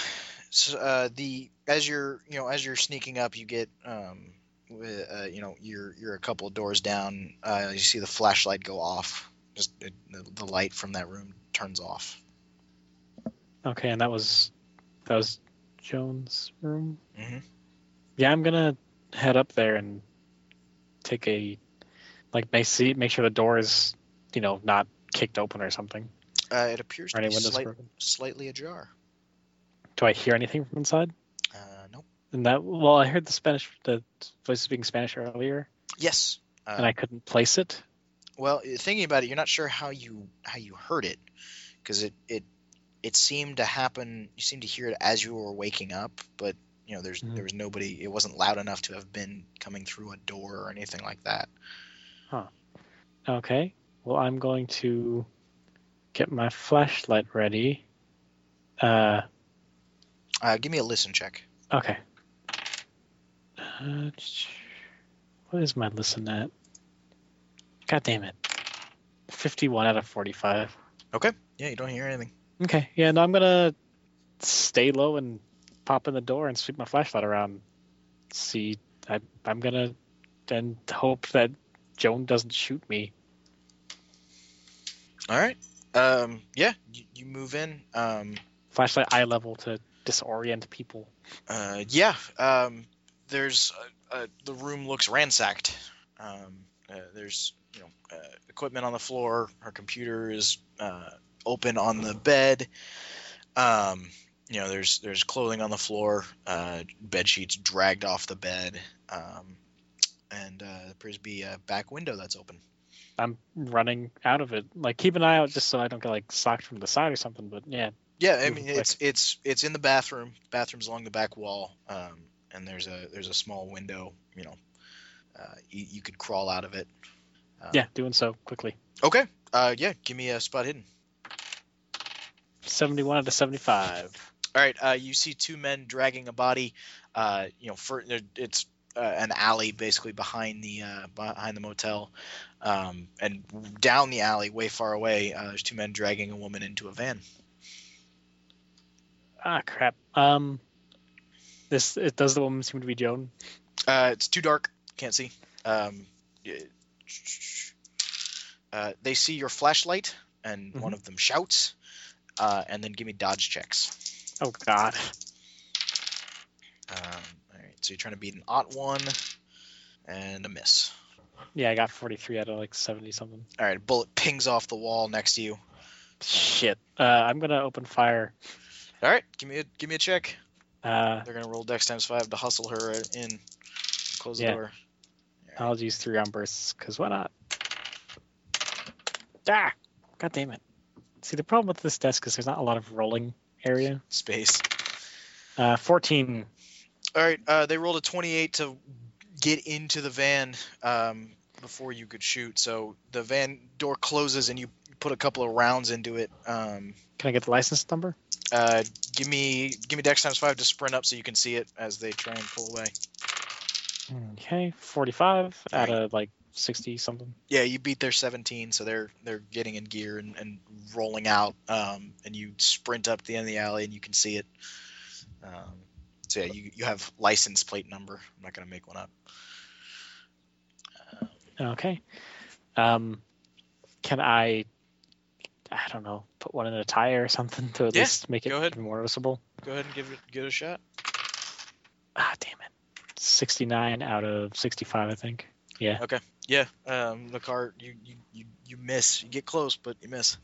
Speaker 3: so uh, the as you're you know as you're sneaking up, you get um, wi- uh, you know you're you're a couple of doors down. Uh, you see the flashlight go off. Just it, the, the light from that room turns off.
Speaker 1: Okay, and that was that was Jones' room.
Speaker 3: Mhm.
Speaker 1: Yeah, I'm gonna head up there and take a like make see make sure the door is you know not kicked open or something
Speaker 3: Uh, it appears
Speaker 1: or
Speaker 3: to
Speaker 1: any
Speaker 3: be
Speaker 1: windows
Speaker 3: slight,
Speaker 1: broken.
Speaker 3: slightly ajar.
Speaker 1: Do I hear anything from inside?
Speaker 3: Uh, nope.
Speaker 1: And that well, I heard the Spanish, the voice speaking Spanish earlier,
Speaker 3: Yes. Uh,
Speaker 1: and I couldn't place it.
Speaker 3: well, thinking about it, you're not sure how you how you heard it, because it it it seemed to happen. You seemed to hear it as you were waking up, but you know, there's
Speaker 1: Mhm.
Speaker 3: there was nobody. It wasn't loud enough to have been coming through a door or anything like that.
Speaker 1: Okay. Well, I'm going to get my flashlight ready. Uh,
Speaker 3: Uh, give me a listen check.
Speaker 1: okay. Uh, ch- what is my listen at? God damn it. 51 out of 45.
Speaker 3: Yeah, you don't hear anything.
Speaker 1: Okay. Yeah, no, I'm going to stay low and pop in the door and sweep my flashlight around. See, I, I'm going to then hope that Joan doesn't shoot me.
Speaker 3: All right. Um, yeah, you, you move in. Um,
Speaker 1: Flashlight eye level to disorient people.
Speaker 3: uh, yeah. Um, there's uh, uh, the room looks ransacked. Um, uh, there's you know uh, equipment on the floor. Her computer is uh, open on the bed. Um, you know there's there's clothing on the floor. Uh, bed sheets dragged off the bed. Um, and uh, there appears to be a back window that's open.
Speaker 1: I'm running out of it. Like keep an eye out just so I don't get like socked from the side or something. But yeah,
Speaker 3: Yeah, I
Speaker 1: Move
Speaker 3: mean
Speaker 1: it
Speaker 3: it's it's it's in the bathroom. Bathrooms along the back wall, um, and there's a there's a small window. You know, uh, you, you could crawl out of it. Uh,
Speaker 1: yeah, doing so quickly.
Speaker 3: Okay. Uh, yeah. Give me a spot hidden.
Speaker 1: Seventy-one out of seventy-five.
Speaker 3: All right. Uh, you see two men dragging a body. Uh, you know, for, there- it's uh, an alley basically behind the uh, behind the motel, um, and down the alley, way far away, uh, there's two men dragging a woman into a van.
Speaker 1: Ah, crap. Um, this it does the woman seem to be Joan?
Speaker 3: Uh, it's too dark. Can't see. Um, it- uh, they see your flashlight, and one of them shouts, uh, and then give me dodge checks.
Speaker 1: Oh God.
Speaker 3: Um, all right, so you're trying to beat an odd one, and a miss.
Speaker 1: Yeah, I got forty-three out of like seventy something.
Speaker 3: All right, a bullet pings off the wall next to you.
Speaker 1: Shit. Uh, I'm gonna open fire.
Speaker 3: All right, give me a give me a check.
Speaker 1: Uh,
Speaker 3: They're gonna roll dex times five to hustle her in. Close the
Speaker 1: Yeah.
Speaker 3: door.
Speaker 1: I'll use three-round bursts because why not? Ah, God damn it. See, the problem with this desk is there's not a lot of rolling area.
Speaker 3: Space.
Speaker 1: Uh, fourteen.
Speaker 3: All right, uh, they rolled a 28 to get into the van um, before you could shoot. So the van door closes and you put a couple of rounds into it. Um,
Speaker 1: Can I get the license number?
Speaker 3: uh, give me give me dex times five to sprint up so you can see it as they try and pull away.
Speaker 1: Okay, 45 out
Speaker 3: Alright.
Speaker 1: of like 60 something.
Speaker 3: Yeah, you beat their 17, so they're they're getting in gear and, and rolling out. Um, and you sprint up the end of the alley and you can see it. Um, so yeah, you, you have license plate number. I'm not gonna make one up.
Speaker 1: Okay. Um, can I, I don't know, put one in a tire or something to at
Speaker 3: Yeah,
Speaker 1: least make it
Speaker 3: go ahead.
Speaker 1: even more noticeable?
Speaker 3: Go ahead and give it give it a shot.
Speaker 1: Ah, damn it. 69 out of 65, I think.
Speaker 3: Yeah, um, the car you, you you you miss. You get close, but you miss.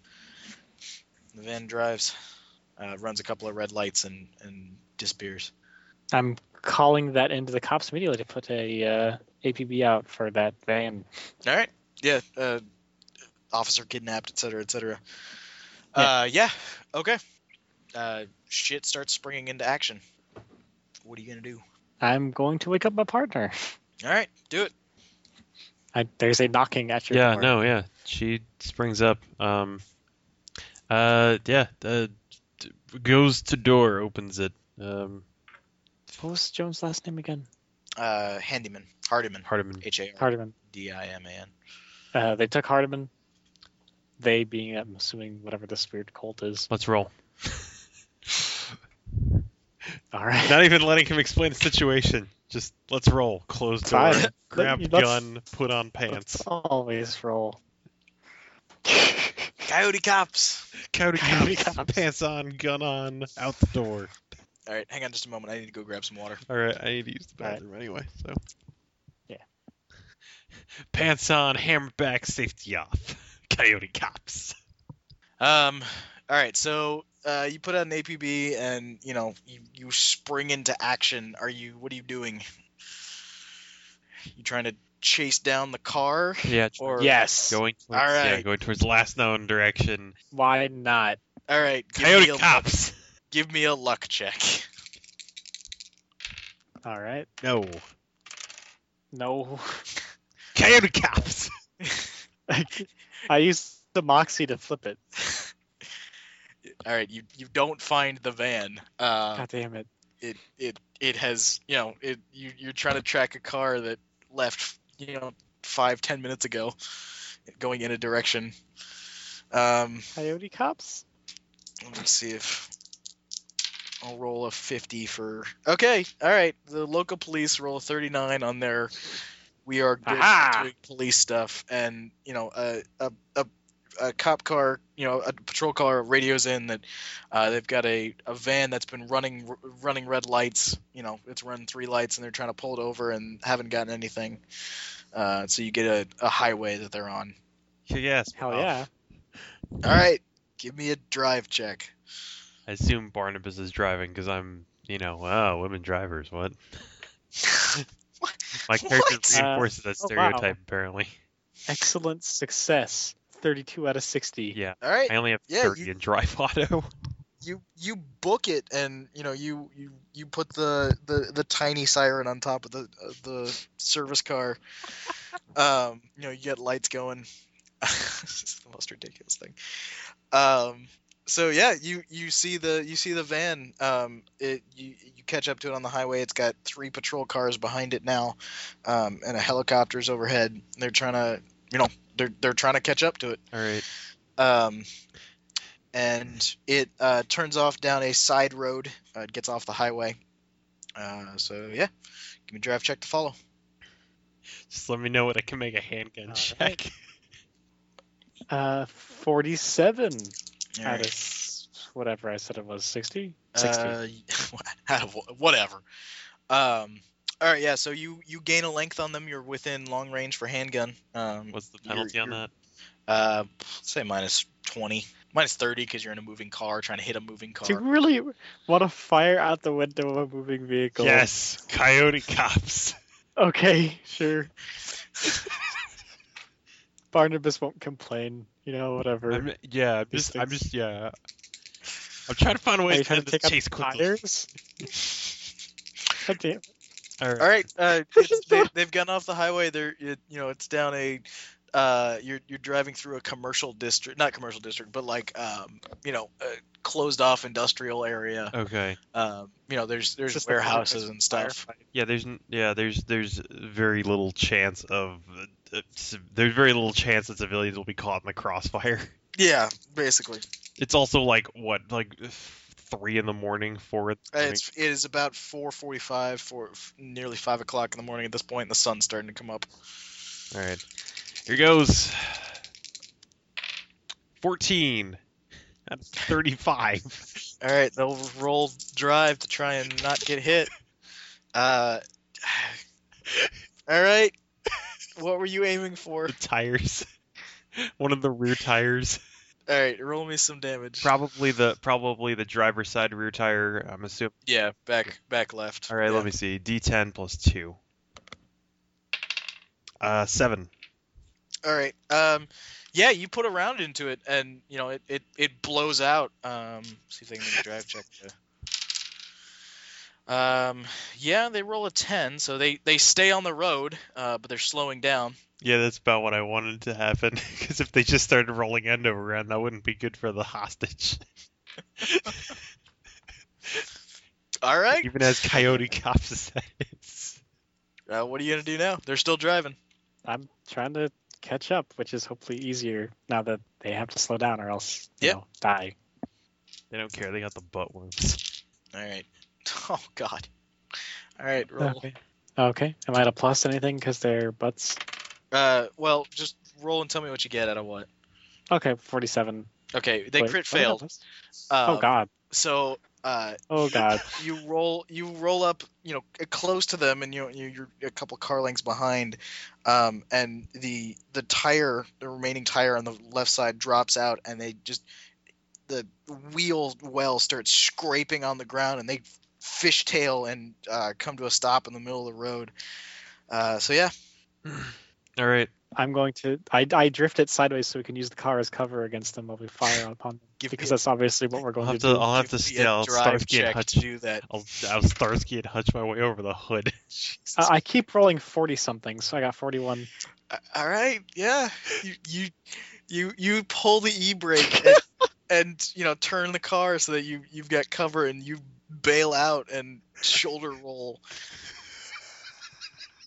Speaker 3: The van drives, uh, runs a couple of red lights, and and disappears.
Speaker 1: I'm calling that into the cops immediately to put a uh, APB out for that van.
Speaker 3: All right. Yeah. Uh, officer kidnapped, et cetera, et Cetera. Uh, yeah. Okay. Uh, shit starts springing into action. What are you gonna do?
Speaker 1: I'm going to wake up my partner.
Speaker 3: All right, do it.
Speaker 1: I, there's a knocking at your
Speaker 2: yeah,
Speaker 1: door.
Speaker 2: no, yeah. She springs up. Um, uh, yeah, uh, d- goes to door, opens it. Um,
Speaker 1: What was Jones' last name again?
Speaker 3: Uh, handyman, Hardiman,
Speaker 2: Hardiman.
Speaker 3: H A R
Speaker 1: Hardiman.
Speaker 3: D I M A N.
Speaker 1: Uh, they took Hardiman. They being, I'm assuming, whatever this weird cult is.
Speaker 2: Let's roll.
Speaker 1: All right.
Speaker 4: Not even letting him explain the situation. Just let's roll. Close door.
Speaker 1: Fine.
Speaker 4: Grab
Speaker 1: Let's-
Speaker 4: gun. Put on pants.
Speaker 1: Let's always roll.
Speaker 3: Coyote cops.
Speaker 4: Coyote
Speaker 1: Coyote
Speaker 4: cops,
Speaker 1: cops.
Speaker 4: Pants on. Gun on. Out the door.
Speaker 3: All right, hang on just a moment. I need to go grab some water.
Speaker 4: All right. I need to use the
Speaker 1: All right.
Speaker 4: bathroom anyway. So.
Speaker 1: Yeah.
Speaker 4: Pants on. Hammer back. Safety off. Coyote cops.
Speaker 3: Um, all right, so uh, you put out an APB and you know you, you spring into action. Are you? What are you doing? You trying to chase down the car?
Speaker 2: Yeah,
Speaker 3: Or
Speaker 1: yes.
Speaker 2: going towards,
Speaker 3: All
Speaker 2: yeah,
Speaker 3: right.
Speaker 2: going towards last known direction.
Speaker 1: Why not?
Speaker 3: all right, give me
Speaker 2: Coyote
Speaker 3: a,
Speaker 2: cops.
Speaker 3: Give me a luck check.
Speaker 1: All right.
Speaker 2: No.
Speaker 1: No.
Speaker 2: Coyote cops.
Speaker 1: I used the moxie to flip it.
Speaker 3: All right, you you don't find the van. Uh,
Speaker 1: God damn it.
Speaker 3: it it it has you know it you you're trying to track a car that left you know five ten minutes ago, going in a direction. Um,
Speaker 1: Coyote cops?
Speaker 3: let me see if I'll roll a fifty for. Okay, all right. The local police roll a thirty nine on their. We are good
Speaker 1: Aha!
Speaker 3: at doing police stuff, and you know a a. a a cop car, you know, a patrol car radios in that uh, they've got a, a van that's been running r- running red lights. You know, it's run three lights, and they're trying to pull it over and haven't gotten anything. Uh, so you get a, a highway that they're on.
Speaker 2: yes.
Speaker 1: Hell
Speaker 2: Bob.
Speaker 1: yeah.
Speaker 3: All right, give me a drive check.
Speaker 2: I assume Barnabas is driving because I'm, you know, wow, women drivers. What? My character
Speaker 3: What?
Speaker 1: Uh,
Speaker 2: reinforces that
Speaker 1: oh, wow.
Speaker 2: stereotype. Apparently,
Speaker 1: Excellent success. 32 out of 60.
Speaker 2: Yeah.
Speaker 3: All right,
Speaker 2: I only have
Speaker 3: Yeah,
Speaker 2: thirty
Speaker 3: you-
Speaker 2: in drive auto.
Speaker 3: you you book it and you know you you you put the the, the tiny siren on top of the uh, the service car um you know you get lights going it's just the most ridiculous thing um so yeah you you see the you see the van um it you you catch up to it on the highway it's got three patrol cars behind it now um and a helicopter's overhead they're trying to you know they're they're trying to catch up to it
Speaker 2: All right.
Speaker 3: um, and it uh, turns off down a side road. Uh, it gets off the highway. Uh, so yeah, give me a drive check to follow.
Speaker 2: Just let me know what I can make a handgun
Speaker 1: All
Speaker 2: check.
Speaker 1: right. Uh, 47
Speaker 3: All
Speaker 1: out of
Speaker 3: right.
Speaker 1: s- whatever I said it was. 60? 60.
Speaker 3: Uh, out of wh- whatever. Um, all right, yeah. So you you gain a length on them. You're within long range for handgun. Um,
Speaker 2: What's the
Speaker 3: You're-
Speaker 2: penalty on
Speaker 3: you're-
Speaker 2: that?
Speaker 3: uh, say minus twenty, minus thirty because you're in a moving car trying to hit a moving
Speaker 1: Do you
Speaker 3: car.
Speaker 1: really want to fire out the window of a moving vehicle?
Speaker 2: Yes, coyote cops.
Speaker 1: Okay, sure. Barnabas won't complain. You know, whatever.
Speaker 2: I'm, yeah, I'm
Speaker 1: These
Speaker 2: just, I'm
Speaker 1: things.
Speaker 2: just, yeah. I'm trying to find a
Speaker 1: Are
Speaker 2: way
Speaker 1: you
Speaker 2: to
Speaker 1: trying
Speaker 2: end
Speaker 1: to
Speaker 2: this
Speaker 1: take out
Speaker 2: chase
Speaker 1: the
Speaker 2: quickly.
Speaker 1: tires? God damn.
Speaker 2: All right.
Speaker 3: All right, uh, it's- they, they've gone off the highway. They're it, you know it's down a. Uh, you're you're driving through a commercial district, not commercial district, but like um, you know, a closed off industrial area.
Speaker 2: Okay.
Speaker 3: Um, you know, there's there's
Speaker 1: Just like a
Speaker 3: warehouses and stuff.
Speaker 1: firefight.
Speaker 2: Yeah, there's, n- yeah, there's, there's very little chance of, uh, uh, ci- there's very little chance that civilians will be caught in the crossfire.
Speaker 3: Yeah, basically, Uh,
Speaker 2: It's also like what, like three in the morning, four. In the
Speaker 3: Uh,
Speaker 2: morning?
Speaker 3: it's it is about four forty five, four f- nearly five o'clock in the morning at this point, and the sun's starting to come up.
Speaker 2: All right. Here goes. Fourteen. Out of Thirty-five.
Speaker 3: All right, they'll roll drive to try and not get hit. Uh, all right, what were you aiming for?
Speaker 2: The tires. One of the rear tires.
Speaker 3: All right, roll me some damage.
Speaker 2: Probably the probably the driver's side rear tire. I'm assuming.
Speaker 3: yeah, back back left.
Speaker 2: All right,
Speaker 3: yeah.
Speaker 2: let me see. D10 plus two. Uh, seven.
Speaker 3: All right. Um, yeah, you put a round into it, and you know it it, it blows out. Um, see if they can make a drive check. to- Um, yeah, they roll a ten, so they they stay on the road, uh, but they're slowing down.
Speaker 2: Yeah, that's about what I wanted to happen. Because if they just started rolling end over end, that wouldn't be good for the hostage.
Speaker 3: All right.
Speaker 2: Even as coyote cops as that is.
Speaker 3: Uh, what are you gonna do now? They're still driving.
Speaker 1: I'm trying to catch up, which is hopefully easier now that they have to slow down or else you
Speaker 3: Yeah.
Speaker 1: know, die.
Speaker 2: They don't care. They got the butt worms.
Speaker 3: All right. Oh God. All right. Roll.
Speaker 1: Okay. Okay. Am I at a plus anything because they're butts?
Speaker 3: Uh, well, just roll and tell me what you get out of what.
Speaker 1: Okay, 47.
Speaker 3: Okay, they
Speaker 1: Wait,
Speaker 3: crit
Speaker 1: what am I
Speaker 3: failed.
Speaker 1: plus?
Speaker 3: Um,
Speaker 1: oh god.
Speaker 3: So uh,
Speaker 1: Oh god.
Speaker 3: you roll you roll up you know uh, close to them and you you- you're a couple car lengths behind um, and the the tire the remaining tire on the left side drops out and they just the wheel well starts scraping on the ground, and they fishtail and uh, come to a stop in the middle of the road. Uh, so yeah,
Speaker 2: All right.
Speaker 1: I'm going to. I, I drift it sideways so we can use the car as cover against them while we fire upon them.
Speaker 3: give
Speaker 1: Because
Speaker 3: me,
Speaker 1: that's obviously what we're
Speaker 2: I'll
Speaker 1: going
Speaker 2: have
Speaker 1: to,
Speaker 2: to.
Speaker 1: do.
Speaker 2: I'll have to
Speaker 3: give me
Speaker 2: steal. I'll
Speaker 3: a drive
Speaker 2: Starsky and
Speaker 3: check
Speaker 2: Hutch.
Speaker 3: to do that.
Speaker 2: I'll, I'll Starsky and Hutch my way over the hood.
Speaker 1: I, I keep rolling 40 something, so I got 41.
Speaker 3: A- All right, yeah, you you you, you pull the e brake and, and you know turn the car so that you you've got cover and you bail out and shoulder roll.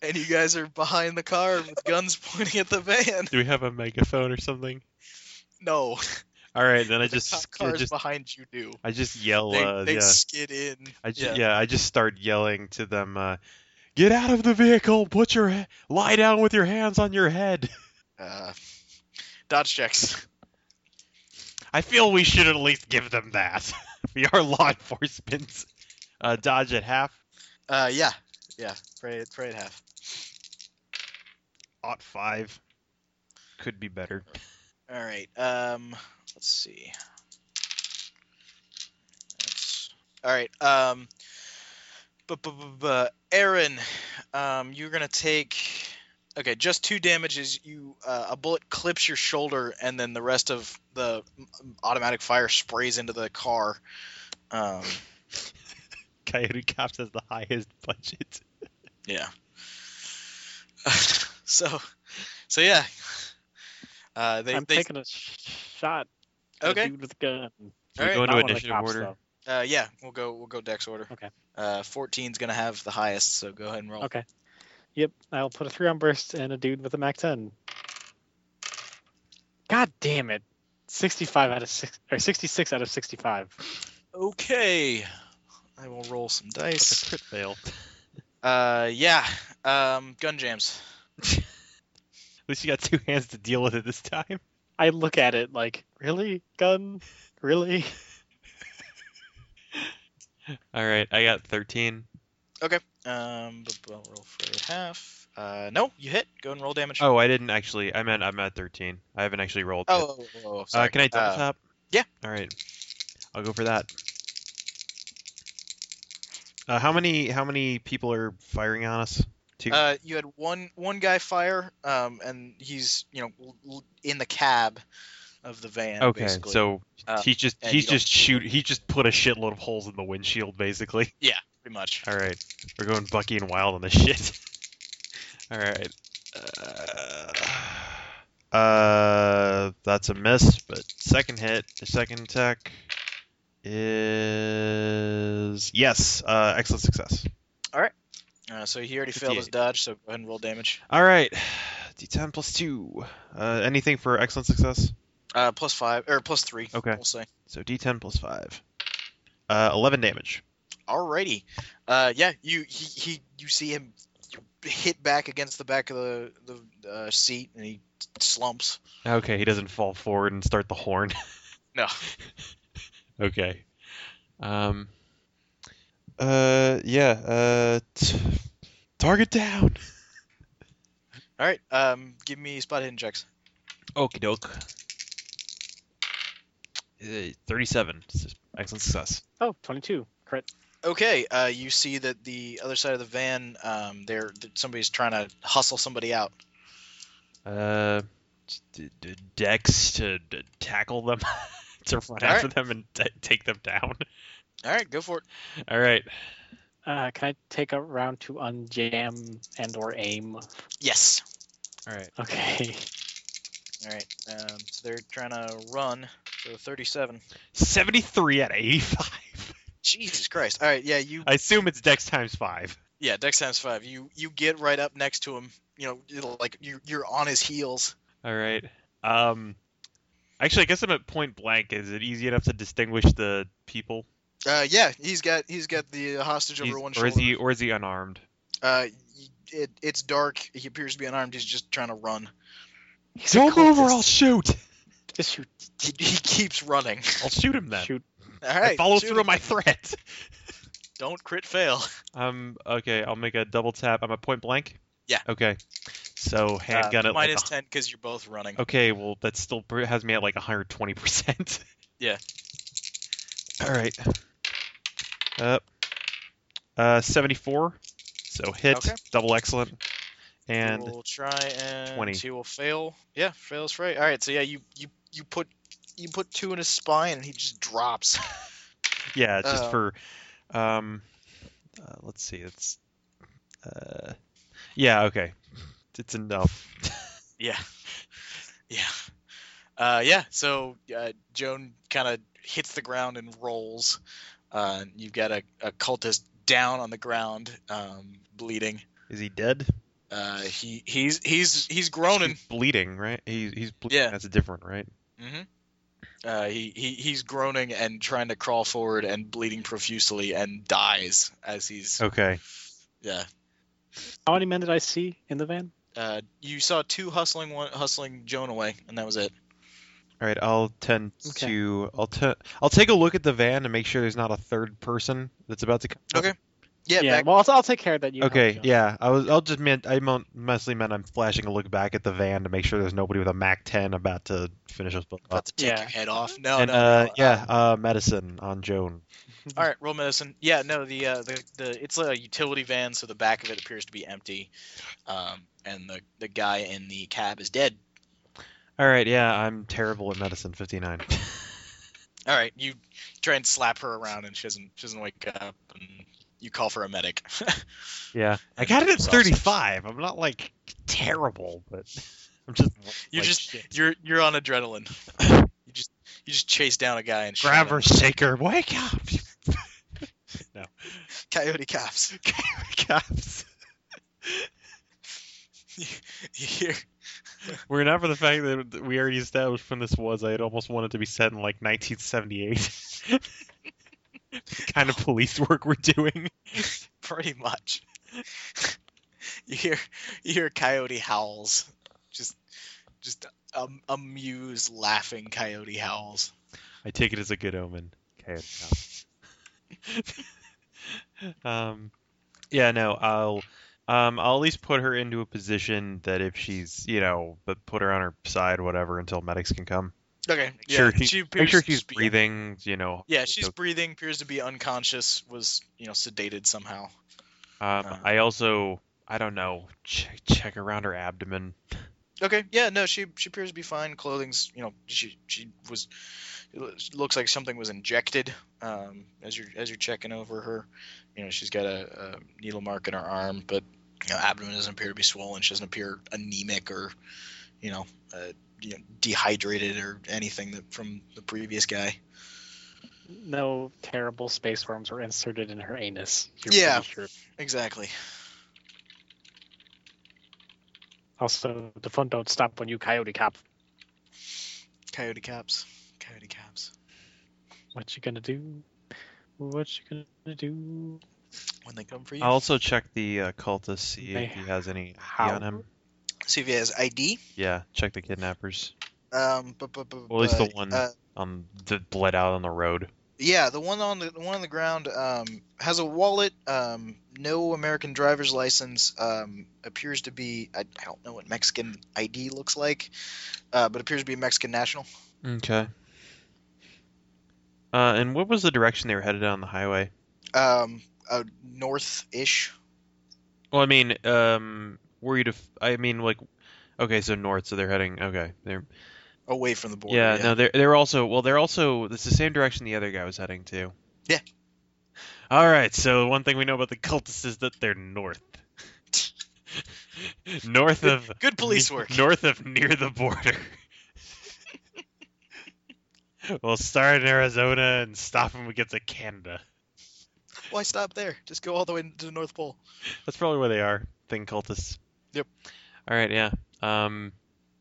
Speaker 3: And you guys are behind the car with guns pointing at the van.
Speaker 2: Do we have a megaphone or something?
Speaker 3: No,
Speaker 2: All right, then I
Speaker 3: the
Speaker 2: just,
Speaker 3: cop
Speaker 2: I
Speaker 3: cars
Speaker 2: just,
Speaker 3: behind you do.
Speaker 2: I just yell.
Speaker 3: They,
Speaker 2: uh,
Speaker 3: they
Speaker 2: yeah.
Speaker 3: skid in.
Speaker 2: I ju-
Speaker 3: yeah.
Speaker 2: yeah. I just start yelling to them. Uh, Get out of the vehicle! Put your he- lie down with your hands on your head.
Speaker 3: Uh, dodge checks.
Speaker 2: I feel we should at least give them that. we are law enforcement. Uh, dodge at half.
Speaker 3: Uh, yeah, yeah. Pray, pray at half.
Speaker 2: Ought five. Could be better.
Speaker 3: All right. Um, let's see. That's... All right. Um, but Aaron, um, you're gonna take. Okay, just two damages. You uh, a bullet clips your shoulder, and then the rest of the m- automatic fire sprays into the car. Um,
Speaker 2: Coyote Cops has the highest budget.
Speaker 3: Yeah. so, so yeah. Uh, they,
Speaker 1: I'm
Speaker 3: they
Speaker 1: taking a shot. at a
Speaker 3: okay.
Speaker 1: Dude with a gun.
Speaker 2: Should we
Speaker 3: Alright.
Speaker 2: go
Speaker 1: Not
Speaker 2: into
Speaker 1: one of the
Speaker 2: initiative
Speaker 1: cops,
Speaker 2: order?
Speaker 1: though.
Speaker 3: Uh, yeah, we'll go. We'll go Dex order.
Speaker 1: Okay.
Speaker 3: Uh, 14's gonna have the highest, so go ahead and roll.
Speaker 1: Okay. Yep, I'll put a three on burst and a dude with a Mac 10. God damn it. 65 out of six, or 66 out of 65.
Speaker 3: Okay. I will roll some
Speaker 2: That's a
Speaker 3: dice.
Speaker 2: crit fail. At
Speaker 3: Uh, yeah. Um, gun jams.
Speaker 2: least you got two hands to deal with it this time.
Speaker 1: I look at it like, really? Gun? Really?
Speaker 2: All right, I got thirteen.
Speaker 3: Um, but I'll roll for half. Uh, no, you hit. Go and roll damage.
Speaker 2: Oh, I didn't actually. I meant I'm at thirteen. I haven't actually rolled. yet.
Speaker 3: Oh, oh, oh, oh, sorry.
Speaker 2: Uh, can I double
Speaker 3: Uh,
Speaker 2: tap?
Speaker 3: yeah.
Speaker 2: All right. I'll go for that. Uh, how many how many people are firing on us? Two.
Speaker 3: Uh, you had one one guy fire, um, and he's you know l- l- in the cab of the van.
Speaker 2: okay,
Speaker 3: basically.
Speaker 2: so
Speaker 3: uh,
Speaker 2: he's just
Speaker 3: and
Speaker 2: he's
Speaker 3: you don't-
Speaker 2: just shoot he just put a shitload of holes in the windshield basically.
Speaker 3: pretty much.
Speaker 2: All right, we're going Bucky and Wild on this shit. All right. Uh, uh, that's a miss, but second hit, the second attack is yes, uh, excellent success.
Speaker 3: Uh, so he already failed his
Speaker 2: 58.
Speaker 3: dodge, so go ahead and roll damage.
Speaker 2: All right, D10 plus two. Uh, anything for excellent success?
Speaker 3: Uh, plus five or plus three.
Speaker 2: Okay.
Speaker 3: We'll say.
Speaker 2: So D10 plus five. Uh, Eleven damage.
Speaker 3: Alrighty. Uh, yeah, you he, he you see him hit back against the back of the the uh, seat, and he slumps.
Speaker 2: Okay, he doesn't fall forward and start the horn.
Speaker 3: No.
Speaker 2: Okay. Um. Uh. Yeah. Uh. T- target down.
Speaker 3: All right. Um, give me spot hidden checks.
Speaker 2: Okie doke. Uh, Thirty-seven. S- Excellent success.
Speaker 1: Oh, 22. Crit.
Speaker 3: Okay. Uh, you see that the other side of the van, um, there that somebody's trying to hustle somebody out.
Speaker 2: Uh. d- d- Dex to d- tackle them, to run
Speaker 3: All right.
Speaker 2: after them and t- take them down.
Speaker 3: All right, go for it.
Speaker 2: All right.
Speaker 1: Uh, can I take a round to unjam and or aim?
Speaker 3: Yes.
Speaker 2: All right.
Speaker 1: Okay.
Speaker 3: All right. Um, so they're trying to run. So 37.
Speaker 2: Seventy-three out of eighty-five.
Speaker 3: Jesus Christ. All right. Yeah, you
Speaker 2: I assume it's Dex times five.
Speaker 3: Yeah, Dex times five. You you get right up next to him. You know, it'll, like you you're on his heels.
Speaker 2: All right. Um, actually, I guess I'm at point blank. Is it easy enough to distinguish the people,
Speaker 3: Uh, yeah, he's got he's got the uh, hostage over
Speaker 2: He's-
Speaker 3: one
Speaker 2: or
Speaker 3: shoulder.
Speaker 2: is he or is he unarmed?
Speaker 3: Uh, it, it's dark. He appears to be unarmed. He's just trying to run.
Speaker 1: He's a cultist.
Speaker 2: shoot.
Speaker 1: Just shoot.
Speaker 3: He, he keeps running.
Speaker 2: I'll shoot him then.
Speaker 1: Shoot.
Speaker 3: All
Speaker 2: I
Speaker 3: right,
Speaker 2: follow
Speaker 3: shoot
Speaker 2: through on
Speaker 3: him.
Speaker 2: my threat.
Speaker 3: Don't crit fail.
Speaker 2: Um. Okay. I'll make a double tap. I'm at point blank.
Speaker 3: Yeah.
Speaker 2: Okay. So handgun
Speaker 3: Uh,
Speaker 2: at like
Speaker 3: minus
Speaker 2: a-
Speaker 3: ten because you're both running.
Speaker 2: Okay. Well, that still pr- has me at like 120 percent. All right. Uh, uh, 74. So hit,
Speaker 3: Okay.
Speaker 2: double excellent. And
Speaker 3: we'll try and
Speaker 2: 20.
Speaker 3: he will fail. Yeah, fails right. All right, so yeah, you you you put you put two in his spine and he just drops.
Speaker 2: yeah, it's just
Speaker 3: uh,
Speaker 2: for um uh, let's see, it's uh yeah, okay. It's enough.
Speaker 3: Yeah. Yeah. Uh, yeah, so uh, Joan kind of hits the ground and rolls. Uh, you've got a, a cultist down on the ground, um, bleeding.
Speaker 2: Is he dead?
Speaker 3: Uh, he he's he's he's groaning.
Speaker 2: He's bleeding, right? He's he's bleeding.
Speaker 3: Yeah.
Speaker 2: That's different, right?
Speaker 3: hmm Uh, he, he he's groaning and trying to crawl forward and bleeding profusely and dies as he's
Speaker 2: Okay.
Speaker 3: yeah.
Speaker 1: How many men did I see in the van?
Speaker 3: Uh, you saw two hustling one hustling Joan away, and that was it.
Speaker 2: All right, I'll tend
Speaker 1: Okay.
Speaker 2: to I'll t- I'll take a look at the van and make sure there's not a third person that's about to come. up.
Speaker 3: Okay. Yeah, back-
Speaker 1: well, I'll, I'll take care of that. You help,
Speaker 2: Okay,
Speaker 1: John.
Speaker 2: yeah, I was. I'll just meant I meant, mostly meant I'm flashing a look back at the van to make sure there's nobody with a MAC-10 about to finish us both up.
Speaker 3: about to take
Speaker 1: Yeah.
Speaker 3: your head off. No,
Speaker 2: and
Speaker 3: no,
Speaker 2: uh,
Speaker 3: no.
Speaker 2: yeah, uh, medicine on Joan.
Speaker 3: All right, roll medicine. Yeah, no, the uh, the the it's a utility van, so the back of it appears to be empty, um, and the the guy in the cab is dead.
Speaker 2: All right, yeah, I'm terrible at medicine. Fifty-nine.
Speaker 3: All right, you try and slap her around, and she doesn't she doesn't wake up, and you call for a medic.
Speaker 2: Yeah, I got it at
Speaker 3: Sausage.
Speaker 2: thirty-five. I'm not like terrible, but I'm just.
Speaker 3: You
Speaker 2: like,
Speaker 3: just you're you're on adrenaline. You just you just chase down a guy and shoot
Speaker 2: grab
Speaker 3: him.
Speaker 2: her, shake her, wake up,
Speaker 3: Coyote cops.
Speaker 2: wake up.
Speaker 3: you hear
Speaker 2: We're not for the fact that we already established when this was. I had almost wanted to be set in like 1978. the kind of police work we're doing.
Speaker 3: pretty much. you hear you hear coyote howls, just just um, amused laughing coyote howls.
Speaker 2: I take it as a good omen. Okay. no. um, yeah, no, I'll, um, I'll at least put her into a position that if she's, you know, but put her on her side, whatever, until medics can come.
Speaker 3: Okay,
Speaker 2: Make sure
Speaker 3: yeah,
Speaker 2: she-
Speaker 3: she appears
Speaker 2: Make sure
Speaker 3: to
Speaker 2: she's
Speaker 3: be-
Speaker 2: breathing, you know.
Speaker 3: Yeah, she's
Speaker 2: so-
Speaker 3: breathing. Appears to be unconscious. Was you know sedated somehow.
Speaker 2: Um,
Speaker 3: uh,
Speaker 2: I also, I don't know, check, check around her abdomen.
Speaker 3: Okay, yeah, no, she she appears to be fine. Clothing's you know she she was it lo- looks like something was injected. Um, as you're as you're checking over her, you know she's got a, a needle mark in her arm, but you know abdomen doesn't appear to be swollen. She doesn't appear anemic or you know, uh, you know dehydrated or anything that from the previous guy.
Speaker 1: No terrible space worms were inserted in her anus.
Speaker 3: Yeah.
Speaker 1: pretty Sure.
Speaker 3: Exactly.
Speaker 1: Also, the fun don't stop when you coyote cop.
Speaker 3: Coyote caps. Coyote caps.
Speaker 1: What you gonna do? What you gonna do?
Speaker 3: When they come for you.
Speaker 2: I'll also check the uh, cultist, see
Speaker 1: They-
Speaker 2: if he has any
Speaker 1: how-
Speaker 2: ID on him.
Speaker 3: See if he has ID.
Speaker 2: Yeah, check the kidnappers.
Speaker 3: Um, but, but, but,
Speaker 2: Well, at least the
Speaker 3: but,
Speaker 2: one-
Speaker 3: uh,
Speaker 2: Um, that bled out on the road.
Speaker 3: Yeah, the one on the, the one on the ground um, has a wallet. Um, no American driver's license. Um, appears to be I, I don't know what Mexican ID looks like, uh, but appears to be a Mexican national.
Speaker 2: Okay. Uh, and what was the direction they were headed on the highway?
Speaker 3: Um, uh, north-ish.
Speaker 2: Well, I mean, um, were you? Def- I mean, like, okay, so north. So they're heading. Okay, they're.
Speaker 3: Away from the border.
Speaker 2: Yeah, no, they're they're also. Well, they're also. It's the same direction the other guy was heading to.
Speaker 3: Yeah.
Speaker 2: All right. So one thing we know about the cultists is that they're north. north of
Speaker 3: Good police work.
Speaker 2: north of near the border. we'll start in Arizona and stop when we get to Canada.
Speaker 3: Why stop there? Just go all the way to the North Pole.
Speaker 2: That's probably where they are, thing cultists.
Speaker 3: Yep.
Speaker 2: All right, yeah. Um,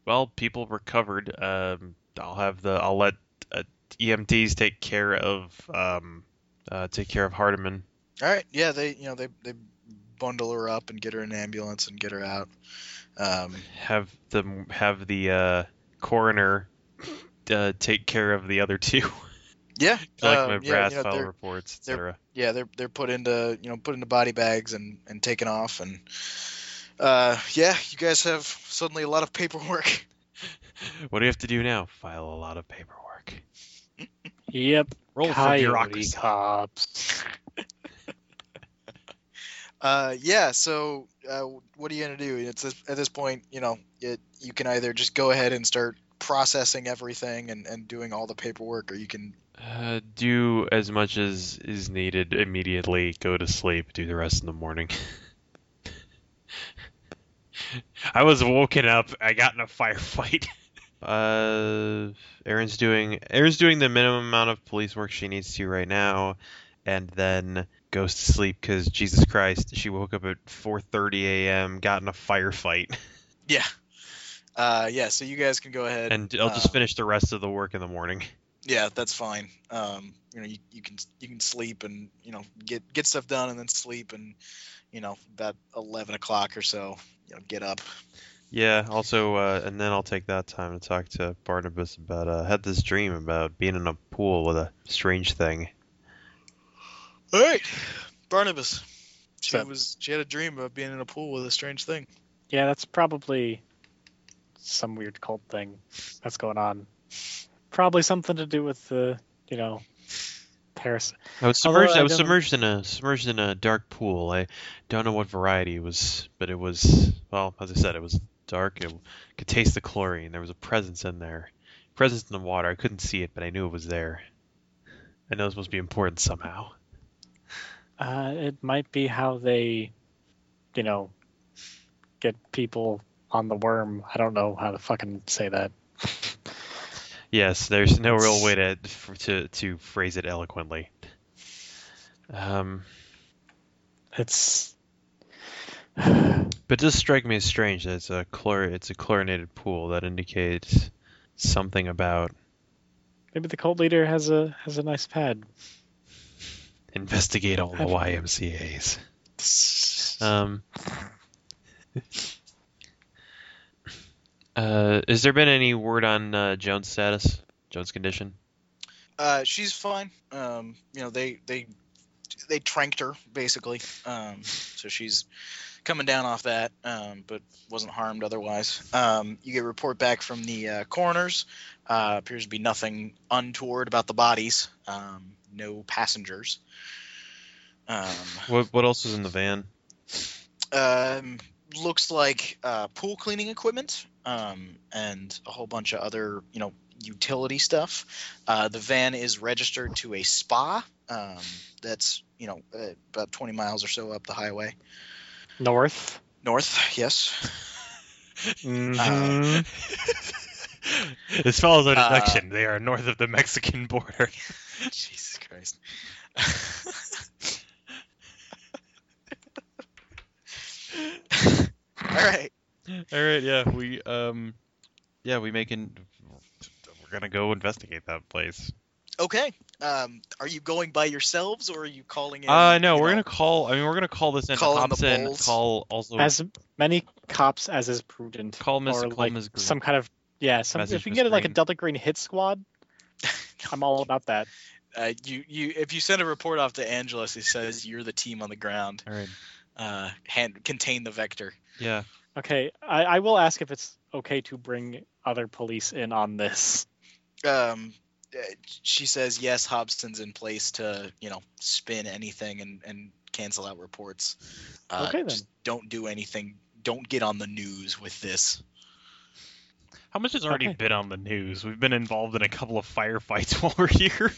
Speaker 2: well, people recovered. Um, I'll have the. I'll let uh, EMTs take care of. Um, uh, take care of Hardiman.
Speaker 3: All right. Yeah, they you know they they bundle her up and get her in an ambulance and get her out. Um,
Speaker 2: Have the have the uh, coroner uh, take care of the other two.
Speaker 3: yeah.
Speaker 2: Collect
Speaker 3: um,
Speaker 2: my
Speaker 3: yeah,
Speaker 2: brass
Speaker 3: you know,
Speaker 2: file
Speaker 3: they're-
Speaker 2: reports,
Speaker 3: they're-
Speaker 2: etc.
Speaker 3: yeah, they're they're put into you know put into body bags and and taken off and uh yeah, you guys have suddenly a lot of paperwork.
Speaker 2: What do you have to do now? File a lot of paperwork.
Speaker 1: Yep.
Speaker 4: Roll for
Speaker 1: Coyote
Speaker 4: bureaucracy.
Speaker 1: cops.
Speaker 3: Uh, yeah. So, uh, what are you gonna do? It's at this point, you know, it, you can either just go ahead and start processing everything and, and doing all the paperwork, or you can.
Speaker 2: Uh, do as much as is needed immediately. Go to sleep. Do the rest in the morning.
Speaker 4: I was woken up. I got in a firefight.
Speaker 2: Uh, Erin's doing Erin's doing the minimum amount of police work she needs to right now, and then goes to sleep because Jesus Christ, she woke up at 4:30 a.m. Got in a firefight,
Speaker 3: Yeah. Uh, yeah. So you guys can go ahead.
Speaker 2: and I'll
Speaker 3: uh,
Speaker 2: just finish the rest of the work in the morning.
Speaker 3: Yeah, that's fine. Um, you know, you, you can you can sleep and you know get get stuff done and then sleep and you know about eleven o'clock or so, you know, get up.
Speaker 2: Yeah. Also, uh, and then I'll take that time to talk to Barnabas about uh, had this dream about being in a pool with a strange thing.
Speaker 3: All right, Barnabas. She
Speaker 1: So-
Speaker 3: was she had a dream about being in a pool with a strange thing.
Speaker 1: Yeah, that's probably some weird cult thing that's going on. Probably something to do with the, you know, Paris.
Speaker 2: I was
Speaker 1: Although
Speaker 2: submerged. I,
Speaker 1: I
Speaker 2: was
Speaker 1: don't-
Speaker 2: submerged in a submerged in a dark pool. I don't know what variety it was, but it was well, as I said, it was dark. It could taste the chlorine. There was a presence in there, presence in the water. I couldn't see it, but I knew it was there. I know this must be important somehow.
Speaker 1: Uh, it might be how they, you know, get people on the worm. I don't know how to fucking say that.
Speaker 2: Yes, there's no real way to to to phrase it eloquently. Um,
Speaker 1: It's
Speaker 2: But it does strike me as strange that it's a chlor it's a chlorinated pool that indicates something about
Speaker 1: maybe the cult leader has a has a nice pad.
Speaker 2: investigate all the
Speaker 1: Have-
Speaker 2: YMCA's. Um, uh, has there been any word on uh, Jones' status, Jones' condition?
Speaker 3: Uh, she's fine. Um, you know, they they they tranked her basically. Um, so she's coming down off that, um, but wasn't harmed otherwise. Um, you get a report back from the uh, coroners. Uh, appears to be nothing untoward about the bodies. Um, no passengers. Um,
Speaker 2: What what else was in the van?
Speaker 3: um, looks like uh, pool cleaning equipment um, and a whole bunch of other you know utility stuff. Uh, the van is registered to a spa um, that's you know uh, about 20 miles or so up the highway
Speaker 1: North.
Speaker 3: north. Yes.
Speaker 4: this follows our
Speaker 3: Uh,
Speaker 4: deduction. they are north of the Mexican border.
Speaker 3: Jesus Christ. All right.
Speaker 2: All right, yeah, we um, yeah, we making we're gonna go investigate that place.
Speaker 3: Okay. Um, are you going by yourselves or are you calling in?
Speaker 2: Uh, no,
Speaker 3: you
Speaker 2: we're
Speaker 3: know,
Speaker 2: gonna call. I mean, we're gonna call this into
Speaker 3: Call in the
Speaker 2: Hobson.
Speaker 3: bulls.
Speaker 2: Call also
Speaker 1: As many cops as is prudent.
Speaker 2: call Miss
Speaker 1: or
Speaker 2: call
Speaker 1: like
Speaker 2: Miss Gr-
Speaker 1: some kind of yeah, some
Speaker 2: Message
Speaker 1: if you
Speaker 2: Miss
Speaker 1: can get like a
Speaker 2: Green.
Speaker 1: Delta Green hit squad, I'm all about that.
Speaker 3: uh, you you if you send a report off to Angelus, it says you're the team on the ground.
Speaker 2: All right.
Speaker 3: Uh, hand, contain the vector.
Speaker 2: Yeah.
Speaker 1: Okay, I, I will ask if it's okay to bring other police in on this.
Speaker 3: Um, uh, she says yes. Hobson's in place to you know spin anything and and cancel out reports. Uh,
Speaker 1: Okay, then.
Speaker 3: Just don't do anything. Don't get on the news with this.
Speaker 4: How much has already
Speaker 1: Okay.
Speaker 4: been on the news? We've been involved in a couple of firefights while we're here.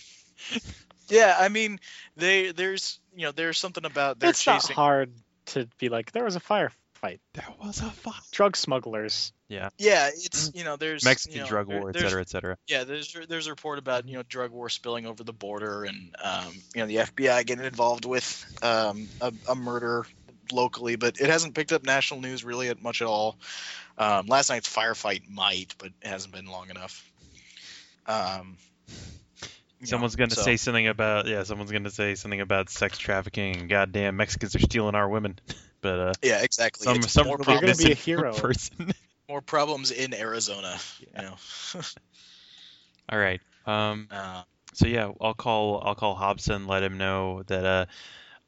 Speaker 3: Yeah, I mean, they there's you know there's something about they're
Speaker 1: it's
Speaker 3: chasing.
Speaker 1: not hard to be like there was a firefight,
Speaker 2: There was a fuck.
Speaker 1: drug smugglers.
Speaker 3: Yeah, it's you know there's
Speaker 2: Mexican
Speaker 3: you know,
Speaker 2: drug
Speaker 3: there-
Speaker 2: war, et
Speaker 3: there's
Speaker 2: cetera, et cetera.
Speaker 3: Yeah, there's there's a report about you know drug war spilling over the border, and um, you know the FBI getting involved with um, a, a murder locally, but it hasn't picked up national news really at much at all. Um, last night's firefight might, but it hasn't been long enough. Um, you know,
Speaker 4: Someone's gonna
Speaker 3: so-
Speaker 4: say something about yeah. Someone's gonna say something about sex trafficking. and Goddamn, Mexicans are stealing our women. But uh,
Speaker 3: yeah, exactly.
Speaker 4: some
Speaker 3: It's
Speaker 4: some
Speaker 3: more,
Speaker 4: really
Speaker 1: You're gonna
Speaker 3: problems,
Speaker 1: be a
Speaker 4: misinformed
Speaker 1: hero.
Speaker 4: person.
Speaker 3: more problems in Arizona. You know,
Speaker 2: All right. Um,
Speaker 3: uh,
Speaker 2: so yeah, I'll call. I'll call Hobson. Let him know that uh,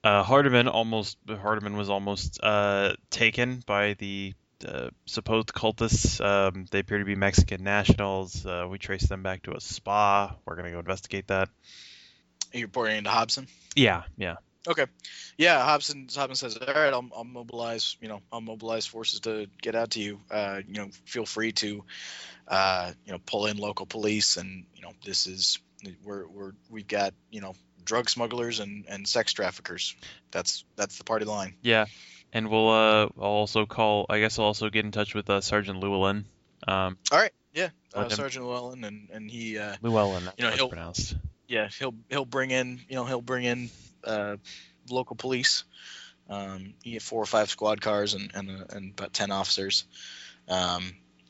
Speaker 2: uh, Hardiman almost Hardiman was almost uh, taken by the uh, supposed cultists. Um, they appear to be Mexican nationals. Uh, we trace them back to a spa. We're gonna go investigate that.
Speaker 3: You're pouring into Hobson.
Speaker 2: Yeah, yeah.
Speaker 3: Okay. Yeah, Hobson. Hobson says, "All right, I'll, I'll mobilize. You know, I'll mobilize forces to get out to you. Uh, you know, feel free to, uh, you know, pull in local police. And you know, this is we're we're we've got you know drug smugglers and and sex traffickers. That's that's the party line.
Speaker 2: Yeah, and we'll uh, I'll also call. I guess I'll also get in touch with uh, Sergeant Llewellyn. Um,
Speaker 3: All right. Yeah, uh,
Speaker 2: Let him-
Speaker 3: Sergeant Llewellyn, and and he, uh,
Speaker 2: Llewellyn,
Speaker 3: You know,
Speaker 2: that's
Speaker 3: he'll-
Speaker 2: pronounced.
Speaker 3: yeah, he'll he'll bring in you know he'll bring in uh, local police. Um, he had four or five squad cars and and, uh, and about ten officers. Um,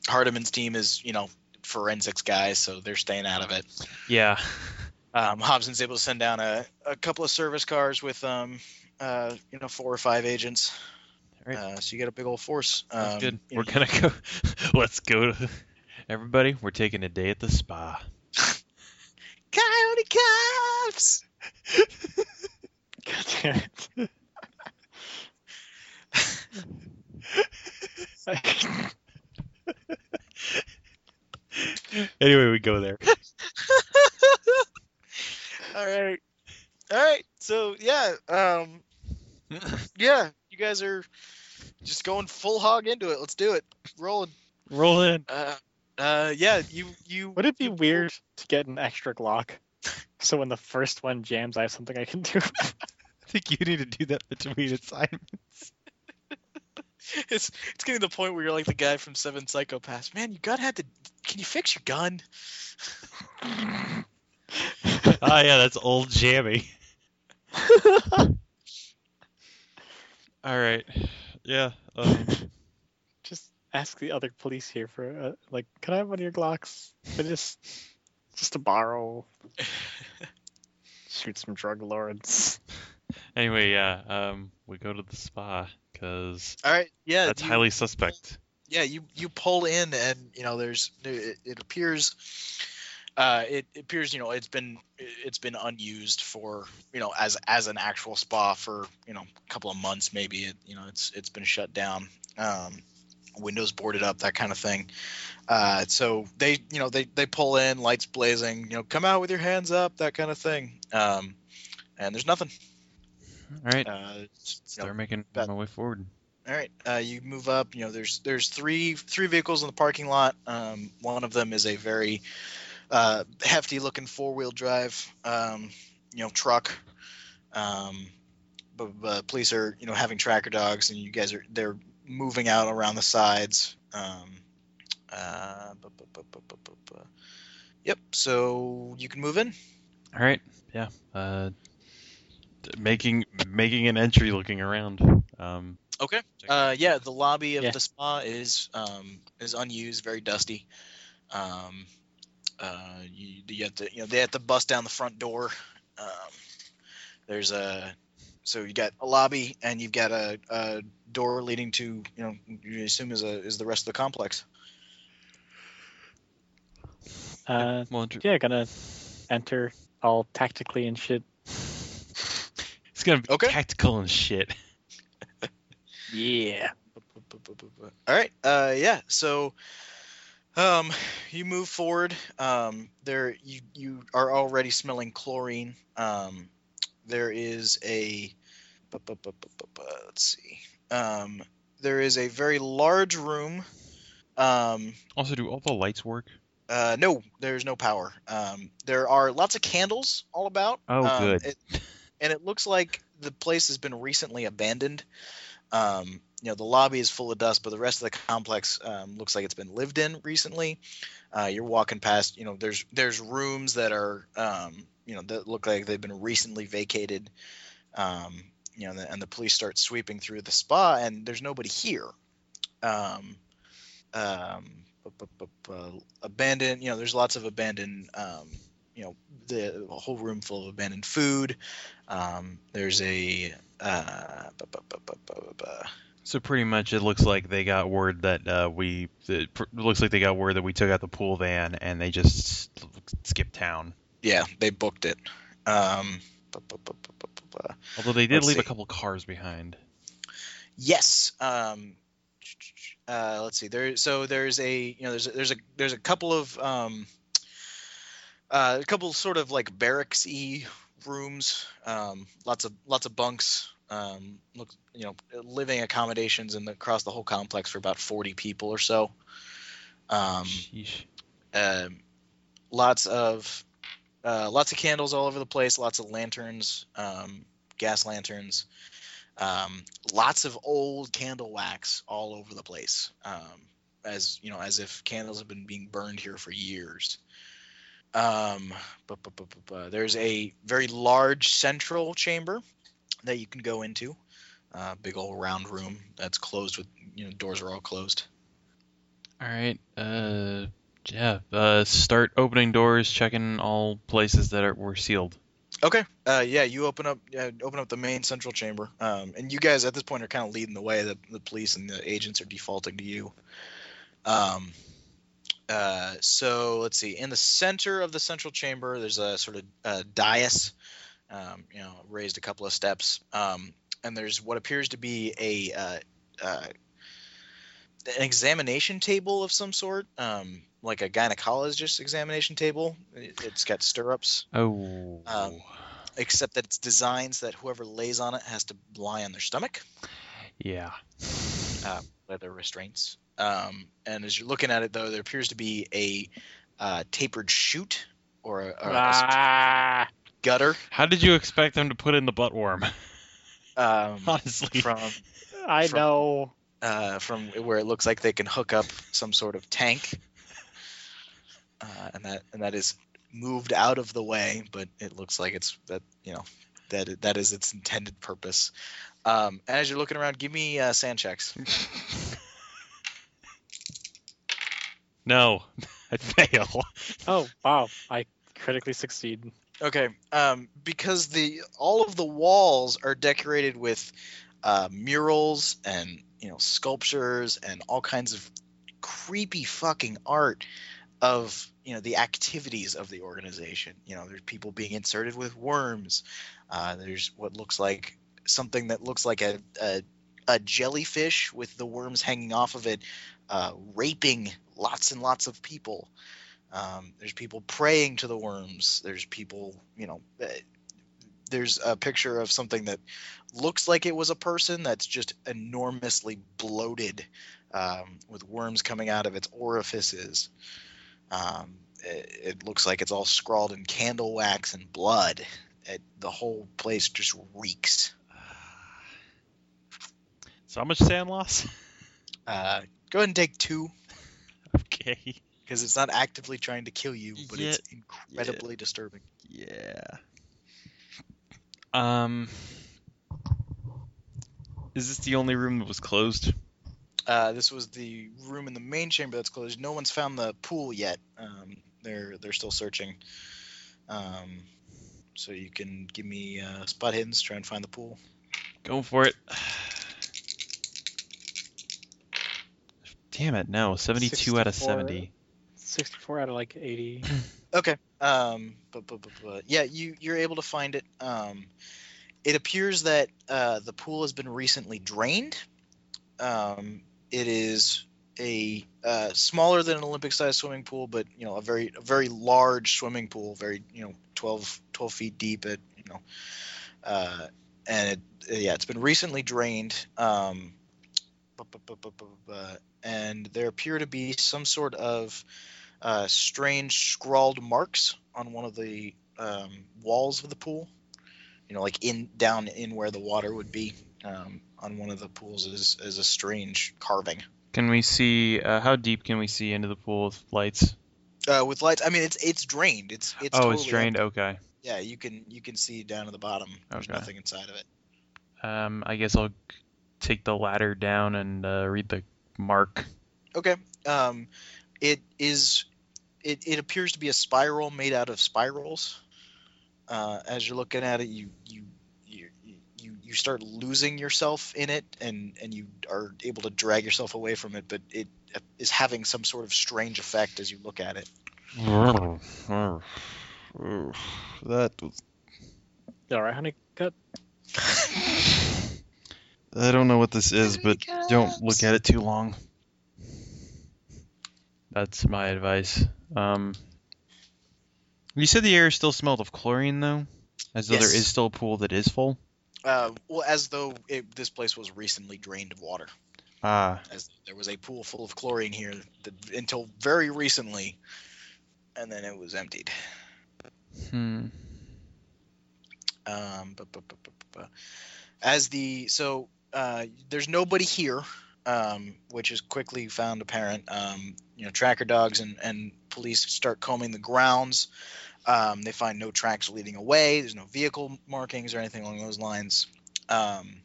Speaker 3: Hardiman's team is you know forensics guys, so they're staying out of it.
Speaker 2: Yeah,
Speaker 3: Um, Hobson's able to send down a, a couple of service cars with um, uh, you know four or five agents.
Speaker 2: All right.
Speaker 3: Uh, so you get a big old force.
Speaker 2: that's
Speaker 3: Um,
Speaker 2: good.
Speaker 3: you
Speaker 2: We're
Speaker 3: know,
Speaker 2: gonna go. Let's go. To... Everybody, we're taking a day at the spa.
Speaker 3: Coyote cops.
Speaker 1: God damn it. I-
Speaker 2: Anyway, we go there.
Speaker 3: All right. All right. So yeah, um, yeah, you guys are just going full hog into it. Let's do it. Rolling.
Speaker 2: Roll in.
Speaker 3: Uh, uh, yeah. You you.
Speaker 1: Would it be weird to get an extra Glock? So when the first one jams, I have something I can do.
Speaker 2: I think you need to do that between assignments.
Speaker 3: It's it's getting to the point where you're like the guy from Seven Psychopaths. Man, you got had to. Can you fix your gun?
Speaker 2: oh yeah, that's old jammy. All right. Yeah. Um,
Speaker 1: just ask the other police here for uh, like, can I have one of your Glocks? I just just to borrow. Shoot some drug lords.
Speaker 2: anyway, yeah. Um, we go to the spa because
Speaker 3: All right. Yeah.
Speaker 2: that's
Speaker 3: you-
Speaker 2: highly suspect.
Speaker 3: yeah you you pull in and you know there's it, it appears uh it appears you know it's been it's been unused for you know as as an actual spa for you know a couple of months maybe it you know it's it's been shut down um windows boarded up that kind of thing uh so they you know they they pull in lights blazing you know come out with your hands up that kind of thing um and there's nothing
Speaker 2: All right.
Speaker 3: uh you know,
Speaker 2: Start making
Speaker 3: that-
Speaker 2: my way forward.
Speaker 3: all right. Uh, you move up. You know, there's there's three three vehicles in the parking lot. Um, one of them is a very uh, hefty looking four wheel drive, um, you know, truck. Um, but, but police are you know having tracker dogs, and you guys are they're moving out around the sides. Um, uh, bu- bu- bu- bu- bu- bu- bu- Yep. So you can move in.
Speaker 2: All right. Yeah. Uh, d- making making an entry, looking around. Um,
Speaker 3: Okay. Uh, yeah, the lobby of
Speaker 1: Yeah.
Speaker 3: the spa is um, is unused, very dusty. Um, uh, you, you have to, you know, they have to bust down the front door. Um, there's a, so you got a lobby and you've got a, a door leading to, you know, you assume is a is the rest of the complex.
Speaker 1: Uh,
Speaker 2: we'll enter-
Speaker 1: yeah, gonna enter all tactically and shit.
Speaker 2: It's gonna be
Speaker 3: Okay.
Speaker 2: tactical and shit.
Speaker 1: Yeah.
Speaker 3: All right. Uh, yeah. So, um, you move forward. Um, there you you are already smelling chlorine. Um, there is a. bu- bu- bu- bu- bu- bu- Let's see. Um, there is a very large room. Um,
Speaker 2: Also, do all the lights work?
Speaker 3: uh, no, there's no power. Um, there are lots of candles all about.
Speaker 2: Oh,
Speaker 3: Um,
Speaker 2: good.
Speaker 3: it- and it looks like the place has been recently abandoned. Um, you know, the lobby is full of dust, but the rest of the complex um, looks like it's been lived in recently. Uh, you're walking past. You know, there's there's rooms that are um, you know that look like they've been recently vacated. Um, you know, and the police start sweeping through the spa, and there's nobody here. Um, um, bu- bu- bu- bu- abandoned. You know, there's lots of abandoned. Um, you know, the a whole room full of abandoned food. Um, there's a. Uh, bu- bu- bu- bu- bu- bu-
Speaker 2: So pretty much, it looks like they got word that uh, we. It pr- looks like they got word that we took out the pool van, and they just s- skipped town.
Speaker 3: yeah, they booked it. Um, bu- bu- bu- bu- bu- bu- bu-
Speaker 2: Although they did
Speaker 3: Let's
Speaker 2: leave a
Speaker 3: see.
Speaker 2: couple cars behind.
Speaker 3: Yes. Um, uh, let's see there so there's a you know there's a, there's a there's a couple of um, uh, a couple sort of like barracks y rooms um, lots of lots of bunks um, look you know living accommodations in the, across the whole complex for about 40 people or so um,
Speaker 2: Sheesh.
Speaker 3: um, lots of uh, lots of candles all over the place, lots of lanterns, um, gas lanterns, um, lots of old candle wax all over the place, um, as you know, as if candles have been being burned here for years. Um, but, but, but, but, but there's a very large central chamber that you can go into, uh, big old round room that's closed with you know doors are all closed.
Speaker 2: All right. Uh, yeah. Uh, start opening doors, checking all places that are, were sealed.
Speaker 3: Okay. Uh, yeah, you open up, uh, open up the main central chamber, um, and you guys at this point are kind of leading the way. The, the police and the agents are defaulting to you. Um, uh, so let's see. In the center of the central chamber, there's a sort of uh, dais, um, you know, raised a couple of steps, um, and there's what appears to be a uh, uh, an examination table of some sort, um, like a gynecologist examination table. It, it's got stirrups
Speaker 2: Oh.
Speaker 3: Um, except that it's designed so that whoever lays on it has to lie on their stomach,
Speaker 2: yeah.
Speaker 3: uh, leather restraints. Um, and as you're looking at it, though, there appears to be a uh, tapered chute or a, or
Speaker 1: Uh,
Speaker 3: a
Speaker 1: Ah,
Speaker 3: gutter
Speaker 2: How did you expect them to put in the butt worm?
Speaker 3: um,
Speaker 2: Honestly.
Speaker 3: from
Speaker 1: I
Speaker 3: From-
Speaker 1: know.
Speaker 3: uh, from where it looks like they can hook up some sort of tank, uh, and that and that is moved out of the way, but it looks like it's that you know that that is its intended purpose. Um, and as you're looking around, give me uh, sand checks.
Speaker 2: No. I fail.
Speaker 1: Oh wow, I critically succeed.
Speaker 3: Okay, um, because the all of the walls are decorated with uh, murals and you know sculptures and all kinds of creepy fucking art of you know the activities of the organization. You know, there's people being inserted with worms. Uh, there's what looks like something that looks like a, a a jellyfish with the worms hanging off of it, uh, raping lots and lots of people. Um, there's people praying to the worms. There's people, you know, uh, there's a picture of something that looks like it was a person that's just enormously bloated um, with worms coming out of its orifices. Um, it, it looks like it's all scrawled in candle wax and blood. It, the whole place just reeks.
Speaker 2: So how much sand loss?
Speaker 3: Uh, go ahead and take two
Speaker 2: Okay.
Speaker 3: because it's not actively trying to kill you, but it's
Speaker 2: yeah.
Speaker 3: incredibly disturbing.
Speaker 2: Yeah. Um. Is this the only room that was closed?
Speaker 3: Uh, this was the room in the main chamber that's closed. No one's found the pool yet. Um, they're they're still searching. Um, so you can give me uh, spot hidden to try and find the pool.
Speaker 2: Going for it. Damn it, no. 72 out of
Speaker 1: 64.
Speaker 2: 70.
Speaker 1: Sixty-four out of like eighty.
Speaker 3: Okay. Um, but, but, but, but yeah, you you're able to find it. Um, it appears that uh, the pool has been recently drained. Um, it is a uh, smaller than an Olympic-sized swimming pool, but you know a very a very large swimming pool, very you know 12, 12 feet deep. At you know, uh, and it, yeah, it's been recently drained. Um, but, but, but, but, but, but, and there appear to be some sort of uh, strange scrawled marks on one of the um, walls of the pool. You know, like in down in where the water would be um, on one of the pools is is a strange carving.
Speaker 2: Can we see. Uh, how deep can we see into the pool with lights?
Speaker 3: Uh, with lights, I mean it's it's drained. It's it's
Speaker 2: oh,
Speaker 3: totally
Speaker 2: it's drained?
Speaker 3: empty.
Speaker 2: Okay.
Speaker 3: Yeah, you can you can see down at the bottom. There's
Speaker 2: Okay.
Speaker 3: nothing inside of it.
Speaker 2: Um, I guess I'll g- take the ladder down and uh, read the mark.
Speaker 3: Okay. Um, it is. It, it appears to be a spiral made out of spirals. Uh, as you're looking at it, you you you you you start losing yourself in it, and and you are able to drag yourself away from it, but it is having some sort of strange effect as you look at it.
Speaker 2: That was
Speaker 1: All right, honey, cut.
Speaker 2: I don't know what this is, but don't look at it too long. That's my advice. Um, you said the air still smelled of chlorine, though, as though
Speaker 3: Yes.
Speaker 2: there is still a pool that is full.
Speaker 3: Uh, well, as though it, this place was recently drained of water.
Speaker 2: Ah,
Speaker 3: As there was a pool full of chlorine here that, until very recently, and then it was emptied.
Speaker 2: hmm.
Speaker 3: Um, bu- bu- bu- bu- bu- bu- as the so uh, there's nobody here, um, which is quickly found apparent. Um, you know, tracker dogs and and police start combing the grounds. Um, they find no tracks leading away. There's no vehicle markings or anything along those lines. Um,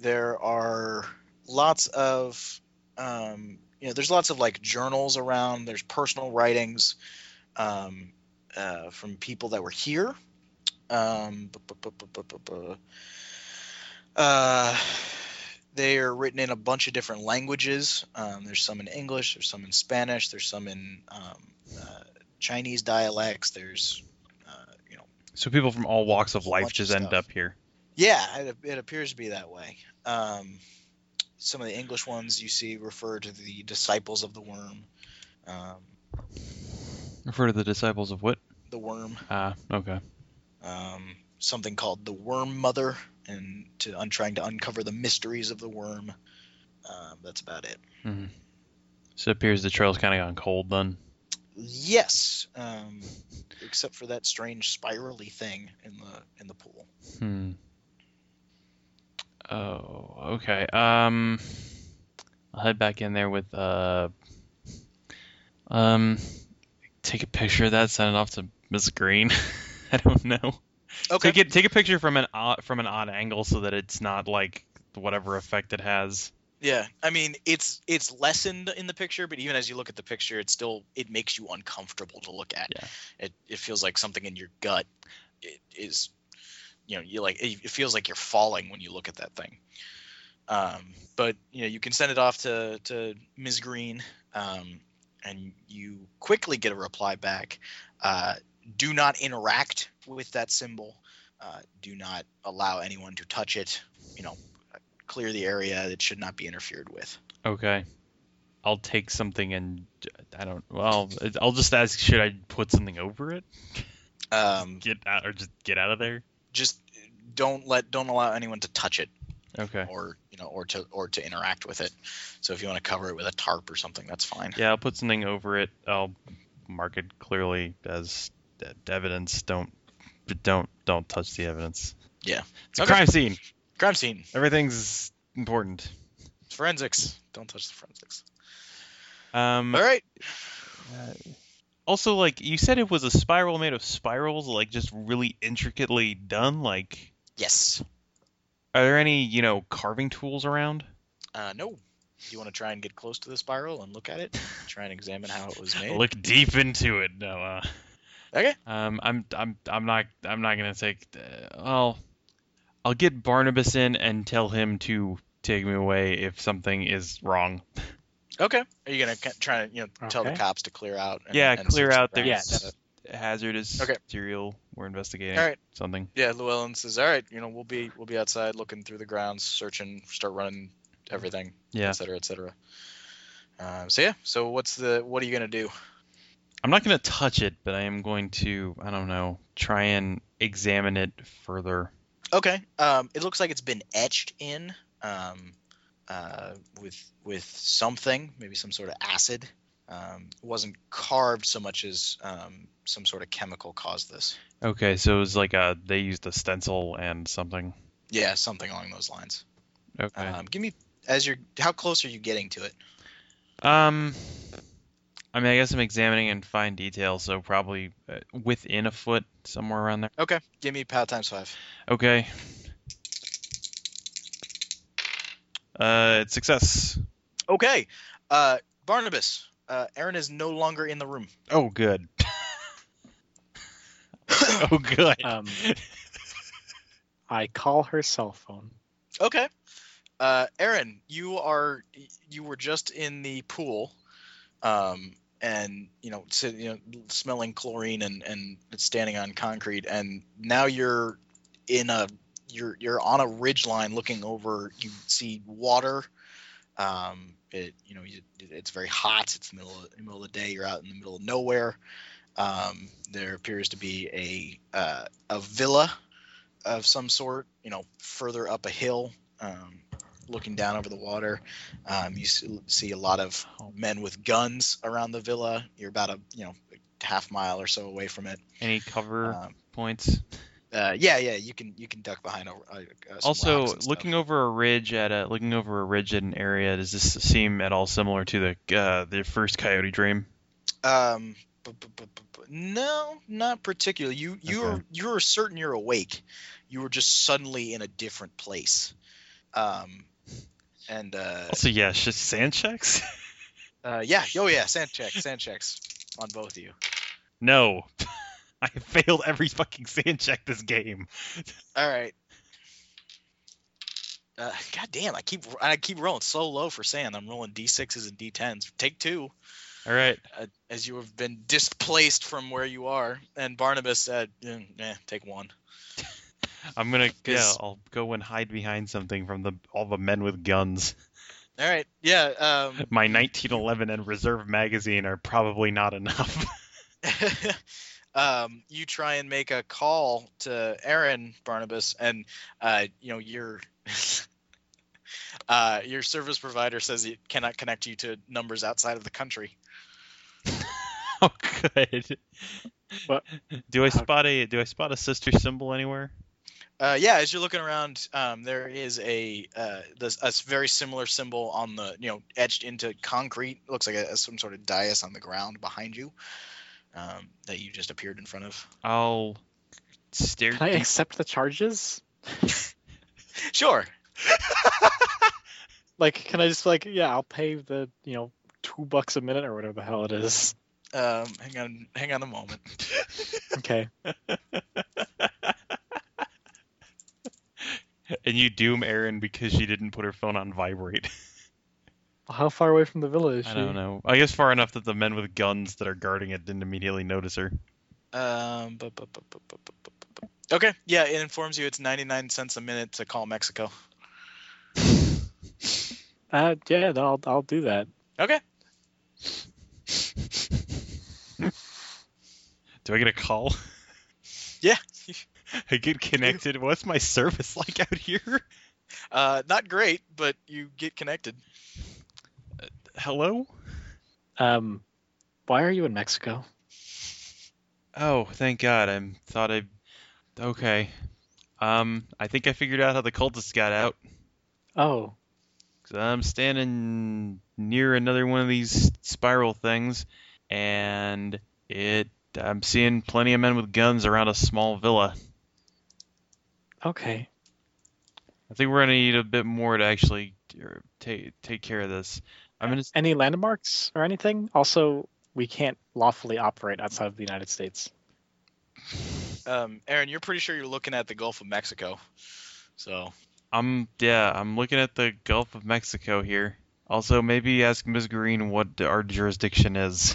Speaker 3: there are lots of um, you know, there's lots of like journals around. There's personal writings um, uh, from people that were here. Um, bu- bu- bu- bu- bu- bu- bu- uh, they are written in a bunch of different languages. Um, there's some in English, there's some in Spanish, there's some in um, uh, Chinese dialects. There's, uh, you know,
Speaker 2: So people from all walks of
Speaker 3: Whole
Speaker 2: life
Speaker 3: bunch of
Speaker 2: just end
Speaker 3: stuff.
Speaker 2: up here.
Speaker 3: yeah, it, it appears to be that way. Um, some of the English ones you see refer to the disciples of the worm. Um,
Speaker 2: Refer to the disciples of what?
Speaker 3: the worm.
Speaker 2: Ah, okay.
Speaker 3: um, something called the Worm Mother, and to un- trying to uncover the mysteries of the worm. Um, that's about it.
Speaker 2: So it appears the trail's kind of gone cold then.
Speaker 3: Yes, um, except for that strange spirally thing in the in the pool.
Speaker 2: Hmm. Oh, okay. Um, I'll head back in there with uh, um, take a picture of that, send it off to Miss Green. I don't know.
Speaker 3: Okay.
Speaker 2: Take it. Take a picture from an odd, from an odd angle so that it's not like whatever effect it has.
Speaker 3: Yeah, I mean it's it's lessened in the picture, but even as you look at the picture, it still it makes you uncomfortable to look at.
Speaker 2: Yeah.
Speaker 3: It it feels like something in your gut i- is, you know, you like it, it feels like you're falling when you look at that thing. Um, but you know you can send it off to to Ms. Green, um, and you quickly get a reply back. Uh, do not interact with that symbol. Uh, do not allow anyone to touch it. You know, clear the area that should not be interfered with.
Speaker 2: Okay. I'll take something and I don't. Well, I'll just ask. Should I put something over it?
Speaker 3: Um,
Speaker 2: Get out or just get out of there?
Speaker 3: just don't let don't allow anyone to touch it
Speaker 2: Okay.
Speaker 3: or you know or to or to interact with it. So if you want to cover it with a tarp or something, that's fine.
Speaker 2: Yeah, I'll put something over it. I'll mark it clearly as e- evidence. Don't, but don't, don't touch the evidence.
Speaker 3: Yeah.
Speaker 2: it's a
Speaker 3: Okay.
Speaker 2: crime scene.
Speaker 3: Crime scene,
Speaker 2: Everything's important.
Speaker 3: forensics. Don't touch the forensics.
Speaker 2: Um,
Speaker 3: All right.
Speaker 2: also, like you said, it was a spiral made of spirals, like just really intricately done. Like,
Speaker 3: Yes.
Speaker 2: are there any you know carving tools around?
Speaker 3: Uh, no. You want to try and get close to the spiral and look at it, try and examine how it was made.
Speaker 2: Look deep into it, Noah.
Speaker 3: Okay.
Speaker 2: Um, I'm, I'm, I'm not, I'm not gonna take. Uh, I'll, I'll get Barnabas in and tell him to take me away if something is wrong.
Speaker 3: Okay. Are you gonna ca- try and you know tell the
Speaker 1: Okay.
Speaker 3: cops to clear out? And,
Speaker 2: yeah,
Speaker 3: and
Speaker 2: clear
Speaker 3: search
Speaker 2: out.
Speaker 3: the
Speaker 2: There's
Speaker 1: Yeah,
Speaker 3: grounds?
Speaker 1: definitely.
Speaker 2: hazardous
Speaker 3: Okay.
Speaker 2: material. We're investigating
Speaker 3: All right.
Speaker 2: something.
Speaker 3: Yeah, Llewellyn says, "All right, you know, we'll be we'll be outside looking through the grounds, searching, start running everything,
Speaker 2: Yeah,
Speaker 3: et cetera, et cetera." Um, so yeah, so what's the what are you gonna do?
Speaker 2: I'm not gonna touch it, but I am going to, I don't know, try and examine it further.
Speaker 3: Okay, um, it looks like it's been etched in um, uh, with with something, maybe some sort of acid. Um, it wasn't carved so much as um, some sort of chemical caused this.
Speaker 2: Okay, so it was like a they used a stencil and something.
Speaker 3: Yeah, something along those lines.
Speaker 2: Okay.
Speaker 3: Um, give me as you're how close are you getting to it?
Speaker 2: Um, I mean, I guess I'm examining in fine detail, so probably uh, within a foot, somewhere around there.
Speaker 3: Okay, give me pow times five.
Speaker 2: Okay. Uh, it's success.
Speaker 3: Okay. Uh, Barnabas, uh, Aaron is no longer in the room.
Speaker 2: Oh, good. oh, good.
Speaker 1: Um, I call her cell phone.
Speaker 3: Okay. Uh, Aaron, you are you were just in the pool, um, and you know, si- you know, smelling chlorine and and standing on concrete, and now you're in a you're you're on a ridge line looking over. You see water, Um, it you know you- it's very hot. It's middle of, middle of the day. You're out in the middle of nowhere. Um, there appears to be a uh, a villa of some sort. You know, further up a hill, um, looking down over the water. Um, you see, see a lot of men with guns around the villa. You're about a you know half mile or so away from it.
Speaker 2: Any cover
Speaker 3: Um,
Speaker 2: points?
Speaker 3: uh, yeah, yeah, you can you can duck behind. A, uh, some
Speaker 2: Also,
Speaker 3: rocks and stuff.
Speaker 2: looking over a ridge at a looking over a ridge at an area. Does this seem at all similar to the uh, the first Coyote Dream?
Speaker 3: Um, bu- bu- bu- bu- bu- no, not particularly. You you
Speaker 2: Okay.
Speaker 3: are you are certain you're awake. You were just suddenly in a different place. Um, and uh,
Speaker 2: Also, yeah, it's just sand checks.
Speaker 3: uh yeah, oh yeah, sand check, sand checks on both of you.
Speaker 2: no, I failed every fucking sand check this game.
Speaker 3: All right. Uh, God damn, I keep I keep rolling so low for sand. I'm rolling d6s and d10s. Take two.
Speaker 2: All right,
Speaker 3: uh, as you have been displaced from where you are. And Barnabas said, "Mm, eh, take one.
Speaker 2: I'm gonna yeah.
Speaker 3: 'Cause-
Speaker 2: I'll go and hide behind something from the all the men with guns.
Speaker 3: All right, yeah. Um,
Speaker 2: My 1911 and reserve magazine are probably not enough.
Speaker 3: um, you try and make a call to Aaron Barnabas, and uh, you know your uh, your service provider says it cannot connect you to numbers outside of the country.
Speaker 2: oh, good.
Speaker 1: What?
Speaker 2: Do I
Speaker 1: How-
Speaker 2: spot a do I spot a sister symbol anywhere?
Speaker 3: Uh, yeah, as you're looking around, um, there is a uh, this, a very similar symbol on the you know etched into concrete. Looks like a, some sort of dais on the ground behind you um, that you just appeared in front of.
Speaker 2: I'll stare.
Speaker 1: Can I accept the charges?
Speaker 3: Sure.
Speaker 1: Like, can I just like, yeah, I'll pay the you know two bucks a minute or whatever the hell it is.
Speaker 3: Um, hang on, hang on a moment.
Speaker 1: Okay.
Speaker 2: and you doom Erin because she didn't put her phone on vibrate.
Speaker 1: How far away from the villa is she?
Speaker 2: I don't know. I guess far enough that the men with guns that are guarding it didn't immediately notice her.
Speaker 3: Um, bu- bu- bu- bu- bu- bu- bu- bu- bu- okay, yeah, it informs you it's 99 cents a minute to call Mexico.
Speaker 1: Uh, yeah, no, I'll I'll do that.
Speaker 3: Okay.
Speaker 2: Do I get a call?
Speaker 3: Yeah.
Speaker 2: I get connected. What's my service like out here?
Speaker 3: Uh, not great, but you get connected.
Speaker 2: Hello?
Speaker 1: Um, why are you in Mexico?
Speaker 2: Oh, thank God. I thought I. Okay. Um, I think I figured out how the cultists got out.
Speaker 1: Oh,
Speaker 2: 'Cause I'm standing near another one of these spiral things, and it. I'm seeing plenty of men with guns around a small villa.
Speaker 1: okay.
Speaker 2: I think we're gonna need a bit more to actually er, take take care of this. I'm gonna. s-
Speaker 1: Any landmarks or anything? Also, we can't lawfully operate outside of the United States.
Speaker 3: Um, Aaron, you're pretty sure you're looking at the Gulf of Mexico. So,
Speaker 2: I'm yeah. I'm looking at the Gulf of Mexico here. Also, maybe ask Ms. Green what our jurisdiction is.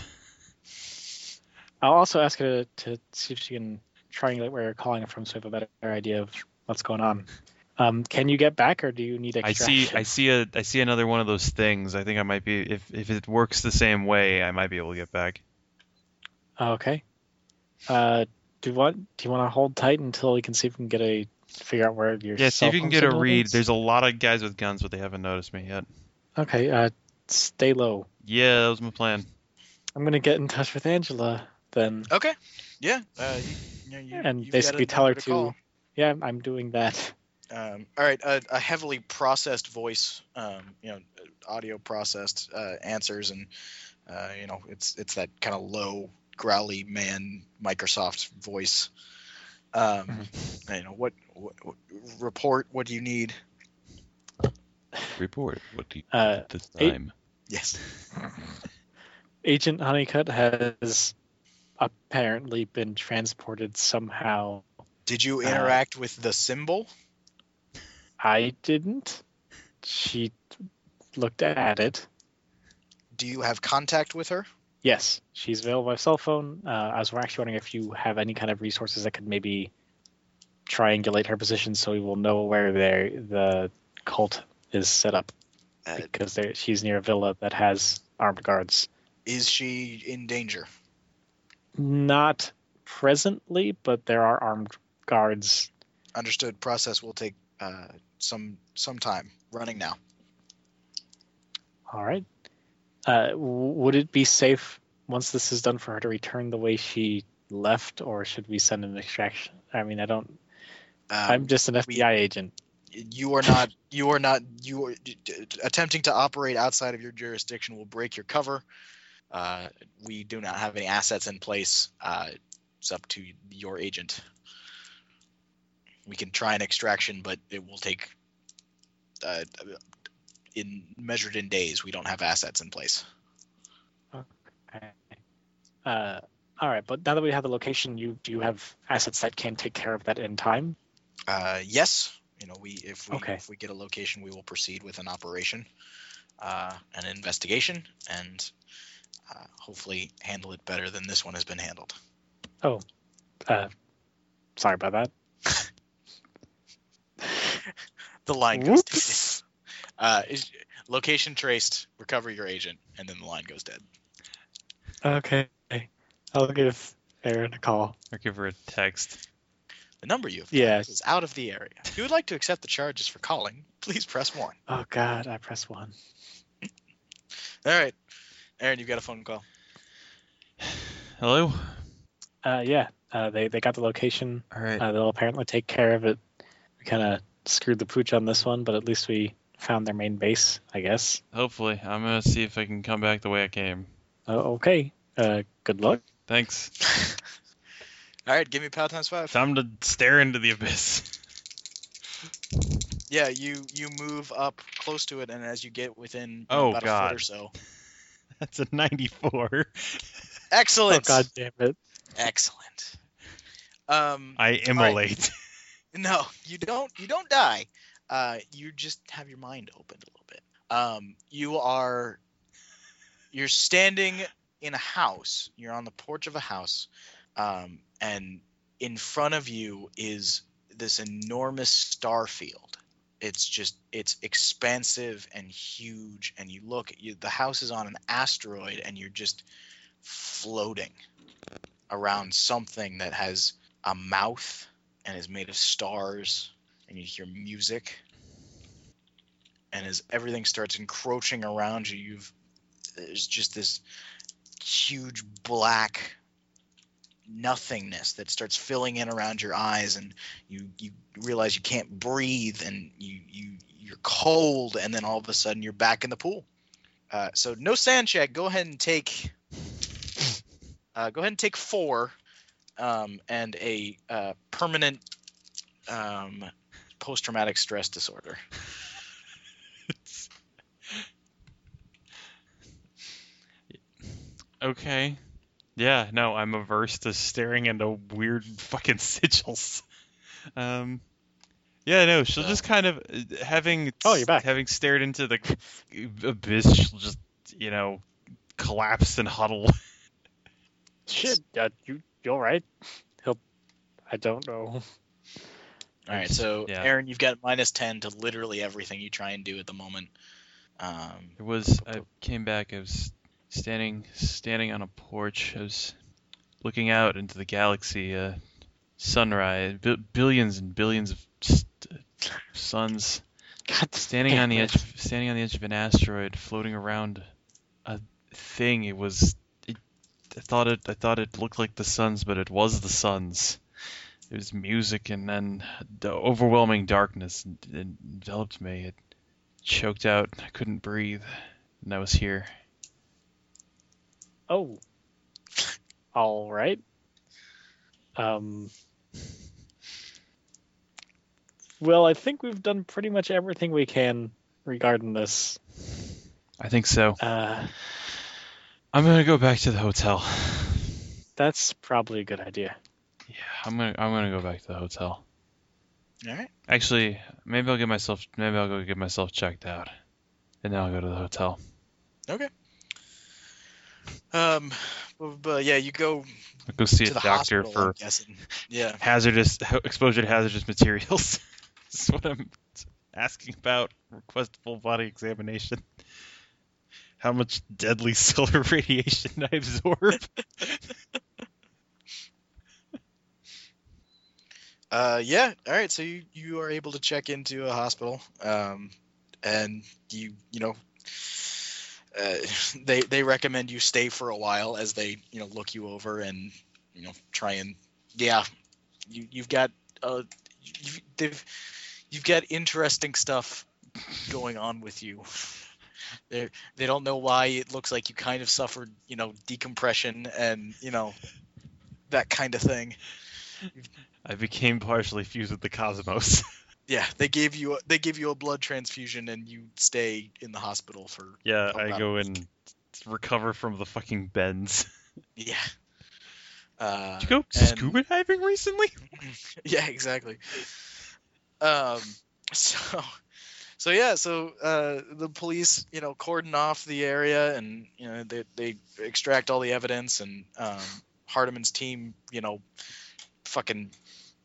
Speaker 1: I'll also ask her to see if she can triangulate where you're calling from, so we have a better idea of what's going on. Um, can you get back, or do you need
Speaker 2: I
Speaker 1: extraction?
Speaker 2: see. I see a. I see another one of those things. I think I might be. If if it works the same way, I might be able to get back.
Speaker 1: Oh, Okay. Uh, do you want do you want to hold tight until we can see if we can get a figure out where your
Speaker 2: Yeah. See
Speaker 1: cell
Speaker 2: if you can
Speaker 1: phone
Speaker 2: get a
Speaker 1: signal
Speaker 2: read.
Speaker 1: is?
Speaker 2: There's a lot of guys with guns, but they haven't noticed me yet.
Speaker 1: okay. Uh, stay low.
Speaker 2: Yeah, that was my plan.
Speaker 1: I'm gonna get in touch with Angela then.
Speaker 3: okay, yeah, uh, you, you know, you-
Speaker 1: And
Speaker 3: you've got
Speaker 1: basically
Speaker 3: a
Speaker 1: tell her
Speaker 3: number
Speaker 1: to-
Speaker 3: call.
Speaker 1: Yeah, I'm- I'm doing that.
Speaker 3: Um, all right, a, a heavily processed voice, um, you know, audio processed uh, answers, and uh, you know, it's it's that kind of low, growly man Microsoft voice. Um,
Speaker 1: Mm-hmm.
Speaker 3: you know, what, what, what report? What do you need?
Speaker 6: Report. What do you
Speaker 1: Uh,
Speaker 6: at this
Speaker 1: eight-
Speaker 6: time?
Speaker 3: Yes.
Speaker 1: Agent Honeycutt has apparently been transported somehow.
Speaker 3: Did you
Speaker 1: Uh,
Speaker 3: interact with the symbol?
Speaker 1: I didn't. She looked at it.
Speaker 3: Do you have contact with her?
Speaker 1: Yes, she's available by cell phone. Uh, I was actually wondering if you have any kind of resources that could maybe triangulate her position so we will know where they the cult is set up.
Speaker 3: Uh,
Speaker 1: because there, she's near a villa that has armed guards.
Speaker 3: is she in danger?
Speaker 1: Not presently, but there are armed guards.
Speaker 3: Understood. Process will take uh, some some time. Running now.
Speaker 1: All right. Uh, w- would it be safe once this is done for her to return the way she left, or should we send an extraction? I mean, I don't.
Speaker 3: Um,
Speaker 1: I'm just an FBI agent.
Speaker 3: you are not you are not you are d- d- attempting to operate outside of your jurisdiction will break your cover uh, we do not have any assets in place uh, it's up to your agent we can try an extraction but it will take uh, in measured in days we don't have assets in place
Speaker 1: Okay. Uh, all right, but now that we have the location, you do you have assets that can take care of that in time?
Speaker 3: Uh, yes, you know, we if we
Speaker 1: Okay.
Speaker 3: if we get a location, we will proceed with an operation, uh, an investigation, and uh, hopefully handle it better than this one has been handled.
Speaker 1: Sorry about that.
Speaker 3: The line goes
Speaker 1: Whoops.
Speaker 3: dead. Uh, is, location traced. Recover your agent, and then the line goes dead.
Speaker 1: Okay, I'll give Aaron a call.
Speaker 7: Or give her a text.
Speaker 3: The number you've
Speaker 1: Yeah.
Speaker 3: pressed is out of the area. If you would like to accept the charges for calling, please press one.
Speaker 1: Oh God, I press one.
Speaker 3: All right, Aaron, you've got a phone call.
Speaker 7: Hello?
Speaker 1: Uh, yeah, uh, they they got the location.
Speaker 7: All right.
Speaker 1: Uh, they'll apparently take care of it. We kind of screwed the pooch on this one, but at least we found their main base, I guess.
Speaker 2: Hopefully, I'm gonna see if I can come back the way I came.
Speaker 1: Oh, okay. Uh, good luck.
Speaker 2: Thanks.
Speaker 3: All right, give me pow times five.
Speaker 2: Time to stare into the abyss.
Speaker 3: Yeah, you you move up close to it, and as you get within you know,
Speaker 2: Oh,
Speaker 3: about a
Speaker 2: God.
Speaker 3: foot or so,
Speaker 2: That's a 94.
Speaker 1: Oh
Speaker 3: excellent,
Speaker 1: God damn it!
Speaker 3: excellent. Um,
Speaker 2: I immolate.
Speaker 3: no, you don't. You don't die. Uh, you just have your mind opened a little bit. Um, you are you're standing in a house. You're on the porch of a house, um, and in front of you is this enormous star field. It's just it's expansive and huge, and you look. You, the house is on an asteroid, and you're just floating around something that has a mouth and is made of stars and you hear music and as everything starts encroaching around you you've there's just this huge black nothingness that starts filling in around your eyes and you you realize you can't breathe and you you you're cold and then all of a sudden you're back in the pool uh, so no sand check go ahead and take uh, go ahead and take four um, and a uh, permanent um, post traumatic stress disorder.
Speaker 2: Okay. Yeah, no, I'm averse to staring into weird fucking sigils. Um, yeah, no, she'll just kind of having
Speaker 1: Oh, you're back.
Speaker 2: having stared into the abyss. She'll just you know collapse and huddle.
Speaker 1: Shit, uh, you you all right? He'll. I don't know.
Speaker 3: All right, so
Speaker 2: Yeah.
Speaker 3: Aaron, you've got minus ten to literally everything you try and do at the moment. Um,
Speaker 2: It was I came back. I was standing standing on a porch. I was looking out into the galaxy. Uh, sunrise, bi- billions and billions of st- suns.
Speaker 1: God,
Speaker 2: Standing
Speaker 1: damn
Speaker 2: on the
Speaker 1: it.
Speaker 2: edge, standing on the edge of an asteroid, floating around a thing. It was. It, I thought it. I thought it looked like the suns, but it was the suns. It was music, and then the overwhelming darkness en- en- enveloped me. It choked out. I couldn't breathe, and I was here.
Speaker 1: Oh. All right. Um. Well, I think we've done pretty much everything we can regarding this.
Speaker 2: I think so.
Speaker 1: Uh,
Speaker 2: I'm gonna go back to the hotel.
Speaker 1: that's probably a good idea.
Speaker 2: Yeah, I'm gonna. I'm gonna go back to the hotel.
Speaker 3: all right,
Speaker 2: Actually, maybe I'll get myself. Maybe I'll go get myself checked out, and then I'll go to the hotel.
Speaker 3: um, but, but yeah, you go
Speaker 2: Go see
Speaker 3: to
Speaker 2: a
Speaker 3: the
Speaker 2: doctor
Speaker 3: hospital.
Speaker 2: for
Speaker 3: I'm guessing. Yeah,
Speaker 2: hazardous exposure to hazardous materials. That's what I'm
Speaker 8: asking about request full body examination. How much deadly solar radiation I absorb?
Speaker 3: Uh, yeah. All right. So you, you are able to check into a hospital, um, and you you know, uh, they they recommend you stay for a while as they you know look you over and you know try and yeah, you you've got uh you've, they've you've got interesting stuff going on with you. They they don't know why it looks like you kind of suffered you know decompression and you know that kind of thing.
Speaker 8: I became partially fused with the cosmos.
Speaker 3: Yeah, they gave you a, they give you a blood transfusion and you stay in the hospital for
Speaker 8: yeah,
Speaker 3: Oh,
Speaker 8: I
Speaker 3: wow.
Speaker 8: go and recover from the fucking bends.
Speaker 3: yeah. Uh,
Speaker 8: Did you go
Speaker 3: and-
Speaker 8: scuba diving recently?
Speaker 3: yeah, exactly. Um, so, so yeah, so uh, the police, you know, cordon off the area, and you know they they extract all the evidence, and um, Hardiman's team, you know, fucking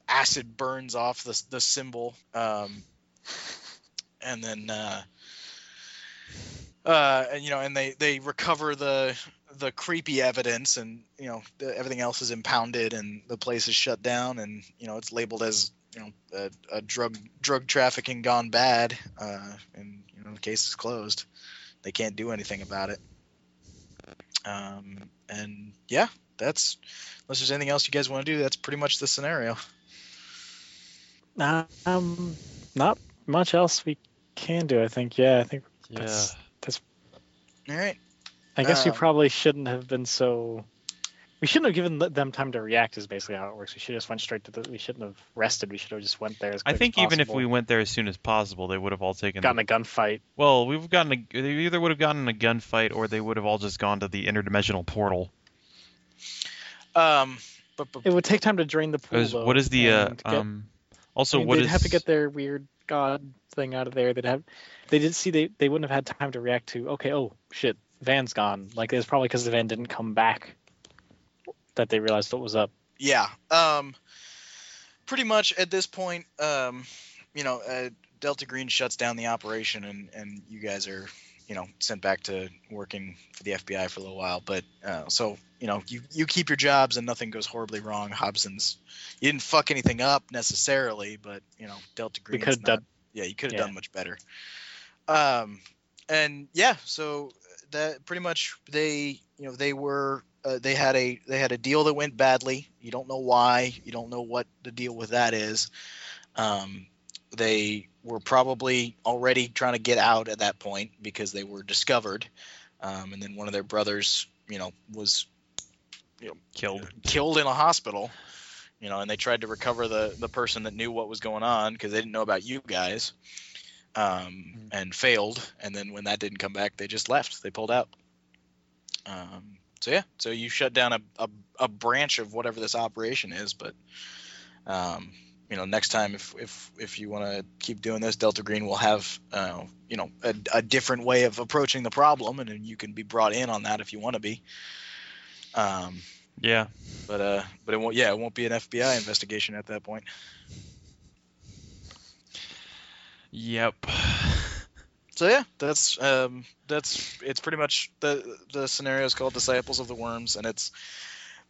Speaker 3: acid burns off the the symbol, um, and then. Uh, uh, and you know, and they they recover the the creepy evidence and you know the, everything else is impounded and the place is shut down and you know it's labeled as you know a, a drug drug trafficking gone bad uh, and you know the case is closed they can't do anything about it um, and yeah that's unless there's anything else you guys want to do that's pretty much the scenario
Speaker 1: Um, not much else we can do. I think. Yeah, I think.
Speaker 2: Yeah.
Speaker 1: That's,
Speaker 3: all right
Speaker 1: I guess we
Speaker 3: Um,
Speaker 1: probably shouldn't have been so. We shouldn't have given th- them time to react. Is basically how it works. We should have just went straight to the. We shouldn't have rested. We should have just went there. As
Speaker 8: I
Speaker 1: quick
Speaker 8: think
Speaker 1: as
Speaker 8: even if
Speaker 1: possible,
Speaker 8: we went there as soon as possible, they would have all taken.
Speaker 1: gotten a gunfight,
Speaker 8: Well, we've gotten a, they either would have gotten a gunfight or they would have all just gone to the interdimensional portal.
Speaker 3: um, but, but,
Speaker 1: it would take time to drain the pool.
Speaker 8: 'Cause
Speaker 1: though,
Speaker 8: what is the uh,
Speaker 1: and get-
Speaker 8: um? Also,
Speaker 1: I mean,
Speaker 8: what
Speaker 1: they'd
Speaker 8: is-
Speaker 1: have to get their weird god thing out of there. They'd have, they did see they they wouldn't have had time to react to. Okay, oh shit, van's gone. Like it's probably because the van didn't come back that they realized what was up.
Speaker 3: yeah um pretty much at this point um you know uh, delta green shuts down the operation and and you guys are you know sent back to working for the fbi for a little while but uh, so you know you you keep your jobs and nothing goes horribly wrong hobson's you didn't fuck anything up necessarily but you know delta green
Speaker 1: could have done-
Speaker 3: yeah you could have
Speaker 1: yeah.
Speaker 3: done much better um and yeah so that pretty much they you know they were uh, they had a they had a deal that went badly. You don't know why. You don't know what the deal with that is. Um, they were probably already trying to get out at that point because they were discovered, um, and then one of their brothers, you know, was
Speaker 8: killed.
Speaker 3: killed in a hospital. You know, and they tried to recover the the person that knew what was going on because they didn't know about you guys, um, and failed. And then when that didn't come back, they just left. They pulled out. Um, so yeah, so you shut down a, a a branch of whatever this operation is, but um, you know, next time if if if you want to keep doing this, Delta Green will have uh, you know a, a different way of approaching the problem, and then you can be brought in on that if you want to be. Um,
Speaker 8: Yeah,
Speaker 3: but uh, but it won't. Yeah, it won't be an FBI investigation at that point.
Speaker 8: yep.
Speaker 3: So yeah, that's um, that's it's pretty much the the scenario is called Disciples of the Worms, and it's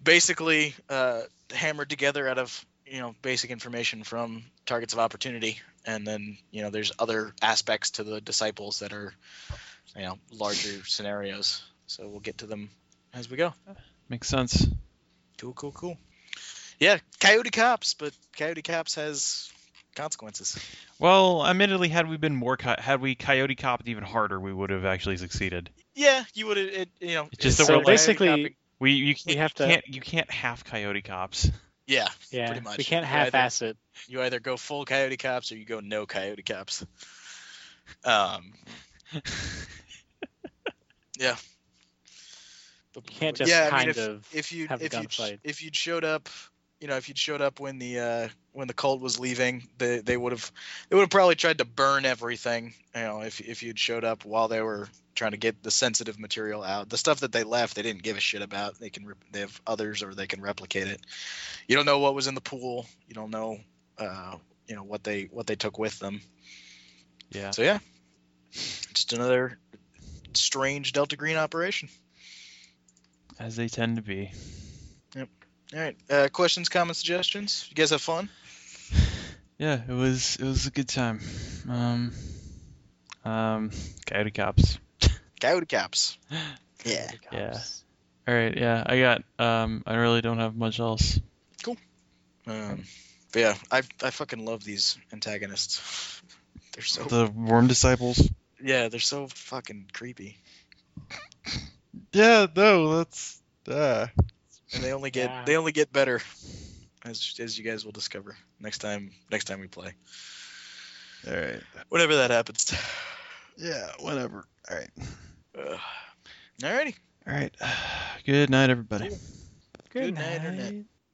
Speaker 3: basically uh, hammered together out of you know basic information from Targets of Opportunity, and then you know there's other aspects to the Disciples that are you know larger scenarios. So we'll get to them as we go.
Speaker 8: Makes sense.
Speaker 3: Cool, cool, cool. Yeah, Coyote Cops, but Coyote Cops has consequences.
Speaker 8: Well, admittedly, had we been more co- had we coyote copped even harder, we would have actually succeeded.
Speaker 3: Yeah, you would have. It, you know,
Speaker 8: just
Speaker 3: it's
Speaker 8: that we're
Speaker 3: like-
Speaker 1: basically-
Speaker 3: copy-
Speaker 8: We you can't,
Speaker 1: have to-
Speaker 8: can't you can't half coyote cops.
Speaker 3: yeah,
Speaker 1: Yeah,
Speaker 3: pretty much.
Speaker 1: we can't
Speaker 3: Yeah,
Speaker 1: half-ass it.
Speaker 3: You either go full coyote cops or you go no coyote cops. Um, yeah. But-
Speaker 1: You can't
Speaker 3: but-
Speaker 1: just
Speaker 3: yeah, I
Speaker 1: kind
Speaker 3: mean, if,
Speaker 1: of.
Speaker 3: if you
Speaker 1: have a
Speaker 3: if you
Speaker 1: gunfight.
Speaker 3: if you'd showed up, you know, if you'd showed up when the uh, when the cult was leaving, they they would have they would have probably tried to burn everything. You know, if if you'd showed up while they were trying to get the sensitive material out, the stuff that they left, they didn't give a shit about. They can rep- they have others or they can replicate it. You don't know what was in the pool. You don't know, uh, you know what they what they took with them.
Speaker 2: Yeah.
Speaker 3: So yeah, just another strange Delta Green operation.
Speaker 2: As they tend to be.
Speaker 3: All right, uh, questions, comments, suggestions. You guys have fun.
Speaker 2: Yeah, it was it was a good time. Um, um, coyote cops.
Speaker 3: Coyote caps. Yeah.
Speaker 2: Yeah. All right. Yeah, I got. Um, I really don't have much else.
Speaker 3: Um, but yeah, I I fucking love these antagonists. They're so
Speaker 2: The worm disciples.
Speaker 3: yeah, they're so fucking creepy,
Speaker 9: Yeah, no, that's uh
Speaker 3: and they only get
Speaker 1: Yeah.
Speaker 3: they only get better, as as you guys will discover next time next time we play,
Speaker 9: all right.
Speaker 3: whenever that happens.
Speaker 9: Yeah, whatever. All right.
Speaker 3: Ugh. Alrighty.
Speaker 2: All right. Good night, everybody.
Speaker 1: Good
Speaker 3: night, Internet.
Speaker 1: night.